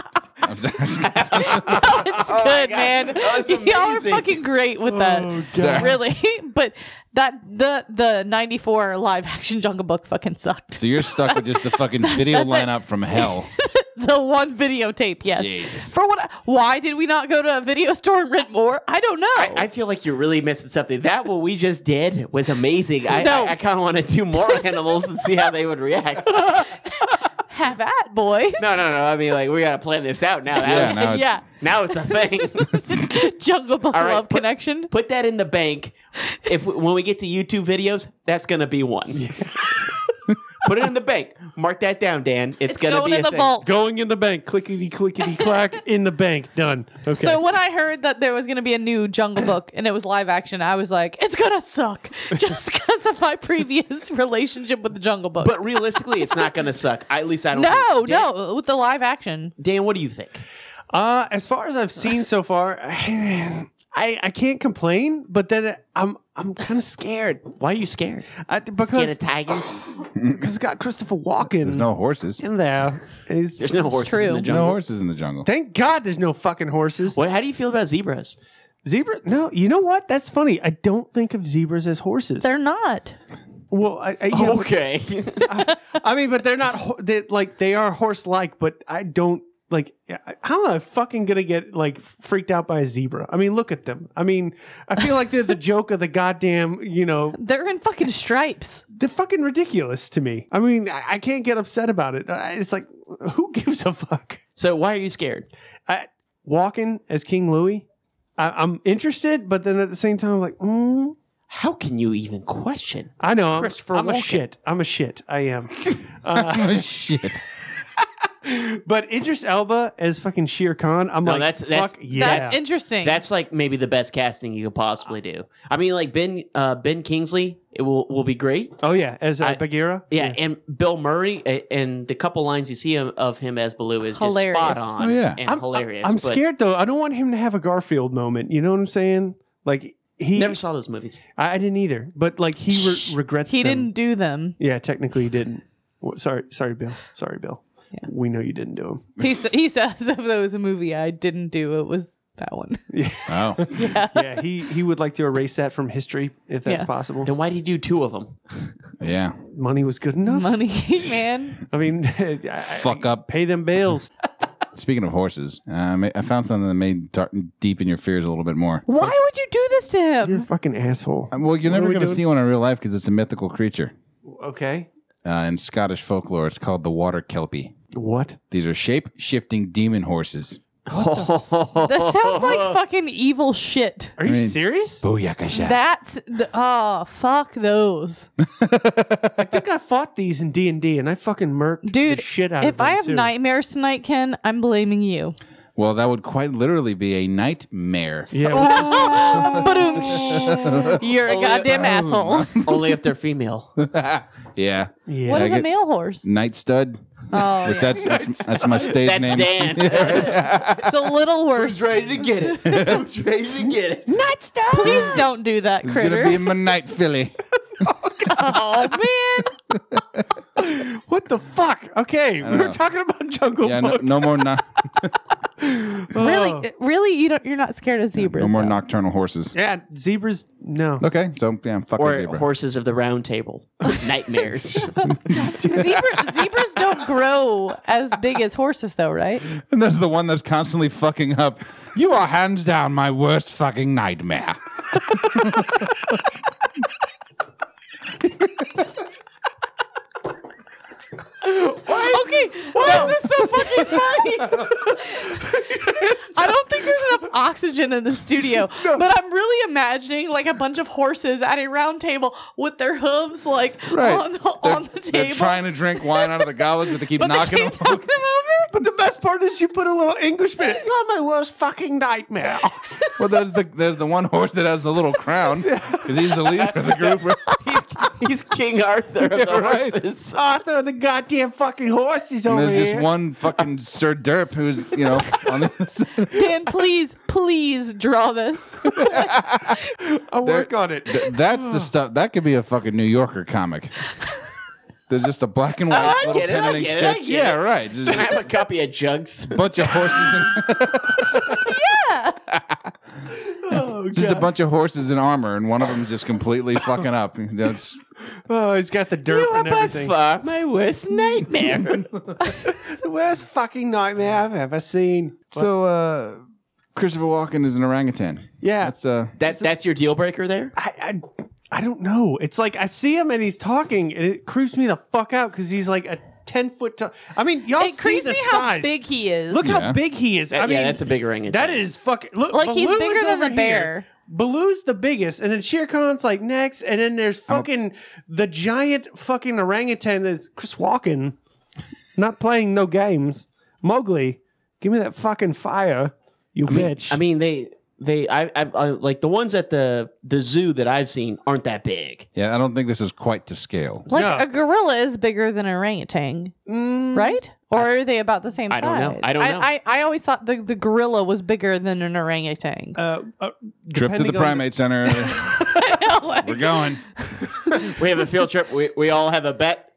Speaker 2: I'm sorry.
Speaker 4: Oh, it's good, man.
Speaker 1: That was
Speaker 4: Y'all are
Speaker 1: amazing. Oh,
Speaker 4: fucking great with that,
Speaker 2: God.
Speaker 4: really. But that the the '94 live action Jungle Book fucking sucked.
Speaker 2: So you're stuck with just the fucking video lineup from hell.
Speaker 4: the one videotape. Yes.
Speaker 2: Jesus.
Speaker 4: For what? Why did we not go to a video store and rent more? I don't know.
Speaker 1: I, I feel like you're really missing something. That what we just did was amazing. I,
Speaker 4: No.
Speaker 1: I, I kind of want to do more animals and see how they would react.
Speaker 4: Have at boys.
Speaker 1: No, no, no. I mean, like we gotta plan this out now.
Speaker 2: Yeah,
Speaker 1: That-
Speaker 2: now it's,
Speaker 4: yeah.
Speaker 1: now it's a thing.
Speaker 4: Jungle Book
Speaker 1: All right,
Speaker 4: Love
Speaker 1: put-
Speaker 4: Connection.
Speaker 1: Put that in the bank. If when we get to YouTube videos, that's gonna be one. Put it in the bank. Mark that down, Dan. It's,
Speaker 4: It's
Speaker 1: gonna
Speaker 4: going
Speaker 1: be
Speaker 4: in
Speaker 1: a
Speaker 4: the
Speaker 1: thing.
Speaker 4: vault.
Speaker 3: Going in the bank, clickety clickety clack in the bank. Done. Okay.
Speaker 4: So when I heard that there was going to be a new Jungle Book and it was live action, I was like, it's going to suck just because of my previous relationship with the Jungle Book.
Speaker 1: But realistically, it's not gonna suck. I, at least I don't.
Speaker 4: no,
Speaker 1: think. Dan,
Speaker 4: no, with the live action.
Speaker 1: Dan, what do you think?
Speaker 3: Uh, as far as I've seen so far, I I can't complain, but then I'm I'm kind of scared
Speaker 1: Why are you scared?
Speaker 3: I,
Speaker 1: Scared
Speaker 3: because
Speaker 1: of tigers?
Speaker 3: because it's got Christopher Walken
Speaker 2: There's no horses.
Speaker 3: in there. And he's-
Speaker 1: There's no horses in
Speaker 4: true.
Speaker 1: the
Speaker 4: No
Speaker 1: jungle.
Speaker 2: No horses in the jungle.
Speaker 3: thank God there's no fucking horses.
Speaker 1: What? How do you feel about zebras?
Speaker 3: Zebra? No, you know what? That's funny. I don't think of zebras as horses.
Speaker 4: They're not.
Speaker 3: well, I, I, you
Speaker 1: Oh,
Speaker 3: know,
Speaker 1: Okay.
Speaker 3: I mean, but they're not ho- they like they are horse like, but I don't like I- how am I fucking gonna get like freaked out by a zebra? I mean, look at them. I mean, I feel like they're the joke of the goddamn, you know,
Speaker 4: They're in fucking stripes.
Speaker 3: they're fucking ridiculous to me. I mean, I, I can't get upset about it. I, it's like who gives a fuck?
Speaker 1: so why are you scared?
Speaker 3: I, walking as King Louis, I, I'm interested, but then at the same time, I'm like, mm,
Speaker 1: How can you even question?
Speaker 3: I know, I'm,
Speaker 1: Christopher
Speaker 3: I'm a
Speaker 1: Walken.
Speaker 3: shit. I'm a shit. I am.
Speaker 2: Oh, shit.
Speaker 3: But Idris Elba as fucking Shere Khan, I'm
Speaker 1: No,
Speaker 3: like,
Speaker 1: that's-
Speaker 3: fuck
Speaker 1: that's-
Speaker 3: yeah.
Speaker 4: That's interesting.
Speaker 1: That's like maybe the best casting you could possibly do. I mean, like Ben uh, Ben Kingsley, it will will be great.
Speaker 3: Oh yeah, as uh,
Speaker 1: I-
Speaker 3: Bagheera.
Speaker 1: Yeah, and Bill Murray a- and the couple lines you see him, of him as Baloo is just
Speaker 4: Hilarious.
Speaker 1: spot on.
Speaker 2: Oh, yeah.
Speaker 1: and
Speaker 3: I'm
Speaker 1: hilarious.
Speaker 3: I'm
Speaker 1: but
Speaker 3: scared though. I don't want him to have a Garfield moment. You know what I'm saying? Like he
Speaker 1: Never saw those movies.
Speaker 3: I, I didn't either. But like he re- regrets.
Speaker 4: he
Speaker 3: them.
Speaker 4: didn't do them.
Speaker 3: Yeah, technically he didn't. Wha- Sorry, sorry, Bill. Sorry, Bill.
Speaker 4: Yeah.
Speaker 3: We know you didn't do him.
Speaker 4: He, sa- he says if there was a movie I didn't do, it was that one.
Speaker 2: Oh.
Speaker 3: Yeah, he he would like to erase that from history if that's
Speaker 4: Yeah.
Speaker 3: possible.
Speaker 1: Then why did you do two of them?
Speaker 2: Yeah.
Speaker 3: Money was good enough.
Speaker 4: Money, man.
Speaker 3: I mean, I-
Speaker 2: Fuck up.
Speaker 3: pay them bills.
Speaker 2: Speaking of horses, uh, I ma- I found something that may dar- deepen your fears a little bit more.
Speaker 4: Why would you do this to
Speaker 3: You're a
Speaker 4: him?
Speaker 3: fucking asshole.
Speaker 2: Uh, Well, you're
Speaker 3: What are
Speaker 2: never
Speaker 3: we
Speaker 2: going to
Speaker 3: doing?
Speaker 2: see one in real life because it's a mythical creature.
Speaker 3: Okay.
Speaker 2: Uh, in Scottish folklore, it's called the water kelpie.
Speaker 3: What?
Speaker 2: These are shape shifting demon horses.
Speaker 4: That sounds like fucking evil shit.
Speaker 3: Are you
Speaker 2: mean-
Speaker 3: serious?
Speaker 2: Booyakasha.
Speaker 4: That's the, oh fuck those.
Speaker 3: I think I fought these in D and D, and I fucking murked
Speaker 4: Dude,
Speaker 3: the shit out of
Speaker 4: if
Speaker 3: them
Speaker 4: I have
Speaker 3: too.
Speaker 4: nightmares tonight, Ken, I'm blaming you.
Speaker 2: well, that would quite literally be a nightmare.
Speaker 3: Yeah.
Speaker 4: Oh, Ba-doom. You're a goddamn asshole.
Speaker 1: Only if they're female.
Speaker 2: Yeah.
Speaker 3: yeah.
Speaker 4: What is
Speaker 2: I
Speaker 4: a
Speaker 2: get-
Speaker 4: male horse?
Speaker 2: Night stud.
Speaker 4: Oh,
Speaker 2: That's, that's, that's, that's my stage
Speaker 1: That's
Speaker 2: name.
Speaker 1: Dan.
Speaker 4: it's a little worse.
Speaker 1: Who's ready to get it? Who's ready to get it?
Speaker 4: Please don't do that,
Speaker 2: It's going to be
Speaker 4: critter.
Speaker 2: my night filly.
Speaker 4: Oh man,
Speaker 3: What the fuck? Okay, we were
Speaker 2: know.
Speaker 3: talking about Jungle
Speaker 2: Yeah, no,
Speaker 3: Book.
Speaker 2: no more no,
Speaker 4: really, really, you don't. You're not scared of zebras.
Speaker 2: no more
Speaker 4: though.
Speaker 2: nocturnal horses.
Speaker 3: Yeah, zebras. No,
Speaker 2: Okay, so yeah, fuck
Speaker 1: Or
Speaker 2: a zebra.
Speaker 1: horses of the round table. Nightmares.
Speaker 4: Zebra, zebras don't grow as big as horses, though, right?
Speaker 2: And there's the one that's constantly fucking up. You are hands down my worst fucking nightmare.
Speaker 4: Okay, why is this so fucking funny? I don't think there's enough oxygen in the studio, but I'm really imagining like a bunch of horses at a round table with their hooves like on the on the
Speaker 2: They're
Speaker 4: table.
Speaker 2: trying to drink wine out of the goblets, but they keep
Speaker 4: but they
Speaker 2: knocking
Speaker 4: keep
Speaker 2: them.
Speaker 4: knocking them over.
Speaker 3: But the best part is you put a little Englishman. in. Not my worst fucking nightmare.
Speaker 2: well, there's the there's the one horse that has the little crown because he's the leader of the group.
Speaker 1: he's, he's King Arthur of the
Speaker 2: right.
Speaker 1: horses.
Speaker 3: Arthur and the goddamn fucking horses
Speaker 2: And
Speaker 3: over
Speaker 2: there's just
Speaker 3: here.
Speaker 2: one fucking Sir Derp who's you know on the other side.
Speaker 4: Dan, please, please draw this.
Speaker 3: I'll work
Speaker 2: there-
Speaker 3: on it.
Speaker 2: Th- That's the stuff that could be a fucking New Yorker comic. There's just a black and white little
Speaker 1: get it,
Speaker 2: pen
Speaker 1: I
Speaker 2: and ink
Speaker 1: get it, I
Speaker 2: sketch.
Speaker 1: get
Speaker 2: Yeah,
Speaker 1: it.
Speaker 2: right. Just
Speaker 1: I have a copy of Jugs.
Speaker 2: a bunch of horses and.
Speaker 3: Oh,
Speaker 2: Just a
Speaker 3: God. Oh,
Speaker 2: bunch of horses in armor, and one of them just completely fucking up. That's
Speaker 3: Oh, he's got the dirt
Speaker 1: You are
Speaker 3: and
Speaker 1: by
Speaker 3: everything.
Speaker 1: far my worst nightmare.
Speaker 3: The worst fucking nightmare I've ever seen.
Speaker 2: So uh, Christopher Walken is an orangutan.
Speaker 3: Yeah.
Speaker 2: That's uh
Speaker 1: that that's your deal breaker there.
Speaker 3: I, I I don't know. It's like I see him and he's talking, and it creeps me the fuck out because he's like a ten foot tall. I mean, y'all
Speaker 4: It
Speaker 3: see
Speaker 4: creeps
Speaker 3: the
Speaker 4: me how
Speaker 3: size.
Speaker 4: big he is.
Speaker 3: Look
Speaker 2: Yeah.
Speaker 3: how big he is. I
Speaker 1: That-
Speaker 3: mean,
Speaker 1: yeah, that's a big orangutan.
Speaker 3: That is fucking look.
Speaker 4: Like, he's
Speaker 3: Baloo
Speaker 4: bigger
Speaker 3: is
Speaker 4: than
Speaker 3: over here.
Speaker 4: the bear.
Speaker 3: Baloo's the biggest, and then Shere Khan's like next, and then there's fucking the giant fucking orangutan is Chris Walken, not playing no games. Mowgli, give me that fucking fire, you bitch.
Speaker 1: I mean, they they I, I, I like the ones at the the zoo that I've seen aren't that big.
Speaker 2: yeah. I don't think this is quite to scale.
Speaker 4: Like
Speaker 3: Yeah.
Speaker 4: a gorilla is bigger than an orangutan,
Speaker 3: Mm,
Speaker 4: right? Or are they about the same
Speaker 1: I
Speaker 4: size?
Speaker 1: don't know. I don't know.
Speaker 4: I, I, always thought the, the gorilla was bigger than an orangutan.
Speaker 3: Uh, uh,
Speaker 2: Trip to the
Speaker 3: depending on
Speaker 2: primate center. We're going.
Speaker 1: We have a field trip. We we all have a bet.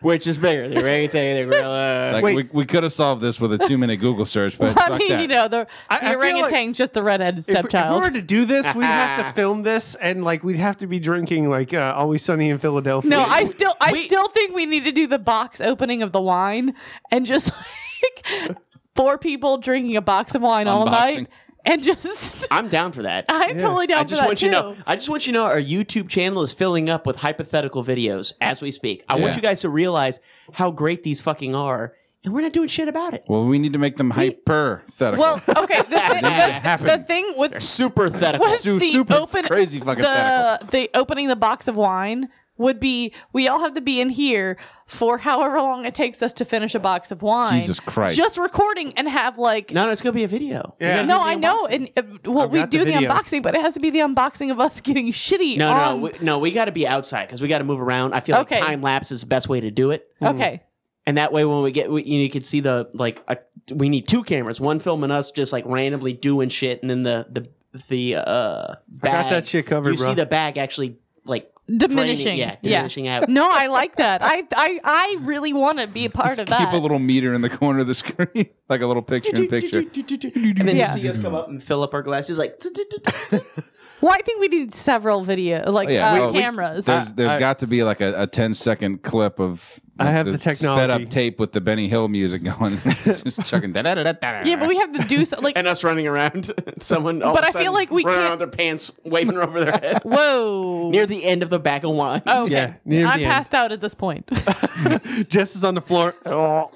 Speaker 1: Which is bigger, the orangutan, the gorilla?
Speaker 2: Like
Speaker 3: Wait.
Speaker 2: we, we could have solved this with a two minute Google search, but
Speaker 4: I
Speaker 2: fuck
Speaker 4: mean,
Speaker 2: that.
Speaker 4: you know, the,
Speaker 3: I- I
Speaker 4: the
Speaker 3: feel like-
Speaker 4: orangutan's just the redheaded
Speaker 3: If- If,
Speaker 4: stepchild.
Speaker 3: we were to do this, we'd have to film this, and like we'd have to be drinking like uh, Always Sunny in Philadelphia.
Speaker 4: no, I still, I still think we need to do the box opening of the wine and just like four people drinking a box of wine all
Speaker 2: Unboxing.
Speaker 4: night and just.
Speaker 1: I'm down for that.
Speaker 4: I'm totally down
Speaker 1: I
Speaker 4: for
Speaker 1: just
Speaker 4: that
Speaker 1: want
Speaker 4: too.
Speaker 1: you to know. I just want you to know our YouTube channel is filling up with hypothetical videos as we speak. I
Speaker 2: Yeah.
Speaker 1: want you guys to realize how great these fucking are, and we're not doing shit about it.
Speaker 2: Well, we need to make them hypothetical.
Speaker 4: Well, okay. The, thi- the,
Speaker 2: happened.
Speaker 4: the thing with
Speaker 1: Super thetical.
Speaker 4: What?
Speaker 2: Su-
Speaker 4: the
Speaker 2: super
Speaker 4: open-
Speaker 2: crazy fucking thetical.
Speaker 4: the the opening the box of wine would be we all have to be in here for however long it takes us to finish a box of wine.
Speaker 2: Jesus Christ.
Speaker 4: Just recording and have like
Speaker 1: No, no, it's gonna be a video. We gotta
Speaker 3: Yeah.
Speaker 4: no,
Speaker 1: do the
Speaker 4: I know,
Speaker 1: unboxing.
Speaker 4: and uh, well,
Speaker 3: I've
Speaker 4: we
Speaker 3: got the
Speaker 4: do the,
Speaker 3: video.
Speaker 4: unboxing, but it has to be the unboxing of us getting shitty.
Speaker 1: No,
Speaker 4: on,
Speaker 1: no, we, no. We got to be outside because we got to move around. I feel
Speaker 4: Um, Okay. Oh.
Speaker 1: like time lapse is the best way to do it,
Speaker 4: okay,
Speaker 1: and that way when we get, we, you can see the like. A, we need two cameras, one filming us just like randomly doing shit, and then the the the uh bag.
Speaker 3: that shit covered,
Speaker 1: You
Speaker 3: bro.
Speaker 1: see the bag actually like
Speaker 4: diminishing.
Speaker 1: draining, yeah, diminishing out.
Speaker 4: No, I like that. I I I really want to be a part
Speaker 2: Just
Speaker 4: of
Speaker 2: keep
Speaker 4: that.
Speaker 2: a little meter in the corner of the screen, like a little picture in picture.
Speaker 1: And then
Speaker 4: Yeah.
Speaker 1: you see us come up and fill up our glasses, like
Speaker 4: well, I think we need several video like
Speaker 2: Oh, yeah,
Speaker 4: uh,
Speaker 2: well, we-
Speaker 4: cameras.
Speaker 2: There's there's
Speaker 3: I-
Speaker 2: got to be like a, a 10 second clip of
Speaker 3: I have the
Speaker 2: sped
Speaker 3: technology.
Speaker 2: up tape with the Benny Hill music going, just chucking. da-da-da-da-da.
Speaker 4: yeah, but we have to do so, like
Speaker 1: and us running around. Someone, all
Speaker 4: But
Speaker 1: of a
Speaker 4: I
Speaker 1: sudden
Speaker 4: feel like we
Speaker 1: running
Speaker 4: can't-
Speaker 1: around with their pants waving over their head
Speaker 4: whoa.
Speaker 1: near the end of the back of wine.
Speaker 4: Okay.
Speaker 3: Yeah, near
Speaker 4: I'm
Speaker 3: the end.
Speaker 4: passed out at this point.
Speaker 3: Jess is on the floor. Oh.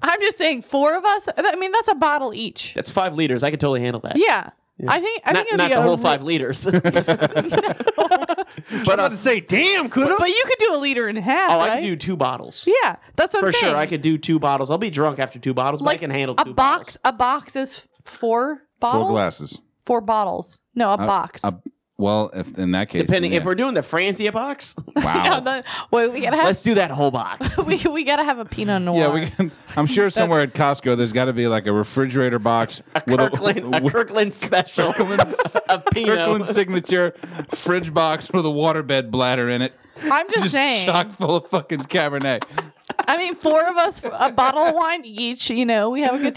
Speaker 4: I'm just saying, four of us. I mean, that's a bottle each.
Speaker 1: That's five liters. I could totally handle that.
Speaker 4: yeah. I think I
Speaker 1: not
Speaker 4: think it'd
Speaker 1: not
Speaker 4: be
Speaker 1: the
Speaker 4: a
Speaker 1: whole
Speaker 4: re-
Speaker 1: five liters. Oh,
Speaker 3: But I'm
Speaker 1: uh,
Speaker 3: about to say, damn, could
Speaker 4: But you could do a liter and a half.
Speaker 1: Oh,
Speaker 4: right?
Speaker 1: I could do two bottles.
Speaker 4: Yeah, that's what
Speaker 1: For
Speaker 4: I'm saying.
Speaker 1: sure, I could do two bottles. I'll be drunk after two bottles, but I can handle
Speaker 4: a
Speaker 1: two
Speaker 4: box. A box is f- four bottles.
Speaker 2: Four glasses.
Speaker 4: Four bottles. No, a box.
Speaker 2: A- well, if in that case,
Speaker 1: bottles. Depending
Speaker 2: then,
Speaker 1: if we're doing the Francia box,
Speaker 2: yeah. wow.
Speaker 4: Yeah, the- well, we gotta have
Speaker 1: let's do that whole box.
Speaker 4: we, we gotta have a Pinot Noir.
Speaker 2: yeah, we can, I'm sure somewhere at Costco there's got to be like a refrigerator box with
Speaker 1: Kirkland, a Kirkland special, a Pinot.
Speaker 2: Kirkland signature fridge box with a waterbed bladder in it.
Speaker 4: I'm just,
Speaker 2: Just
Speaker 4: saying.
Speaker 2: chock full of fucking Cabernet.
Speaker 4: I mean, four of us, a bottle of wine each. You know, we have a good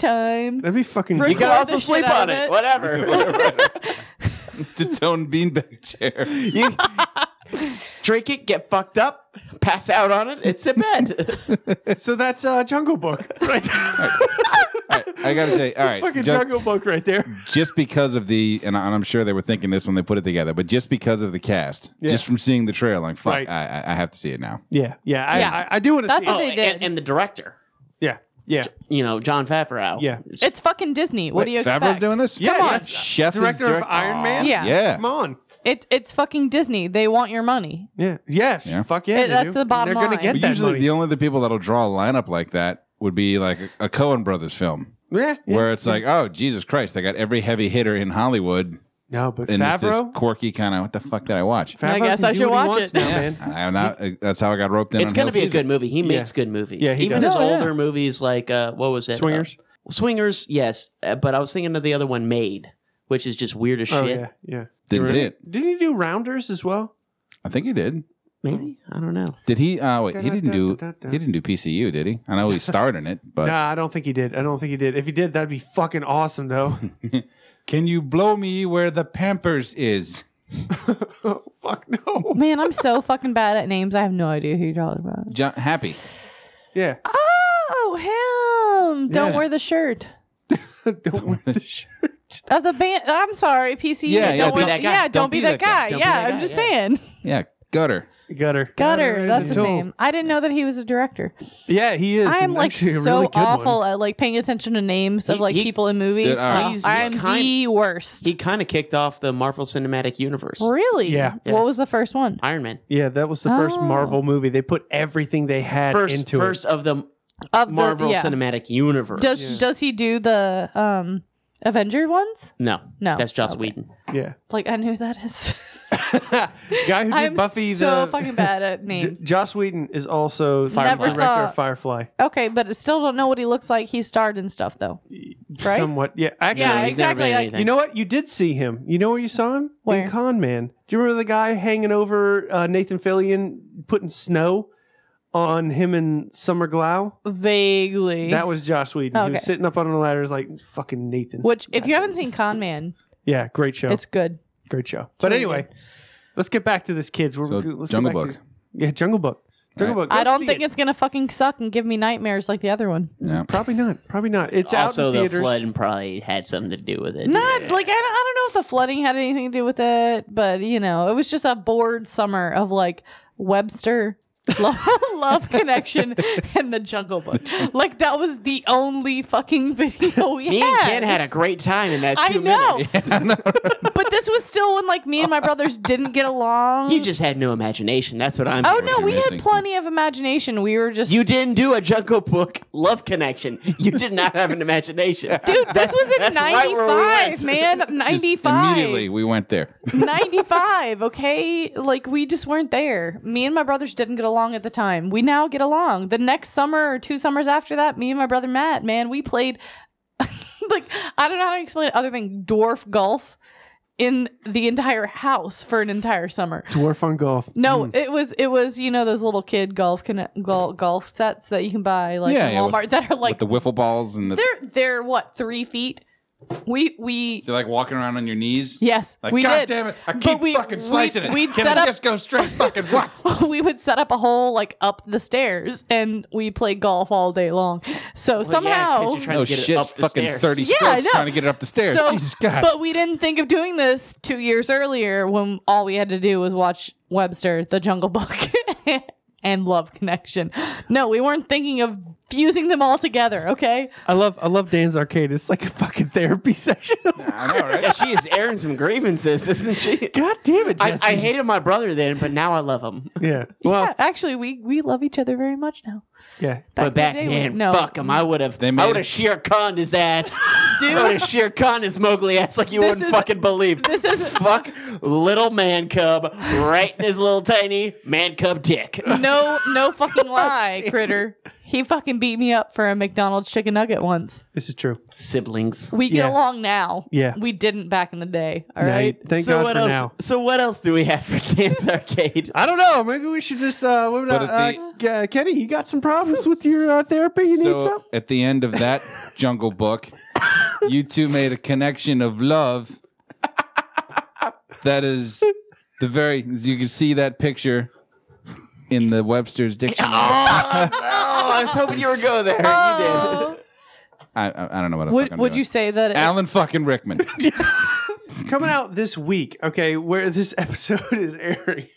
Speaker 4: time.
Speaker 3: that'd be fucking.
Speaker 4: For-
Speaker 1: You can
Speaker 4: Record
Speaker 1: also
Speaker 4: the
Speaker 1: sleep
Speaker 4: shit
Speaker 1: on
Speaker 4: out of
Speaker 1: it.
Speaker 4: it.
Speaker 1: Whatever.
Speaker 2: It's its own beanbag chair.
Speaker 1: You- drink it, get fucked up, pass out on it. It's a bed.
Speaker 3: so that's uh, Jungle Book, right? there.
Speaker 2: I gotta say, all right,
Speaker 3: fucking
Speaker 2: ju-
Speaker 3: Jungle Book, right there.
Speaker 2: just because of the, and I- and I'm sure they were thinking this when they put it together, but just because of the cast, just from seeing the trailer, like fuck,
Speaker 3: Right.
Speaker 2: I, I, I have to see it now.
Speaker 3: Yeah, yeah. I,
Speaker 4: Yeah.
Speaker 3: I, I do want to
Speaker 4: That's
Speaker 3: see.
Speaker 4: what
Speaker 3: it.
Speaker 1: Oh,
Speaker 4: they did.
Speaker 1: and, and the director,
Speaker 3: Yeah, yeah.
Speaker 1: you know, John Favreau.
Speaker 3: Yeah.
Speaker 1: It's-
Speaker 4: It's fucking Disney. What do you
Speaker 2: Favreau's
Speaker 4: expect?
Speaker 2: doing this?
Speaker 3: Yeah,
Speaker 4: on.
Speaker 3: that's
Speaker 2: Chef is
Speaker 3: director of
Speaker 2: direct-
Speaker 3: Iron Man.
Speaker 4: Yeah.
Speaker 2: Yeah.
Speaker 3: Come on.
Speaker 4: It it's fucking Disney. They want your money.
Speaker 3: Yeah. Yes.
Speaker 2: Yeah.
Speaker 3: Fuck yeah.
Speaker 4: It-
Speaker 3: they
Speaker 4: that's
Speaker 3: do.
Speaker 4: the bottom
Speaker 3: They're
Speaker 4: line.
Speaker 3: gonna get
Speaker 2: But
Speaker 3: that
Speaker 2: usually,
Speaker 3: money.
Speaker 2: the only the people that'll draw a lineup like that would be like a, a Cohen Brothers film,
Speaker 3: yeah, yeah.
Speaker 2: where it's like, oh Jesus Christ, they got every heavy hitter in Hollywood,
Speaker 3: No, but
Speaker 2: and it's this
Speaker 3: Favreau.
Speaker 2: quirky kind of what the fuck did I watch?
Speaker 3: Favreau
Speaker 4: I guess
Speaker 3: can
Speaker 4: I
Speaker 3: do
Speaker 4: should
Speaker 3: what he
Speaker 4: watch
Speaker 3: wants
Speaker 4: it.
Speaker 3: now, man.
Speaker 2: I, am not, uh, that's how I got roped in.
Speaker 1: It's
Speaker 2: on
Speaker 1: going to
Speaker 2: Hell's
Speaker 1: be a
Speaker 2: Kitchen.
Speaker 1: good movie. He makes good movies.
Speaker 3: Yeah, he
Speaker 1: Even
Speaker 3: does.
Speaker 1: his
Speaker 3: Oh, yeah.
Speaker 1: older movies like uh, what was it?
Speaker 3: Swingers.
Speaker 4: Oh,
Speaker 1: Uh, Swingers, yes. Uh, but I was thinking of the other one, Made, which is just weird as
Speaker 3: Oh
Speaker 1: shit.
Speaker 3: yeah, yeah.
Speaker 2: Didn't see it.
Speaker 3: Didn't he do Rounders as well?
Speaker 2: I think he did.
Speaker 1: Maybe I don't know.
Speaker 2: Did he? Uh, wait, he didn't do.
Speaker 3: Da-da-da-da-da.
Speaker 2: He didn't do PCU, did he? I know he starred in it, but
Speaker 3: Nah, I don't think he did. I don't think he did. If he did, that'd be fucking awesome, though.
Speaker 2: can you blow me where the Pampers is?
Speaker 6: Fuck no.
Speaker 4: Man, I'm so fucking bad at names. I have no idea who you're talking about.
Speaker 2: Jo- happy.
Speaker 6: Yeah.
Speaker 4: Oh, him! Don't
Speaker 6: Yeah.
Speaker 4: wear the shirt.
Speaker 6: Don't wear the shirt.
Speaker 4: Of Uh, the band. I'm sorry, PC.
Speaker 2: Yeah,
Speaker 4: don't
Speaker 2: yeah,
Speaker 4: wear
Speaker 2: don't-
Speaker 4: the- Yeah, don't, be, that guy.
Speaker 1: Don't be
Speaker 4: Yeah,
Speaker 1: that
Speaker 4: I'm
Speaker 1: guy,
Speaker 4: just
Speaker 1: yeah.
Speaker 4: saying.
Speaker 2: Yeah, gutter.
Speaker 3: Gutter.
Speaker 4: Gutter. That's
Speaker 2: a
Speaker 4: his
Speaker 2: tool.
Speaker 4: name. I didn't know that he was a director.
Speaker 3: Yeah, he is.
Speaker 4: I am
Speaker 3: and
Speaker 4: like
Speaker 3: actually a
Speaker 4: so
Speaker 3: really good one.
Speaker 4: awful at like paying attention to names of
Speaker 1: He-
Speaker 4: like
Speaker 1: he-
Speaker 4: people in movies.
Speaker 2: Dude, all right.
Speaker 4: Oh,
Speaker 1: He's-
Speaker 4: I'm
Speaker 1: kind-
Speaker 4: the worst.
Speaker 1: He kind of kicked off the Marvel Cinematic Universe.
Speaker 4: really?
Speaker 3: Yeah.
Speaker 1: Yeah.
Speaker 4: What was the first one?
Speaker 1: Iron Man.
Speaker 3: Yeah, that was the first
Speaker 4: Oh.
Speaker 3: Marvel movie. They put everything they had
Speaker 1: First,
Speaker 3: into
Speaker 1: first of the
Speaker 4: Of the-
Speaker 1: Marvel
Speaker 4: yeah.
Speaker 1: Cinematic Universe.
Speaker 4: Does does he do the um Avenger ones?
Speaker 1: no,
Speaker 4: No.
Speaker 1: that's Joss
Speaker 4: Okay.
Speaker 1: Whedon.
Speaker 3: it. Yeah.
Speaker 4: Like I knew that is.
Speaker 3: Guy who did
Speaker 4: I'm
Speaker 3: Buffy
Speaker 4: so
Speaker 3: the
Speaker 4: fucking bad at
Speaker 3: J-
Speaker 4: names.
Speaker 3: Joss Whedon is also the
Speaker 4: Never
Speaker 3: director
Speaker 4: saw-
Speaker 3: of Firefly.
Speaker 4: Okay, but I still don't know what he looks like. He starred in stuff though. Right?
Speaker 3: Somewhat. Yeah. Actually,
Speaker 4: Yeah,
Speaker 1: he's never been
Speaker 4: exactly, I-
Speaker 1: anything.
Speaker 3: you know what? You did see him. You know where you saw him?
Speaker 4: Where?
Speaker 3: In Con Man. Do you remember the guy hanging over uh, Nathan Fillion putting snow on him and Summer Glau?
Speaker 4: Vaguely.
Speaker 3: That was Josh Whedon. He
Speaker 4: Oh, Okay.
Speaker 3: was sitting up on a ladder, is like fucking Nathan.
Speaker 4: Which, if you haven't seen Con Man,
Speaker 3: Yeah, great show.
Speaker 4: it's good.
Speaker 3: great show. but
Speaker 4: really
Speaker 3: anyway, let's get back to this kids. We're,
Speaker 2: So,
Speaker 3: let's
Speaker 2: Jungle
Speaker 3: go back
Speaker 2: Book.
Speaker 3: To, yeah, Jungle Book. Jungle
Speaker 2: Right.
Speaker 3: Book.
Speaker 4: I
Speaker 3: Go
Speaker 4: don't
Speaker 3: see
Speaker 4: think
Speaker 3: it.
Speaker 4: it's gonna fucking suck and give me nightmares like the other one.
Speaker 2: Yeah.
Speaker 3: Probably not. Probably not. It's out
Speaker 1: also,
Speaker 3: in
Speaker 1: the
Speaker 3: theaters.
Speaker 1: flood probably had something to do with it.
Speaker 4: Not like I don't, I don't know if the flooding had anything to do with it, but you know, it was just a bored summer of like Webster. love, love connection and the jungle book like that was the only fucking video we
Speaker 1: Me
Speaker 4: had
Speaker 1: and Ken had a great time in that
Speaker 4: I
Speaker 1: two
Speaker 4: know.
Speaker 1: minutes.
Speaker 4: but this was still when like me and my brothers didn't get along
Speaker 1: You just had no imagination. That's what I'm.
Speaker 4: oh
Speaker 1: saying.
Speaker 4: no we
Speaker 2: amazing.
Speaker 4: had plenty of imagination we were just
Speaker 1: You didn't do a Jungle Book love connection. You did not have an imagination,
Speaker 4: dude this was in
Speaker 1: that's right
Speaker 4: 95
Speaker 1: where we went.
Speaker 4: man
Speaker 2: Just
Speaker 4: 95
Speaker 2: Immediately we went there.
Speaker 4: 95 okay like we just weren't there me and my brothers didn't get along at the time we now get along the next summer or two summers after that me and my brother matt man we played like i don't know how to explain it other than dwarf golf in the entire house for an entire summer
Speaker 3: Dwarf on Golf.
Speaker 4: no
Speaker 2: Hmm.
Speaker 4: it was it was you know those little kid golf conne- gol- golf sets that you can buy like
Speaker 2: Yeah,
Speaker 4: in
Speaker 2: yeah, with-
Speaker 4: walmart that are like
Speaker 2: With the wiffle balls and the
Speaker 4: they're they're what three feet we we
Speaker 2: so like walking around on your knees.
Speaker 4: yes
Speaker 2: Like
Speaker 4: we
Speaker 2: God
Speaker 4: did
Speaker 2: damn it, I
Speaker 4: But
Speaker 2: keep
Speaker 4: we-
Speaker 2: fucking slicing
Speaker 4: we,
Speaker 2: it.
Speaker 4: we'd
Speaker 2: Can
Speaker 4: set
Speaker 2: I
Speaker 4: up
Speaker 2: just go straight fucking what?
Speaker 4: we would set up a hole like up the stairs and we play golf all day long. So somehow
Speaker 1: you're trying
Speaker 2: No
Speaker 1: to get it
Speaker 2: shit,
Speaker 1: up the
Speaker 2: fucking
Speaker 1: stairs.
Speaker 2: thirty
Speaker 4: Yeah, I
Speaker 2: strokes
Speaker 4: know.
Speaker 2: trying to get it up the stairs.
Speaker 4: So-
Speaker 2: Jesus God.
Speaker 4: But we didn't think of doing this two years earlier when all we had to do was watch Webster, The Jungle Book, and Love Connection. No, we weren't thinking of fusing them all together, okay?
Speaker 3: I love I love Dan's arcade. It's like a fucking therapy session.
Speaker 2: I know, right?
Speaker 1: Yeah, she is airing some grievances, isn't she?
Speaker 3: God damn it,
Speaker 1: I,
Speaker 3: Jesse.
Speaker 1: I hated my brother then, but now I love him.
Speaker 3: Yeah. Well,
Speaker 4: yeah, actually we we love each other very much now.
Speaker 3: yeah.
Speaker 4: Back in
Speaker 1: but
Speaker 4: the
Speaker 1: back
Speaker 4: day, we-
Speaker 1: then,
Speaker 4: no.
Speaker 1: fuck him. I would have.
Speaker 2: They
Speaker 1: I
Speaker 2: made
Speaker 1: would
Speaker 2: it-
Speaker 1: have sheer conned his ass.
Speaker 4: Dude.
Speaker 2: Oh,
Speaker 1: I would have sheer conned his Mowgli ass like you
Speaker 4: This
Speaker 1: wouldn't
Speaker 4: is-
Speaker 1: fucking believe.
Speaker 4: this is-
Speaker 1: fuck little man cub right in his little tiny man cub dick.
Speaker 4: No no fucking
Speaker 2: Oh,
Speaker 4: lie, critter. He fucking beat me up for a McDonald's chicken nugget once.
Speaker 3: This is true.
Speaker 1: Siblings.
Speaker 4: We get
Speaker 3: Yeah.
Speaker 4: along now.
Speaker 3: Yeah.
Speaker 4: We didn't back in the day. All
Speaker 3: Yeah,
Speaker 4: right.
Speaker 3: Thank
Speaker 1: so
Speaker 3: God
Speaker 1: what
Speaker 3: for
Speaker 1: else?
Speaker 3: now.
Speaker 1: So what else do we have for Dan's Arcade?
Speaker 3: I don't know. Maybe we should just uh, what
Speaker 2: But
Speaker 3: about,
Speaker 2: at
Speaker 3: uh, K- Kenny, you got some problems with your uh, therapy? You need some?
Speaker 2: so at the end of that jungle book, you two made a connection of love that is the very you can see that picture in the Webster's dictionary.
Speaker 1: Oh, I was hoping you were going there.
Speaker 3: Uh,
Speaker 1: You did.
Speaker 2: I, I, I don't know what the fuck
Speaker 4: Would
Speaker 2: I'm
Speaker 4: would
Speaker 2: doing.
Speaker 4: you say that? it-
Speaker 2: Alan fucking Rickman.
Speaker 3: Coming out this week, okay, where this episode is airing,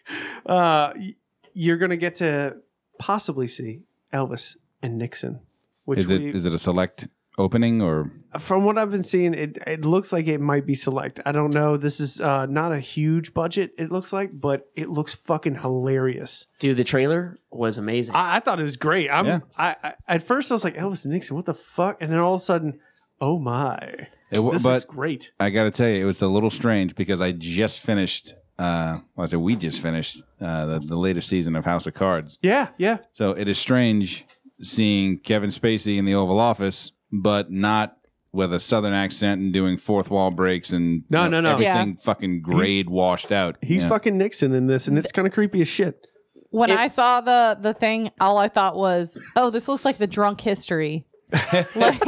Speaker 3: uh, y- you're gonna get to possibly see Elvis and Nixon. Which
Speaker 2: is it
Speaker 3: we-
Speaker 2: is it a select opening or
Speaker 3: from what I've been seeing, it it looks like it might be select. I don't know. This is uh, not a huge budget. It looks like, but it looks fucking hilarious.
Speaker 1: Dude, the trailer was amazing.
Speaker 3: I, I thought it was great. I'm,
Speaker 2: Yeah.
Speaker 3: I, I at first I was like Elvis Nixon, what the fuck? And then all of a sudden, oh my,
Speaker 2: it, wa-
Speaker 3: this
Speaker 2: but
Speaker 3: is great.
Speaker 2: I got to tell you, it was a little strange because I just finished. Uh, well, I said we just finished uh, the, the latest season of House of Cards.
Speaker 3: Yeah, yeah,
Speaker 2: So it is strange seeing Kevin Spacey in the Oval Office, but not with a Southern accent and doing fourth wall breaks and
Speaker 3: No,
Speaker 2: you
Speaker 3: no, no.
Speaker 2: everything fucking grade washed out.
Speaker 3: he's
Speaker 2: Yeah.
Speaker 3: fucking Nixon in this, and it's kind of creepy as shit.
Speaker 4: when
Speaker 1: it-
Speaker 4: I saw the the thing, all I thought was, "Oh, this looks like the drunk history." like,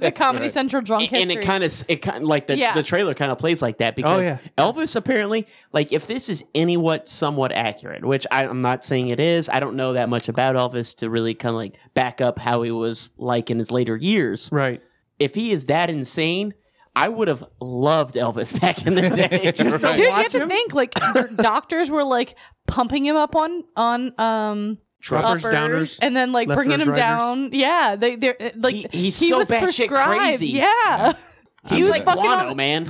Speaker 4: the Comedy Central drunk
Speaker 1: and
Speaker 4: history.
Speaker 1: it kind of it kind like the,
Speaker 4: Yeah.
Speaker 1: the trailer kind of plays like that because
Speaker 3: Oh, yeah.
Speaker 1: Elvis apparently like if this is any what somewhat accurate, which I, I'm not saying it is. I don't know that much about Elvis to really kind of like back up how he was like in his later years.
Speaker 3: Right.
Speaker 1: If he is that insane, I would have loved Elvis back in the day. Just
Speaker 4: Dude, you have to think like doctors were like pumping him up on on um
Speaker 3: Uppers,
Speaker 4: uppers,
Speaker 3: downers,
Speaker 4: and then like bringing
Speaker 3: lefters,
Speaker 4: him
Speaker 3: righters.
Speaker 4: down. Yeah, they they're uh, like
Speaker 1: He- he's
Speaker 4: he
Speaker 1: so
Speaker 4: was
Speaker 1: batshit
Speaker 4: prescribed.
Speaker 1: crazy.
Speaker 4: Yeah,
Speaker 1: he was
Speaker 4: was like
Speaker 1: like
Speaker 4: fucking
Speaker 1: guano,
Speaker 4: on-
Speaker 1: man.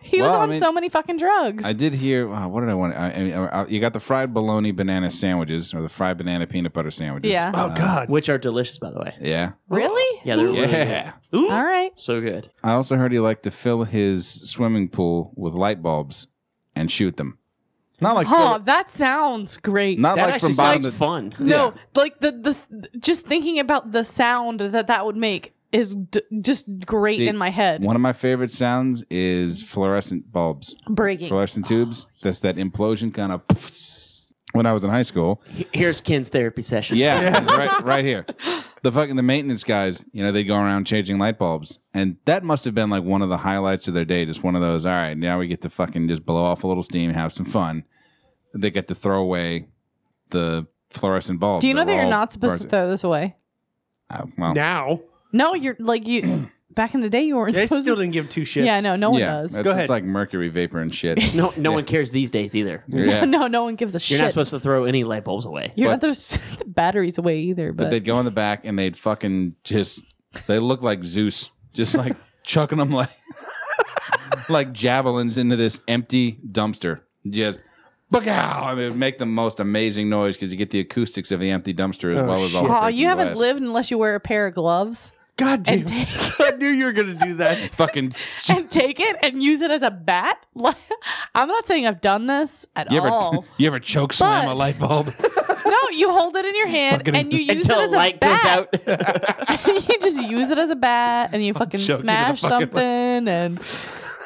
Speaker 4: he was
Speaker 2: Well, I
Speaker 4: on
Speaker 2: mean-
Speaker 4: so many fucking drugs.
Speaker 2: I did hear. Wow, what did I want? I, I, I, you got the fried bologna banana sandwiches or the fried banana peanut butter sandwiches.
Speaker 4: Yeah.
Speaker 3: Oh God.
Speaker 1: Which are delicious, by the way.
Speaker 2: Yeah.
Speaker 4: really?
Speaker 1: Yeah, they're really good.
Speaker 2: Yeah.
Speaker 4: All right.
Speaker 1: So good.
Speaker 2: I also heard he liked to fill his swimming pool with light bulbs and shoot them. Not like
Speaker 4: Oh,
Speaker 2: fill-
Speaker 4: that sounds great.
Speaker 2: not
Speaker 1: that
Speaker 2: like
Speaker 1: actually
Speaker 2: from bottom
Speaker 1: sounds
Speaker 2: to
Speaker 1: fun.
Speaker 4: no, like the the th- just thinking about the sound that that would make is d- just great
Speaker 2: See,
Speaker 4: in my head.
Speaker 2: One of my favorite sounds is fluorescent bulbs,
Speaker 4: Breaking. Oh,
Speaker 2: fluorescent tubes. That's that implosion kind of. When I was in high school,
Speaker 1: Here's Ken's therapy session.
Speaker 2: yeah, right, right here. The fucking the maintenance guys, you know, they go around changing light bulbs, and that must have been like one of the highlights of their day. Just one of those. All right, now we get to fucking just blow off a little steam, have some fun. They get to throw away the fluorescent bulbs.
Speaker 4: Do you know that
Speaker 2: were
Speaker 4: you're
Speaker 2: all
Speaker 4: not supposed to
Speaker 2: burnt-
Speaker 4: throw this away?
Speaker 2: Uh, well,
Speaker 3: Now
Speaker 4: No, you're like you. back in the day, you weren't
Speaker 3: they
Speaker 4: supposed
Speaker 3: still
Speaker 4: to.
Speaker 3: didn't give two shits.
Speaker 4: Yeah, no, no one
Speaker 2: yeah,
Speaker 4: does.
Speaker 2: It's,
Speaker 3: Go ahead.
Speaker 2: it's like mercury vapor and shit.
Speaker 1: No, no one cares these days either.
Speaker 2: yeah.
Speaker 4: no, no one gives a shit.
Speaker 1: You're not supposed to throw any light bulbs away.
Speaker 4: You're not supposed to throw the batteries away either.
Speaker 2: But
Speaker 4: But,
Speaker 2: they'd go in the back and they'd fucking just they look like Zeus, just like chucking them like like javelins into this empty dumpster. Just book out. I mean, it'd make the most amazing noise because you get the acoustics of the empty dumpster
Speaker 3: Oh,
Speaker 2: as well as all. the
Speaker 4: Aw, you
Speaker 2: freaking
Speaker 4: haven't
Speaker 2: glass.
Speaker 4: lived unless you wear a pair of gloves
Speaker 3: God damn.
Speaker 4: and take
Speaker 3: I knew you were gonna do that.
Speaker 2: Fucking.
Speaker 4: and take it and use it as a bat. Like, I'm not saying I've done this at
Speaker 2: You ever,
Speaker 3: Oh.
Speaker 4: all.
Speaker 2: you ever choke slam
Speaker 4: But-
Speaker 2: a light bulb?
Speaker 4: no, you hold it in your hand
Speaker 2: fucking-
Speaker 4: and you use it
Speaker 1: Until
Speaker 4: as a
Speaker 1: light
Speaker 4: bat.
Speaker 1: goes out.
Speaker 4: you just use it as a bat and you fucking
Speaker 2: Choke you with a
Speaker 4: smash
Speaker 2: fucking-
Speaker 4: something and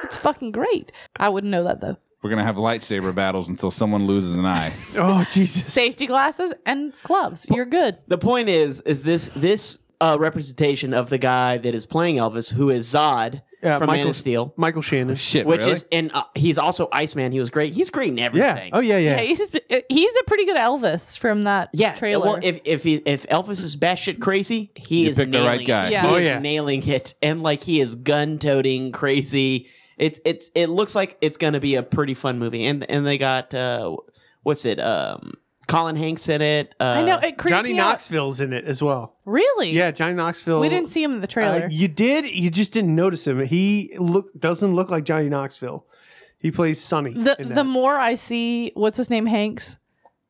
Speaker 4: it's fucking great. I wouldn't know that though.
Speaker 2: We're gonna have lightsaber battles until someone loses an eye.
Speaker 3: Oh Jesus.
Speaker 4: Safety glasses and gloves. You're good.
Speaker 1: the point is, is this this uh, representation of the guy that is playing Elvis, who is Zod
Speaker 3: Yeah,
Speaker 1: from Man
Speaker 3: Michael-
Speaker 1: of Steel,
Speaker 3: Michael Shannon.
Speaker 2: Shit,
Speaker 1: which
Speaker 2: really?
Speaker 1: is and uh, he's also Iceman. He was great. He's great in
Speaker 3: Yeah.
Speaker 1: everything.
Speaker 3: Oh yeah,
Speaker 4: Yeah,
Speaker 3: yeah.
Speaker 4: he's, he's a pretty good Elvis from that
Speaker 1: Yeah,
Speaker 4: trailer.
Speaker 1: Well, if if he, if Elvis is batshit crazy, he
Speaker 2: You
Speaker 1: is
Speaker 2: picked the
Speaker 1: nailing
Speaker 2: right guy.
Speaker 1: It.
Speaker 4: Yeah.
Speaker 1: He
Speaker 4: Oh,
Speaker 1: is
Speaker 3: yeah.
Speaker 1: nailing it, and like he is gun toting crazy. It's it's it looks like it's gonna be a pretty fun movie, and and they got uh, what's it? Um, Colin Hanks in it. Uh,
Speaker 4: I know it creeped
Speaker 3: Johnny
Speaker 4: me out.
Speaker 3: Knoxville's in it as well.
Speaker 4: Really?
Speaker 3: Yeah, Johnny Knoxville.
Speaker 4: We didn't see him in the
Speaker 3: Uh,
Speaker 4: trailer.
Speaker 3: you did. You just didn't notice him. He look doesn't look like Johnny Knoxville. He plays Sonny.
Speaker 4: the
Speaker 3: in
Speaker 4: the
Speaker 3: that.
Speaker 4: more I see, what's his name, Hanks?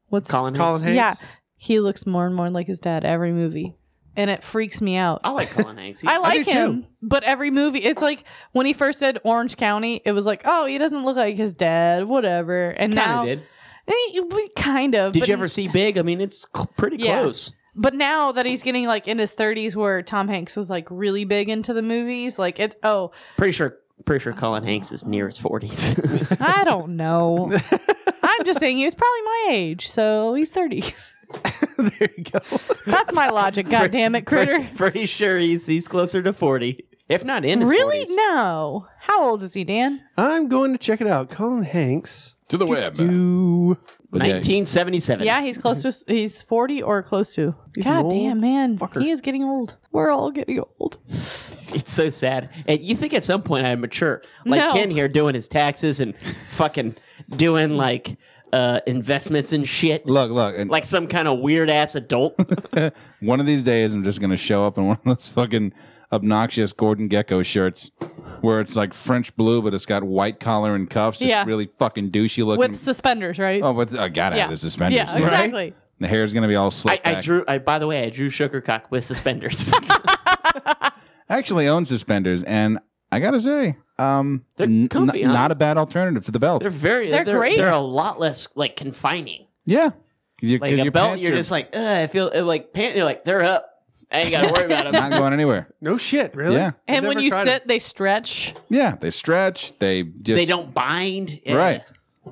Speaker 4: What's
Speaker 1: Colin Hanks.
Speaker 3: Colin Hanks.
Speaker 4: Yeah, he looks more and more like his dad every movie, and it freaks me out.
Speaker 1: I like Colin Hanks. He-
Speaker 4: I like
Speaker 3: do
Speaker 4: him,
Speaker 3: too.
Speaker 4: but every movie, it's like when he first said Orange County, it was like, oh, he doesn't look like his dad, whatever. And
Speaker 1: Kinda
Speaker 4: now,
Speaker 1: did.
Speaker 4: Eh, we kind of.
Speaker 1: Did
Speaker 4: but-
Speaker 1: you ever see Big? I mean, it's cl- pretty
Speaker 4: Yeah.
Speaker 1: close.
Speaker 4: But now that he's getting like in his thirties, where Tom Hanks was like really big into the movies, like it's oh,
Speaker 1: Pretty sure. Pretty sure Colin Hanks is near his forties.
Speaker 4: I don't know. I'm just saying he was probably my age, so he's 30.
Speaker 3: there you go.
Speaker 4: That's my logic. God damn it, critter.
Speaker 1: pretty sure he's he's closer to forty, if not in his
Speaker 4: Really?
Speaker 1: 40s.
Speaker 4: No. How old is he, Dan?
Speaker 3: I'm going to check it out. Colin Hanks.
Speaker 5: To the web.
Speaker 3: You.
Speaker 2: Was that-
Speaker 1: 1977.
Speaker 4: Yeah, he's close to. He's forty or close to.
Speaker 3: an
Speaker 4: God
Speaker 3: old
Speaker 4: damn man,
Speaker 3: fucker.
Speaker 4: he is getting old. We're all getting old.
Speaker 1: It's so sad. And you think at some point I'd mature. Like
Speaker 4: No.
Speaker 1: Ken here doing his taxes and fucking doing like uh, investments and shit.
Speaker 2: Look, look, and
Speaker 1: Like some kind of weird ass adult.
Speaker 2: One of these days, I'm just going to show up in one of those fucking obnoxious Gordon Gecko shirts where it's like French blue, but it's got white collar and cuffs. Just
Speaker 4: Yeah.
Speaker 2: really fucking douchey looking.
Speaker 4: With suspenders, right?
Speaker 2: oh, with, I got to
Speaker 4: Yeah.
Speaker 2: have the suspenders.
Speaker 4: Yeah,
Speaker 2: you know?
Speaker 4: exactly.
Speaker 2: The hair's going to be all
Speaker 1: I,
Speaker 2: slick.
Speaker 1: I drew. I by the way, I drew Sugarcock with suspenders.
Speaker 2: actually own suspenders, and I got to say, um,
Speaker 1: They're
Speaker 2: n-
Speaker 1: comfy,
Speaker 2: n-
Speaker 1: huh?
Speaker 2: not a bad alternative to the belt.
Speaker 1: they're very.
Speaker 4: They're great.
Speaker 1: They're a lot less like confining.
Speaker 2: yeah. 'Cause you- 'cause
Speaker 1: Like a
Speaker 2: your
Speaker 1: belt,
Speaker 2: pants
Speaker 1: you're
Speaker 2: are
Speaker 1: just like, Ugh, I feel uh, like pant. You're like, they're up. I ain't gotta worry about
Speaker 2: not
Speaker 1: them.
Speaker 2: going anywhere.
Speaker 3: No shit. Really?
Speaker 2: Yeah.
Speaker 3: I've
Speaker 4: And when
Speaker 3: never
Speaker 4: you
Speaker 3: tried
Speaker 4: sit, they stretch.
Speaker 2: Yeah. They stretch. They just.
Speaker 1: They don't bind. Yeah.
Speaker 2: Right.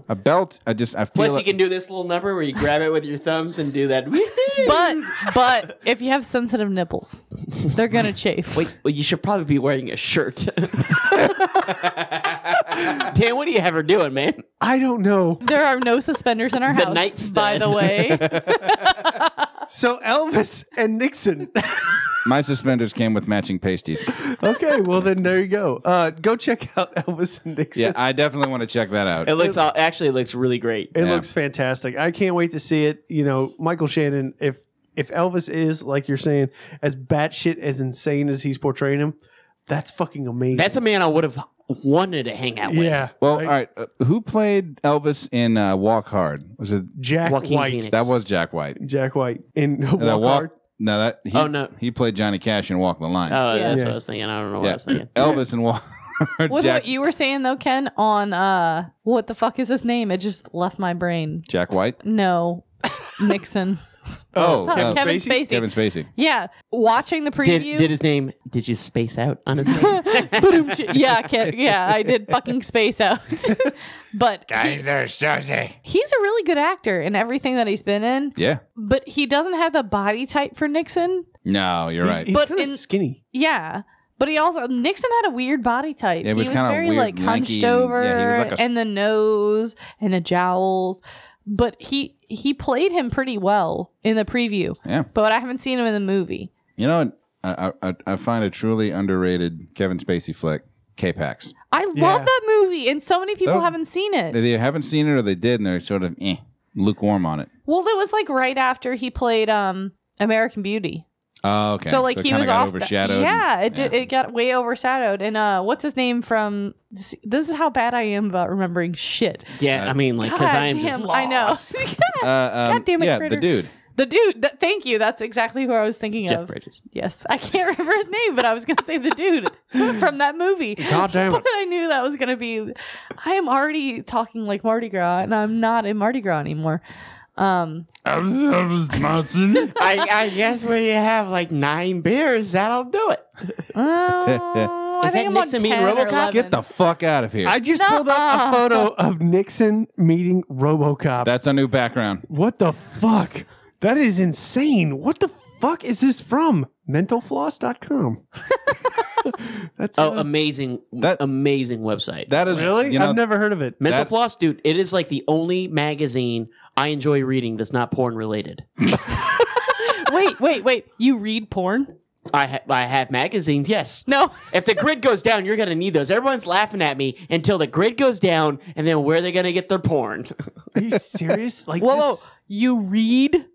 Speaker 2: A belt. I just I feel
Speaker 1: Plus, you
Speaker 2: it-
Speaker 1: can do this little number where you grab it with your thumbs and do that.
Speaker 4: But but if you have sensitive nipples, they're gonna chafe.
Speaker 1: Wait, well, you should probably be wearing a shirt. Dan, what do you have her doing, man?
Speaker 3: I don't know.
Speaker 4: There are no suspenders in our
Speaker 1: The
Speaker 4: house.
Speaker 1: nightstand.
Speaker 4: By the way,
Speaker 3: So Elvis and Nixon.
Speaker 2: my suspenders came with matching pasties.
Speaker 3: okay, well then there you go. Uh, go check out Elvis and Nixon.
Speaker 2: yeah, I definitely want to check that out.
Speaker 1: It looks all, actually it looks really great.
Speaker 3: It
Speaker 2: Yeah.
Speaker 3: looks fantastic. I can't wait to see it. You know, Michael Shannon, if if Elvis is, like you're saying, as batshit as insane as he's portraying him, that's fucking amazing.
Speaker 1: That's a man I would have wanted to hang out with.
Speaker 3: yeah.
Speaker 2: Well,
Speaker 3: Right?
Speaker 2: all right. Uh, who played Elvis in uh, Walk Hard? Was it
Speaker 3: Jack
Speaker 1: Joaquin
Speaker 3: White.
Speaker 1: Phoenix.
Speaker 2: that was Jack White?
Speaker 3: Jack White in
Speaker 2: And that
Speaker 3: Walk
Speaker 2: Walk-
Speaker 3: Hard.
Speaker 2: No, that he,
Speaker 1: Oh, no.
Speaker 2: he played Johnny Cash in Walk the Line.
Speaker 1: Oh,
Speaker 4: Yeah.
Speaker 1: that's
Speaker 3: Yeah.
Speaker 1: what I was thinking. I don't know what
Speaker 2: yeah.
Speaker 1: I was thinking.
Speaker 2: Elvis and Walk.
Speaker 4: with
Speaker 2: Jack,
Speaker 4: what you were saying though, Ken, on uh, what the fuck is his name? It just left my brain.
Speaker 2: Jack White.
Speaker 4: No, Nixon.
Speaker 2: Oh,
Speaker 4: Kevin,
Speaker 2: uh,
Speaker 4: Spacey.
Speaker 3: Spacey?
Speaker 2: Kevin Spacey.
Speaker 4: Yeah, watching the
Speaker 1: Did,
Speaker 4: preview.
Speaker 1: did his name? Did you space out on his name?
Speaker 4: Boom. yeah, Kev, yeah, I did fucking space out. but he- he's a really good actor in everything that he's been in,
Speaker 2: Yeah.
Speaker 4: but he doesn't have the body type for Nixon.
Speaker 2: No, you're
Speaker 3: He's-
Speaker 2: right.
Speaker 3: He's,
Speaker 4: But
Speaker 3: kind
Speaker 4: in-
Speaker 3: of skinny.
Speaker 4: Yeah. But he also Nixon had a weird body type.
Speaker 2: Yeah, it was
Speaker 4: he was
Speaker 2: kinda
Speaker 4: very
Speaker 2: weird,
Speaker 4: like
Speaker 2: lanky, and-
Speaker 4: hunched over
Speaker 2: yeah, he was like a s-
Speaker 4: and the nose and the jowls. But he he played him pretty well in the preview.
Speaker 2: Yeah.
Speaker 4: But I haven't seen him in the movie.
Speaker 2: You know, I, I, I find a truly underrated Kevin Spacey flick, K-Pax.
Speaker 4: I
Speaker 3: Yeah.
Speaker 4: love that movie and so many people
Speaker 2: That-
Speaker 4: haven't seen it.
Speaker 2: They haven't seen it or they did, and they're sort of eh, lukewarm on it.
Speaker 4: Well, that was like right after he played um American Beauty.
Speaker 2: Oh, okay.
Speaker 4: So like
Speaker 2: it
Speaker 4: he
Speaker 2: kinda
Speaker 4: was
Speaker 2: got
Speaker 4: off.
Speaker 2: overshadowed. and-
Speaker 4: yeah, it did, it got way overshadowed. And uh, what's his name from? This is how bad I am about remembering shit.
Speaker 1: yeah, I mean, like because I am just
Speaker 4: damn,
Speaker 1: lost.
Speaker 4: I know.
Speaker 2: Uh, um,
Speaker 4: God damn it,
Speaker 2: yeah,
Speaker 4: Critter.
Speaker 2: the dude.
Speaker 4: the dude. That, thank you. That's exactly who I was thinking
Speaker 1: Jeff
Speaker 4: of.
Speaker 1: Bridges.
Speaker 4: Yes, I can't remember his name, but I was gonna say the dude from that movie.
Speaker 3: God damn it.
Speaker 4: But I knew that was gonna be. I am already talking like Mardi Gras, and I'm not in Mardi Gras anymore. Um,
Speaker 1: I, I guess when you have like nine beers, that'll do it.
Speaker 4: oh, I
Speaker 1: Is
Speaker 4: think
Speaker 1: that
Speaker 4: I'm on
Speaker 1: Nixon meeting
Speaker 4: 10 or
Speaker 1: RoboCop?
Speaker 4: 11.
Speaker 2: Get the fuck out of here.
Speaker 3: I just pulled up a photo of Nixon meeting RoboCop.
Speaker 2: That's our new background.
Speaker 3: what the fuck? That is insane. What the fuck is this from? Mentalfloss.com. That's
Speaker 1: Oh,
Speaker 3: uh,
Speaker 1: amazing!
Speaker 2: That-
Speaker 1: amazing website.
Speaker 2: That is
Speaker 3: really?
Speaker 2: You know,
Speaker 3: I've never heard of it.
Speaker 1: Mental
Speaker 2: That-
Speaker 1: Floss, dude, it is like the only magazine I enjoy reading that's not porn related.
Speaker 4: wait, wait, wait. You read porn?
Speaker 1: I ha- I have magazines, yes.
Speaker 4: No.
Speaker 1: If the grid goes down, you're gonna need those. Everyone's laughing at me until the grid goes down, and then where are they gonna get their porn?
Speaker 3: Are you serious? Like
Speaker 4: Whoa, whoa.
Speaker 3: this-
Speaker 4: You read?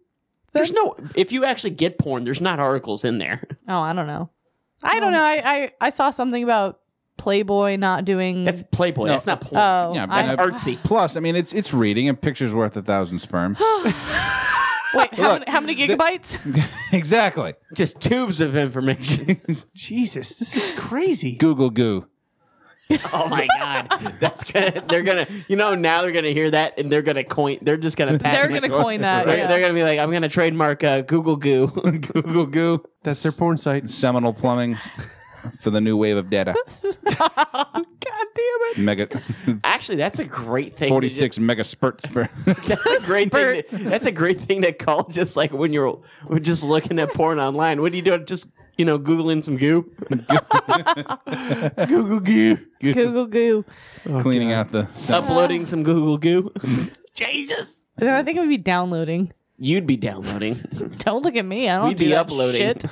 Speaker 1: There's no. If you actually get porn, there's not articles in there.
Speaker 4: Oh, I don't know. Um, I don't know. I, I, I saw something about Playboy not doing.
Speaker 1: That's Playboy.
Speaker 2: No.
Speaker 1: That's not porn.
Speaker 4: oh,
Speaker 2: Yeah,
Speaker 4: I-
Speaker 2: but I-
Speaker 1: Artsy.
Speaker 2: Plus, I mean, it's it's reading and pictures worth a thousand sperm.
Speaker 4: wait. How,
Speaker 2: Look,
Speaker 4: many, how many gigabytes?
Speaker 2: exactly.
Speaker 1: Just tubes of information.
Speaker 3: Jesus, this is crazy.
Speaker 2: Google goo.
Speaker 1: oh my god, that's gonna. They're gonna. You know, now they're gonna hear that, and they're gonna coin. They're just gonna.
Speaker 4: They're
Speaker 1: patent it.
Speaker 4: gonna coin that.
Speaker 1: They're,
Speaker 4: yeah.
Speaker 1: they're gonna be like, I'm gonna trademark uh, Google Goo.
Speaker 2: Google goo.
Speaker 3: That's their porn site.
Speaker 2: Seminole plumbing for the new wave of data.
Speaker 4: God damn it!
Speaker 2: Mega
Speaker 1: Actually, that's a great thing. to
Speaker 2: forty six mega spurt sperm.
Speaker 1: do. That's a great thing. to- that's a great thing to call. Just like when you're we're just looking at porn online. What do you do? Just you know, googling some goo.
Speaker 4: Uh-huh.
Speaker 2: Google goo.
Speaker 4: Google goo.
Speaker 2: Cleaning out the.
Speaker 1: uploading some Google Goo.
Speaker 4: Then I think it would be downloading.
Speaker 1: You'd be downloading.
Speaker 4: Don't look at me. I don't
Speaker 1: We'd
Speaker 4: do
Speaker 1: be
Speaker 4: that
Speaker 1: uploading.
Speaker 4: Shit.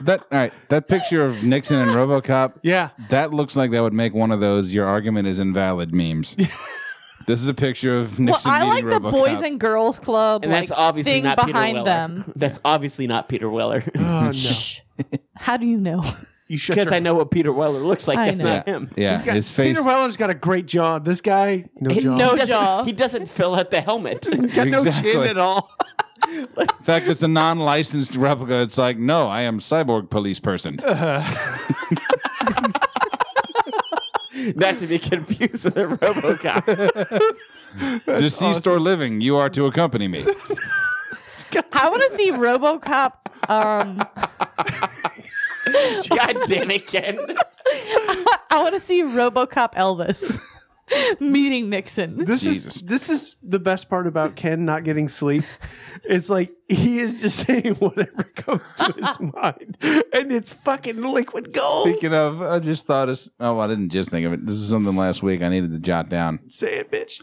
Speaker 2: That all right. That picture of Nixon and RoboCop.
Speaker 3: Yeah.
Speaker 2: That looks like that would make one of those your argument is invalid memes. this is a picture of
Speaker 4: Well,
Speaker 2: Nixon
Speaker 4: I like
Speaker 2: meeting
Speaker 4: the
Speaker 2: RoboCop.
Speaker 4: boys and girls club.
Speaker 1: And
Speaker 4: like,
Speaker 1: that's obviously
Speaker 4: thing
Speaker 1: not
Speaker 4: behind
Speaker 1: Peter Weller.
Speaker 4: them.
Speaker 1: That's obviously not Peter Weller.
Speaker 3: Oh no.
Speaker 4: Shh. How do you know?
Speaker 3: You shut
Speaker 1: Because
Speaker 3: your-
Speaker 1: I know what Peter Weller looks like.
Speaker 4: I
Speaker 1: That's
Speaker 4: know.
Speaker 1: not him.
Speaker 2: Yeah,
Speaker 3: Got-
Speaker 2: his face.
Speaker 3: Peter Weller's got a great jaw. This guy, no
Speaker 1: He,
Speaker 3: jaw.
Speaker 1: no, he
Speaker 4: No jaw.
Speaker 1: doesn't, he doesn't fill out the helmet.
Speaker 3: got no chin
Speaker 2: Exactly.
Speaker 3: at all.
Speaker 2: In fact, it's a non-licensed replica. It's like, no, I am cyborg police person.
Speaker 3: Oh,
Speaker 1: not to be confused with a RoboCop.
Speaker 2: Deceased or living, you are to accompany me.
Speaker 4: I want to see RoboCop. Um,
Speaker 1: God damn it, Ken.
Speaker 4: I want to see RoboCop Elvis. meeting Nixon.
Speaker 3: This
Speaker 2: Jesus.
Speaker 3: is this is the best part about Ken not getting sleep. It's like he is just saying whatever comes to his mind, and it's fucking liquid gold.
Speaker 2: Speaking of, I just thought of, oh, I didn't just think of it. This is something last week I needed to jot down.
Speaker 3: Say it, bitch.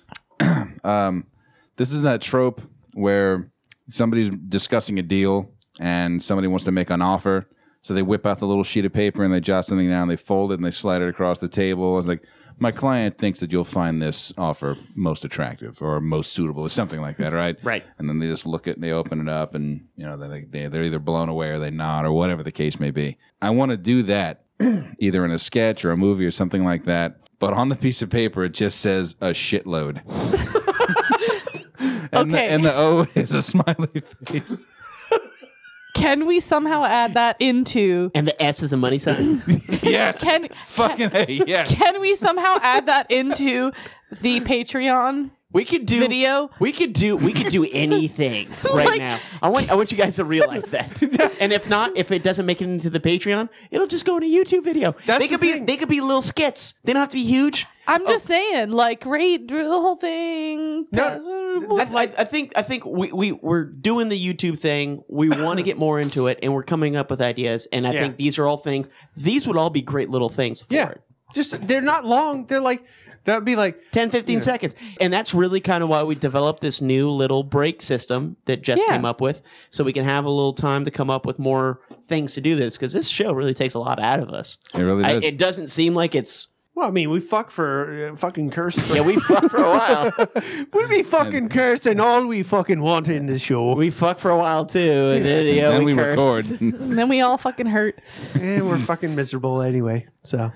Speaker 2: um, this is that trope where somebody's discussing a deal and somebody wants to make an offer. So they whip out the little sheet of paper and they jot something down, they fold it and they slide it across the table. It's like, my client thinks that you'll find this offer most attractive or most suitable or something like that, right?
Speaker 1: Right.
Speaker 2: And then they just look at it and they open it up and, you know, they, they, they're either blown away or they nod or whatever the case may be. I want to do that either in a sketch or a movie or something like that. But on the piece of paper, it just says a shitload. And,
Speaker 4: Okay.
Speaker 2: the, and the O is a smiley face.
Speaker 4: Can we somehow add that into?
Speaker 1: And the S is a money sign.
Speaker 2: yes.
Speaker 4: Can-
Speaker 2: Fucking A, yes.
Speaker 4: Can we somehow add that into the Patreon
Speaker 1: We could do
Speaker 4: video?
Speaker 1: We could do we could do anything right
Speaker 4: Like-
Speaker 1: now. I want I want you guys to realize that. and if not, if it doesn't make it into the Patreon, it'll just go in a YouTube video. they could be they could be little skits. They don't have to be huge.
Speaker 4: I'm
Speaker 2: Oh.
Speaker 4: just saying, like, rate the whole thing.
Speaker 1: I, I, I think I think we, we we're doing the YouTube thing. We want to get more into it, and we're coming up with ideas. And I
Speaker 3: Yeah.
Speaker 1: think these are all things. These would all be great little things for
Speaker 3: Yeah,
Speaker 1: it.
Speaker 3: just they're not long. They're like that would be like
Speaker 1: 10 15 seconds and that's really kind of why we developed this new little break system that jess
Speaker 4: Yeah.
Speaker 1: came up with so we can have a little time to come up with more things to do this because this show really takes a lot out of us
Speaker 2: It really
Speaker 1: I,
Speaker 2: does.
Speaker 1: it doesn't seem like it's
Speaker 3: well, I mean, we fuck for uh, fucking curse.
Speaker 1: yeah we fuck for a while
Speaker 3: we be fucking cursing all we fucking want in the show.
Speaker 1: we fuck for a while too and then, yeah,
Speaker 2: then
Speaker 1: we,
Speaker 2: we,
Speaker 1: curse.
Speaker 2: record.
Speaker 4: And then we all fucking hurt.
Speaker 3: and eh, we're fucking miserable anyway. So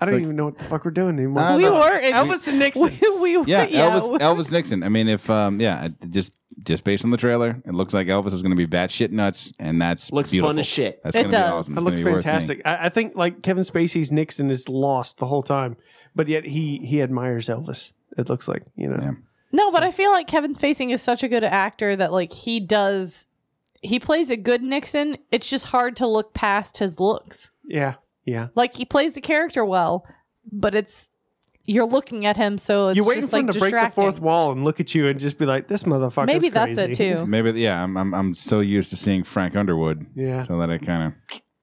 Speaker 3: I don't even know what the fuck we're doing anymore.
Speaker 2: Uh,
Speaker 4: we
Speaker 2: that's-
Speaker 4: were in,
Speaker 3: Elvis and Nixon.
Speaker 4: We, we were,
Speaker 2: yeah,
Speaker 4: yeah,
Speaker 2: Elvis Elvis Nixon. I mean, if um, yeah, it- just just based on the trailer, it looks like Elvis is going to be batshit nuts, and that's
Speaker 1: Looks fun
Speaker 2: beautiful.
Speaker 1: as shit.
Speaker 2: That's
Speaker 4: It
Speaker 2: gonna be
Speaker 4: does.
Speaker 2: awesome.
Speaker 3: That
Speaker 2: It's
Speaker 3: looks
Speaker 2: gonna be worth seeing.
Speaker 3: fantastic. I, I think like Kevin Spacey's Nixon is lost the whole time, but yet he he admires Elvis. It looks like you know.
Speaker 2: Yeah.
Speaker 4: No, but I feel like Kevin Spacey is such a good actor that like he does he plays a good Nixon. It's just hard to look past his looks.
Speaker 3: Yeah, yeah.
Speaker 4: Like he plays the character well, but it's you're looking at him, so it's
Speaker 3: You're waiting
Speaker 4: just
Speaker 3: for
Speaker 4: like
Speaker 3: him to break the
Speaker 4: distracting.
Speaker 3: fourth wall and look at you and just be like, "This motherfucker."
Speaker 4: Maybe that's it too.
Speaker 2: Maybe yeah, I'm, I'm I'm so used to seeing Frank Underwood,
Speaker 3: Yeah,
Speaker 2: so that I kind of.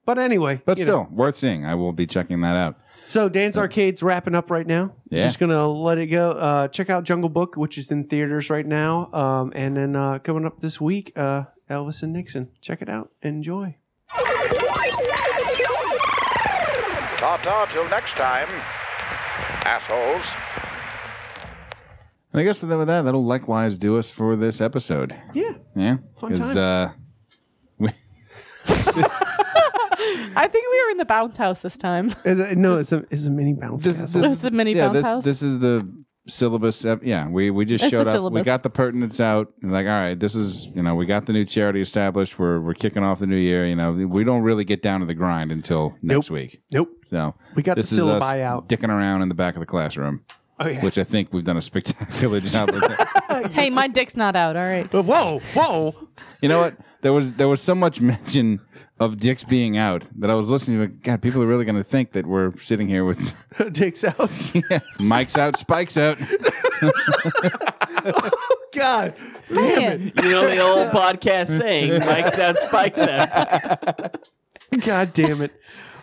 Speaker 3: but anyway,
Speaker 2: But
Speaker 3: you know.
Speaker 2: still, worth seeing. I will be checking that out.
Speaker 3: So Dan's Arcade's wrapping up right now.
Speaker 2: Yeah.
Speaker 3: Just gonna let it go. Uh, check out Jungle Book, which is in theaters right now, um, and then uh, coming up this week, uh, Elvis and Nixon. Check it out. Enjoy.
Speaker 8: Ta ta till next time, assholes.
Speaker 2: And I guess that with that, that'll likewise do us for this episode.
Speaker 3: Yeah.
Speaker 2: Yeah,
Speaker 3: Fun
Speaker 2: 'Cause,
Speaker 3: times.
Speaker 2: uh, we,
Speaker 4: I think we were in the bounce house this time.
Speaker 3: Is it- no, it's a it's a mini bounce.
Speaker 2: this,
Speaker 3: castle.
Speaker 2: this-
Speaker 4: It was the mini
Speaker 2: yeah,
Speaker 4: bounce
Speaker 2: this,
Speaker 4: house.
Speaker 2: this is the syllabus. ep- yeah, we, we just
Speaker 4: It's
Speaker 2: showed
Speaker 4: the
Speaker 2: up. We
Speaker 4: syllabus.
Speaker 2: got the pertinence out. And like, all right, this is you know, we got the new charity established. We're we're kicking off the new year. You know, we don't really get down to the grind until next week.
Speaker 3: nope.
Speaker 2: So
Speaker 3: We got
Speaker 2: this
Speaker 3: the
Speaker 2: is us
Speaker 3: syllabi out.
Speaker 2: dicking around in the back of the classroom,
Speaker 3: Oh yeah.
Speaker 2: which I think we've done a spectacular job. With that.
Speaker 4: hey, my dick's not out, all right.
Speaker 3: But Uh, whoa, whoa.
Speaker 2: You know what? There was there was so much mention of dicks being out that I was listening to. like, God, people are really going to think that we're sitting here with
Speaker 3: Dick's out.
Speaker 2: mics out, spikes out.
Speaker 3: God.
Speaker 4: Man.
Speaker 1: you know the old podcast saying mike's out spikes out
Speaker 3: God damn it.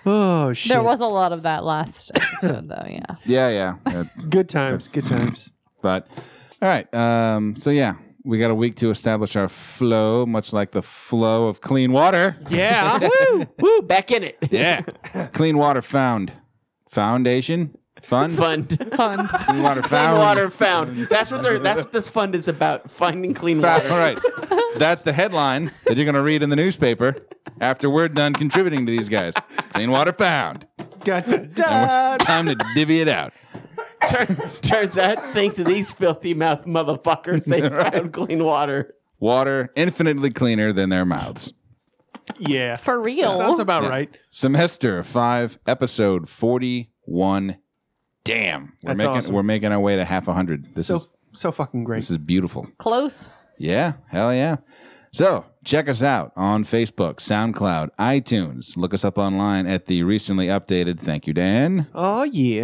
Speaker 3: Oh shit.
Speaker 4: There was a lot of that last episode though, yeah.
Speaker 2: Yeah, yeah. yeah.
Speaker 3: good times. Good times.
Speaker 2: But all right. Um, so yeah, we got a week to establish our flow, much like the flow of clean water.
Speaker 3: Yeah.
Speaker 1: woo, woo, back in it
Speaker 2: Yeah. clean water found. Foundation. Fund.
Speaker 1: fund
Speaker 4: Fun.
Speaker 2: Clean water
Speaker 1: Clean
Speaker 2: found.
Speaker 1: water found. That's what they're. That's what this fund is about. Finding clean
Speaker 2: Found.
Speaker 1: water.
Speaker 2: All right. That's the headline that you're going to read in the newspaper after we're done contributing to these guys. Clean water found.
Speaker 3: God,
Speaker 2: And it's time to divvy it out.
Speaker 1: Turn, turns out, thanks to these filthy mouth motherfuckers, they found clean water.
Speaker 2: Water infinitely cleaner than their mouths.
Speaker 3: Yeah.
Speaker 4: For real.
Speaker 3: Sounds about
Speaker 2: Yeah.
Speaker 3: right.
Speaker 2: Semester five, episode forty-one. Damn, we're
Speaker 3: That's
Speaker 2: making
Speaker 3: awesome.
Speaker 2: we're making our way to half a hundred. This
Speaker 3: So
Speaker 2: is
Speaker 3: so fucking great.
Speaker 2: this is beautiful.
Speaker 4: Close.
Speaker 2: Yeah, hell yeah. So check us out on Facebook, SoundCloud, iTunes. Look us up online at the recently updated, thank you, Dan,
Speaker 3: Oh yeah.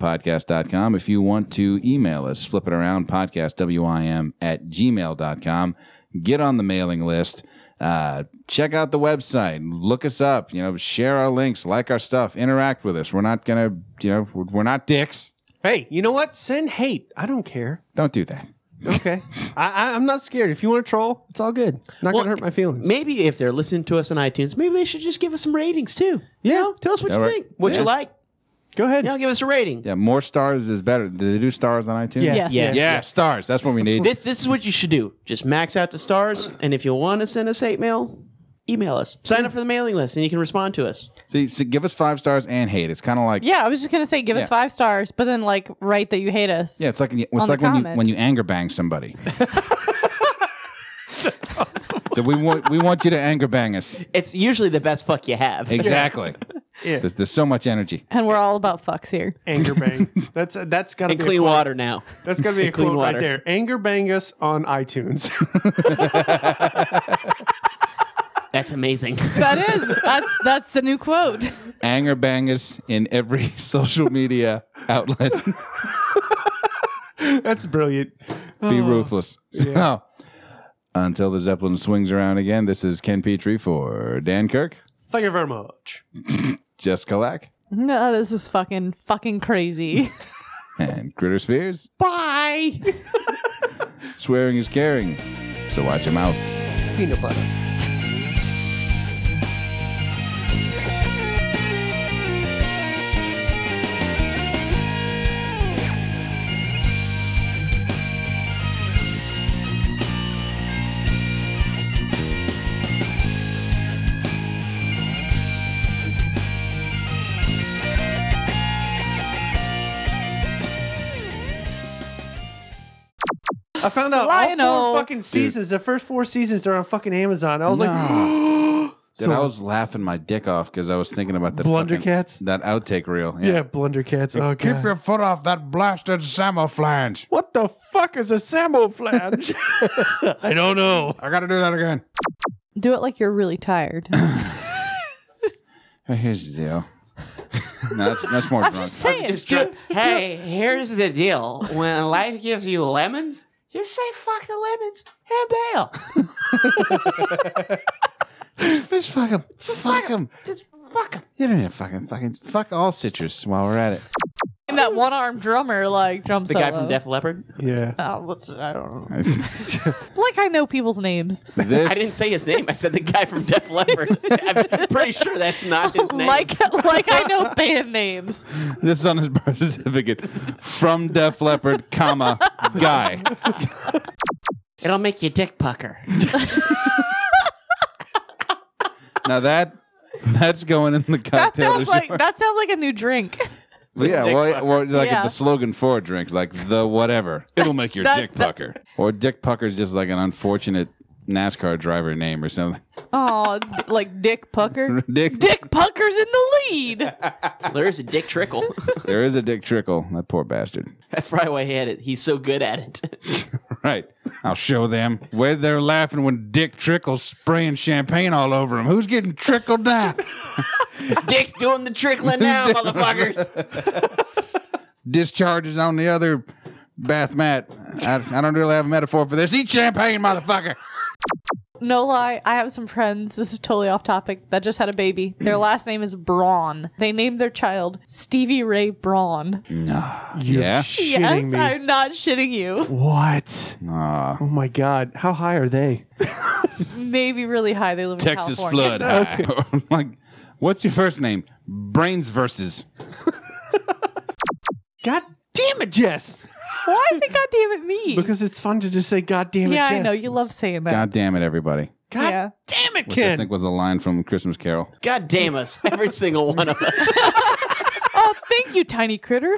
Speaker 2: WIMPodcast.com. If you want to email us, flip it around, podcast, WIM at gmail.com. Get on the mailing list. Uh, check out the website. Look us up. You know, share our links, like our stuff, interact with us. We're not going to, you know, we're we're not dicks.
Speaker 3: Hey, you know what? Send hate. I don't care.
Speaker 2: Don't do that.
Speaker 3: Okay. I, I, I'm not scared. If you want to troll, it's all good. Not
Speaker 1: Well,
Speaker 3: gonna hurt my feelings.
Speaker 1: Maybe if they're listening to us on iTunes, maybe they should just give us some ratings too.
Speaker 3: Yeah.
Speaker 1: You know, tell us what you
Speaker 2: All right.
Speaker 1: think, what
Speaker 2: Yeah.
Speaker 1: you like.
Speaker 3: Go ahead.
Speaker 1: You know, give us a rating.
Speaker 2: Yeah, more stars is better. Do they do stars on iTunes?
Speaker 4: Yes.
Speaker 1: Yeah.
Speaker 2: Yeah, stars. That's what we need.
Speaker 1: This this is what you should do. Just max out the stars, and if you want to send us hate mail, email us. Sign up for the mailing list, and you can respond to us.
Speaker 2: See, see, give us five stars and hate. It's kind of like yeah.
Speaker 4: Yeah, I was just gonna say give
Speaker 2: Yeah.
Speaker 4: us five stars, but then like write that you hate us.
Speaker 2: it's like it's
Speaker 4: On
Speaker 2: like
Speaker 4: the
Speaker 2: when you
Speaker 4: comment.
Speaker 2: when you anger bang somebody. So we want we want you to anger bang us.
Speaker 1: It's usually the best fuck you have.
Speaker 2: Exactly. There's, there's so much energy.
Speaker 4: and we're all about fucks here.
Speaker 3: Anger bang. That's that's gotta
Speaker 1: And
Speaker 3: be a
Speaker 1: clean
Speaker 3: quote.
Speaker 1: water now.
Speaker 3: That's gotta be a
Speaker 1: clean
Speaker 3: quote right
Speaker 1: water.
Speaker 3: there. Anger bang us on iTunes.
Speaker 1: That's amazing.
Speaker 4: That is that's that's the new quote.
Speaker 2: Anger bang us in every social media outlet.
Speaker 3: that's brilliant.
Speaker 2: Be
Speaker 4: Oh.
Speaker 2: ruthless. So, until the Zeppelin swings around again, this is Ken Petrie for Dan Kirk,
Speaker 3: Thank you very much.
Speaker 2: Jess Kalak,
Speaker 4: No, this is fucking fucking crazy.
Speaker 2: and Critter Spears.
Speaker 1: Bye.
Speaker 2: Swearing is caring, so watch him out.
Speaker 3: Peanut butter. I found out all
Speaker 4: Lionel.
Speaker 3: four fucking seasons. The first four seasons are on fucking Amazon. I was like,
Speaker 2: Dude, I was laughing my dick off because I was thinking about that fucking-
Speaker 3: Blundercats?
Speaker 2: that outtake reel.
Speaker 3: yeah, blundercats. Oh, God.
Speaker 2: foot off that blasted samouflage.
Speaker 3: what the fuck is a samouflage? I don't know.
Speaker 2: I gotta do that again.
Speaker 4: Do it like you're really tired.
Speaker 2: Here's the deal. no, that's, that's more
Speaker 4: I'm
Speaker 2: drunk.
Speaker 4: just saying.
Speaker 1: Just
Speaker 4: do-
Speaker 1: drink- hey, here's the deal. When life gives you lemons, just say fuck the lemons and bail.
Speaker 2: Just, just fuck him. Just fuck him.
Speaker 1: Just fuck 'em.
Speaker 2: You don't need to fucking fucking fuck all citrus while we're at it.
Speaker 4: that one armed drummer like drum
Speaker 1: Oh, The guy from Def Leppard.
Speaker 3: Yeah.
Speaker 4: Oh, what's- I don't know. like I know people's names.
Speaker 2: This
Speaker 1: I didn't say his name. I said the guy from Def Leppard. I'm pretty sure that's not his name.
Speaker 4: Like like I know band names.
Speaker 2: this is on his birth certificate from Def Leppard, comma guy.
Speaker 1: It'll make your dick pucker.
Speaker 2: Now that that's going in the cocktail.
Speaker 4: That sounds
Speaker 2: this
Speaker 4: like
Speaker 2: year.
Speaker 4: that sounds like a new drink.
Speaker 2: Well, yeah,
Speaker 1: dick
Speaker 2: well, or like
Speaker 4: Yeah.
Speaker 2: the slogan for a drink, like the whatever. It'll make your
Speaker 4: that's-
Speaker 2: dick pucker. Or Dick Pucker's just like an unfortunate NASCAR driver name or something.
Speaker 4: Oh, like Dick Pucker.
Speaker 2: Dick,
Speaker 4: Dick Pucker's in the lead.
Speaker 1: There's a dick trickle.
Speaker 2: there is a Dick Trickle. That poor bastard.
Speaker 1: That's probably why he had it. He's so good at it.
Speaker 2: Right. I'll show them where they're laughing when Dick Trickle's spraying champagne all over him. Who's getting trickled now?
Speaker 1: Dick's doing the trickling now, motherfuckers.
Speaker 2: Discharges on the other bath mat. I, I don't really have a metaphor for this. Eat champagne, motherfucker.
Speaker 4: No lie, I have some friends. This is totally off topic. That just had a baby. Their last name is Braun. They named their child Stevie Ray Braun.
Speaker 3: You're
Speaker 2: Yeah.
Speaker 3: shitting
Speaker 4: Yes,
Speaker 3: me.
Speaker 4: I'm not shitting you.
Speaker 3: what?
Speaker 2: Aw.
Speaker 3: Oh my god. How high are they?
Speaker 4: Maybe really high. They live
Speaker 2: Texas
Speaker 4: in California.
Speaker 2: flood high. like, what's your first name? Brains versus.
Speaker 3: God damn it, Jess.
Speaker 4: Why is it goddamn it me?
Speaker 3: Because it's fun to just say god damn it,
Speaker 4: yeah,
Speaker 3: Jess.
Speaker 4: I know you love saying that.
Speaker 2: God damn it, everybody!
Speaker 3: God
Speaker 4: Yeah.
Speaker 3: damn it,
Speaker 2: Which I
Speaker 3: Ken.
Speaker 2: think was a line from Christmas Carol.
Speaker 1: God damn us. Every single one of us.
Speaker 4: Oh, thank you, tiny critter.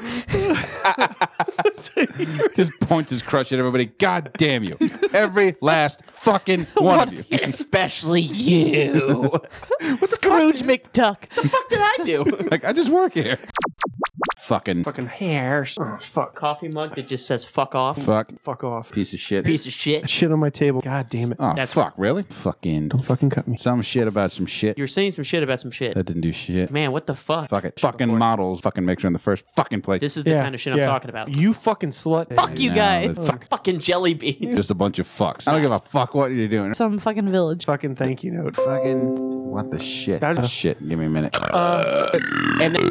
Speaker 2: Just points his crutch at everybody. God damn you! Every last fucking one of you.
Speaker 1: Especially you.
Speaker 4: Scrooge McDuck.
Speaker 1: What did I do?
Speaker 2: Like I just work here. fucking
Speaker 3: Fucking hairs. Oh, fuck.
Speaker 1: Coffee mug that just says "fuck off."
Speaker 2: fuck
Speaker 3: Fuck off.
Speaker 2: piece of shit.
Speaker 1: Piece of shit.
Speaker 3: Shit on my table. God damn it.
Speaker 2: oh
Speaker 1: That's-
Speaker 2: fuck, really? Fucking
Speaker 3: Don't fucking cut me.
Speaker 2: some shit about some shit
Speaker 1: You were saying some shit about some shit.
Speaker 2: that didn't do shit.
Speaker 1: Man, what the fuck?
Speaker 2: Fuck it. Fucking models. Fucking makes her in the first fucking place.
Speaker 1: This is the kind of shit I'm
Speaker 3: yeah.
Speaker 1: talking about.
Speaker 3: You fucking slut.
Speaker 4: Fuck you
Speaker 2: No,
Speaker 4: guys.
Speaker 2: that's fuck-
Speaker 1: Fucking jelly beans.
Speaker 2: Just a bunch of fucks. I don't give a fuck what you're doing.
Speaker 4: Some fucking village.
Speaker 3: Fucking thank you note.
Speaker 2: Fucking what the shit?
Speaker 3: That's-
Speaker 2: shit. Give me a minute.
Speaker 1: Uh, and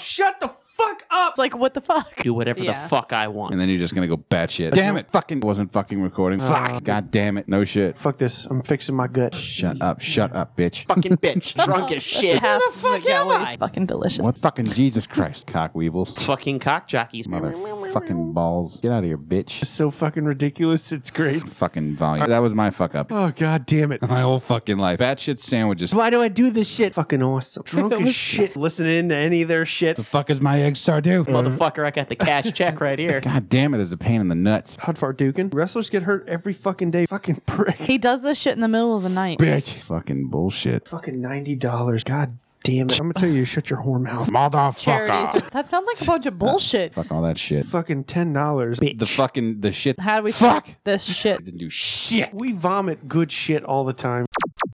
Speaker 3: Shut the fuck up.
Speaker 4: It's like, what the fuck?
Speaker 1: do whatever
Speaker 4: Yeah.
Speaker 1: the fuck I want.
Speaker 2: and then you're just gonna go batshit. Damn it! Fucking Ah. wasn't fucking recording. Fuck. God damn it. No shit.
Speaker 3: Fuck this. I'm fixing my gut.
Speaker 2: Shut up. Shut up, bitch.
Speaker 1: fucking bitch. Drunk as shit.
Speaker 4: Half the fuck am I? Fucking delicious.
Speaker 2: What fucking Jesus Christ? Cock weevils.
Speaker 1: fucking cock jockeys.
Speaker 2: Mother fucking balls. Get out of here, bitch.
Speaker 3: It's so fucking ridiculous. It's great.
Speaker 2: Fucking volume. That was my fuck up.
Speaker 3: Oh god damn it.
Speaker 2: My whole fucking life. Batshit sandwiches.
Speaker 3: Why do I do this shit? Fucking awesome. Drunk as shit. Listening to any of their shit.
Speaker 2: The fuck is my egg sardu?
Speaker 1: Motherfucker, I got the cash check right here.
Speaker 2: God damn it, there's a pain in the nuts.
Speaker 3: Hot Dukin. Wrestlers get hurt every fucking day. Fucking prick.
Speaker 4: He does this shit in the middle of the night.
Speaker 2: Bitch. Fucking bullshit.
Speaker 3: Fucking ninety dollars. God damn it. I'm gonna tell you to shut your whore mouth.
Speaker 4: Charities. Are, that sounds like a bunch of bullshit.
Speaker 2: Fuck all that shit.
Speaker 3: Fucking ten dollars.
Speaker 2: The fucking the shit.
Speaker 4: How do we
Speaker 2: Fuck.
Speaker 4: this shit?
Speaker 2: Didn't do shit.
Speaker 3: We vomit good shit all the time.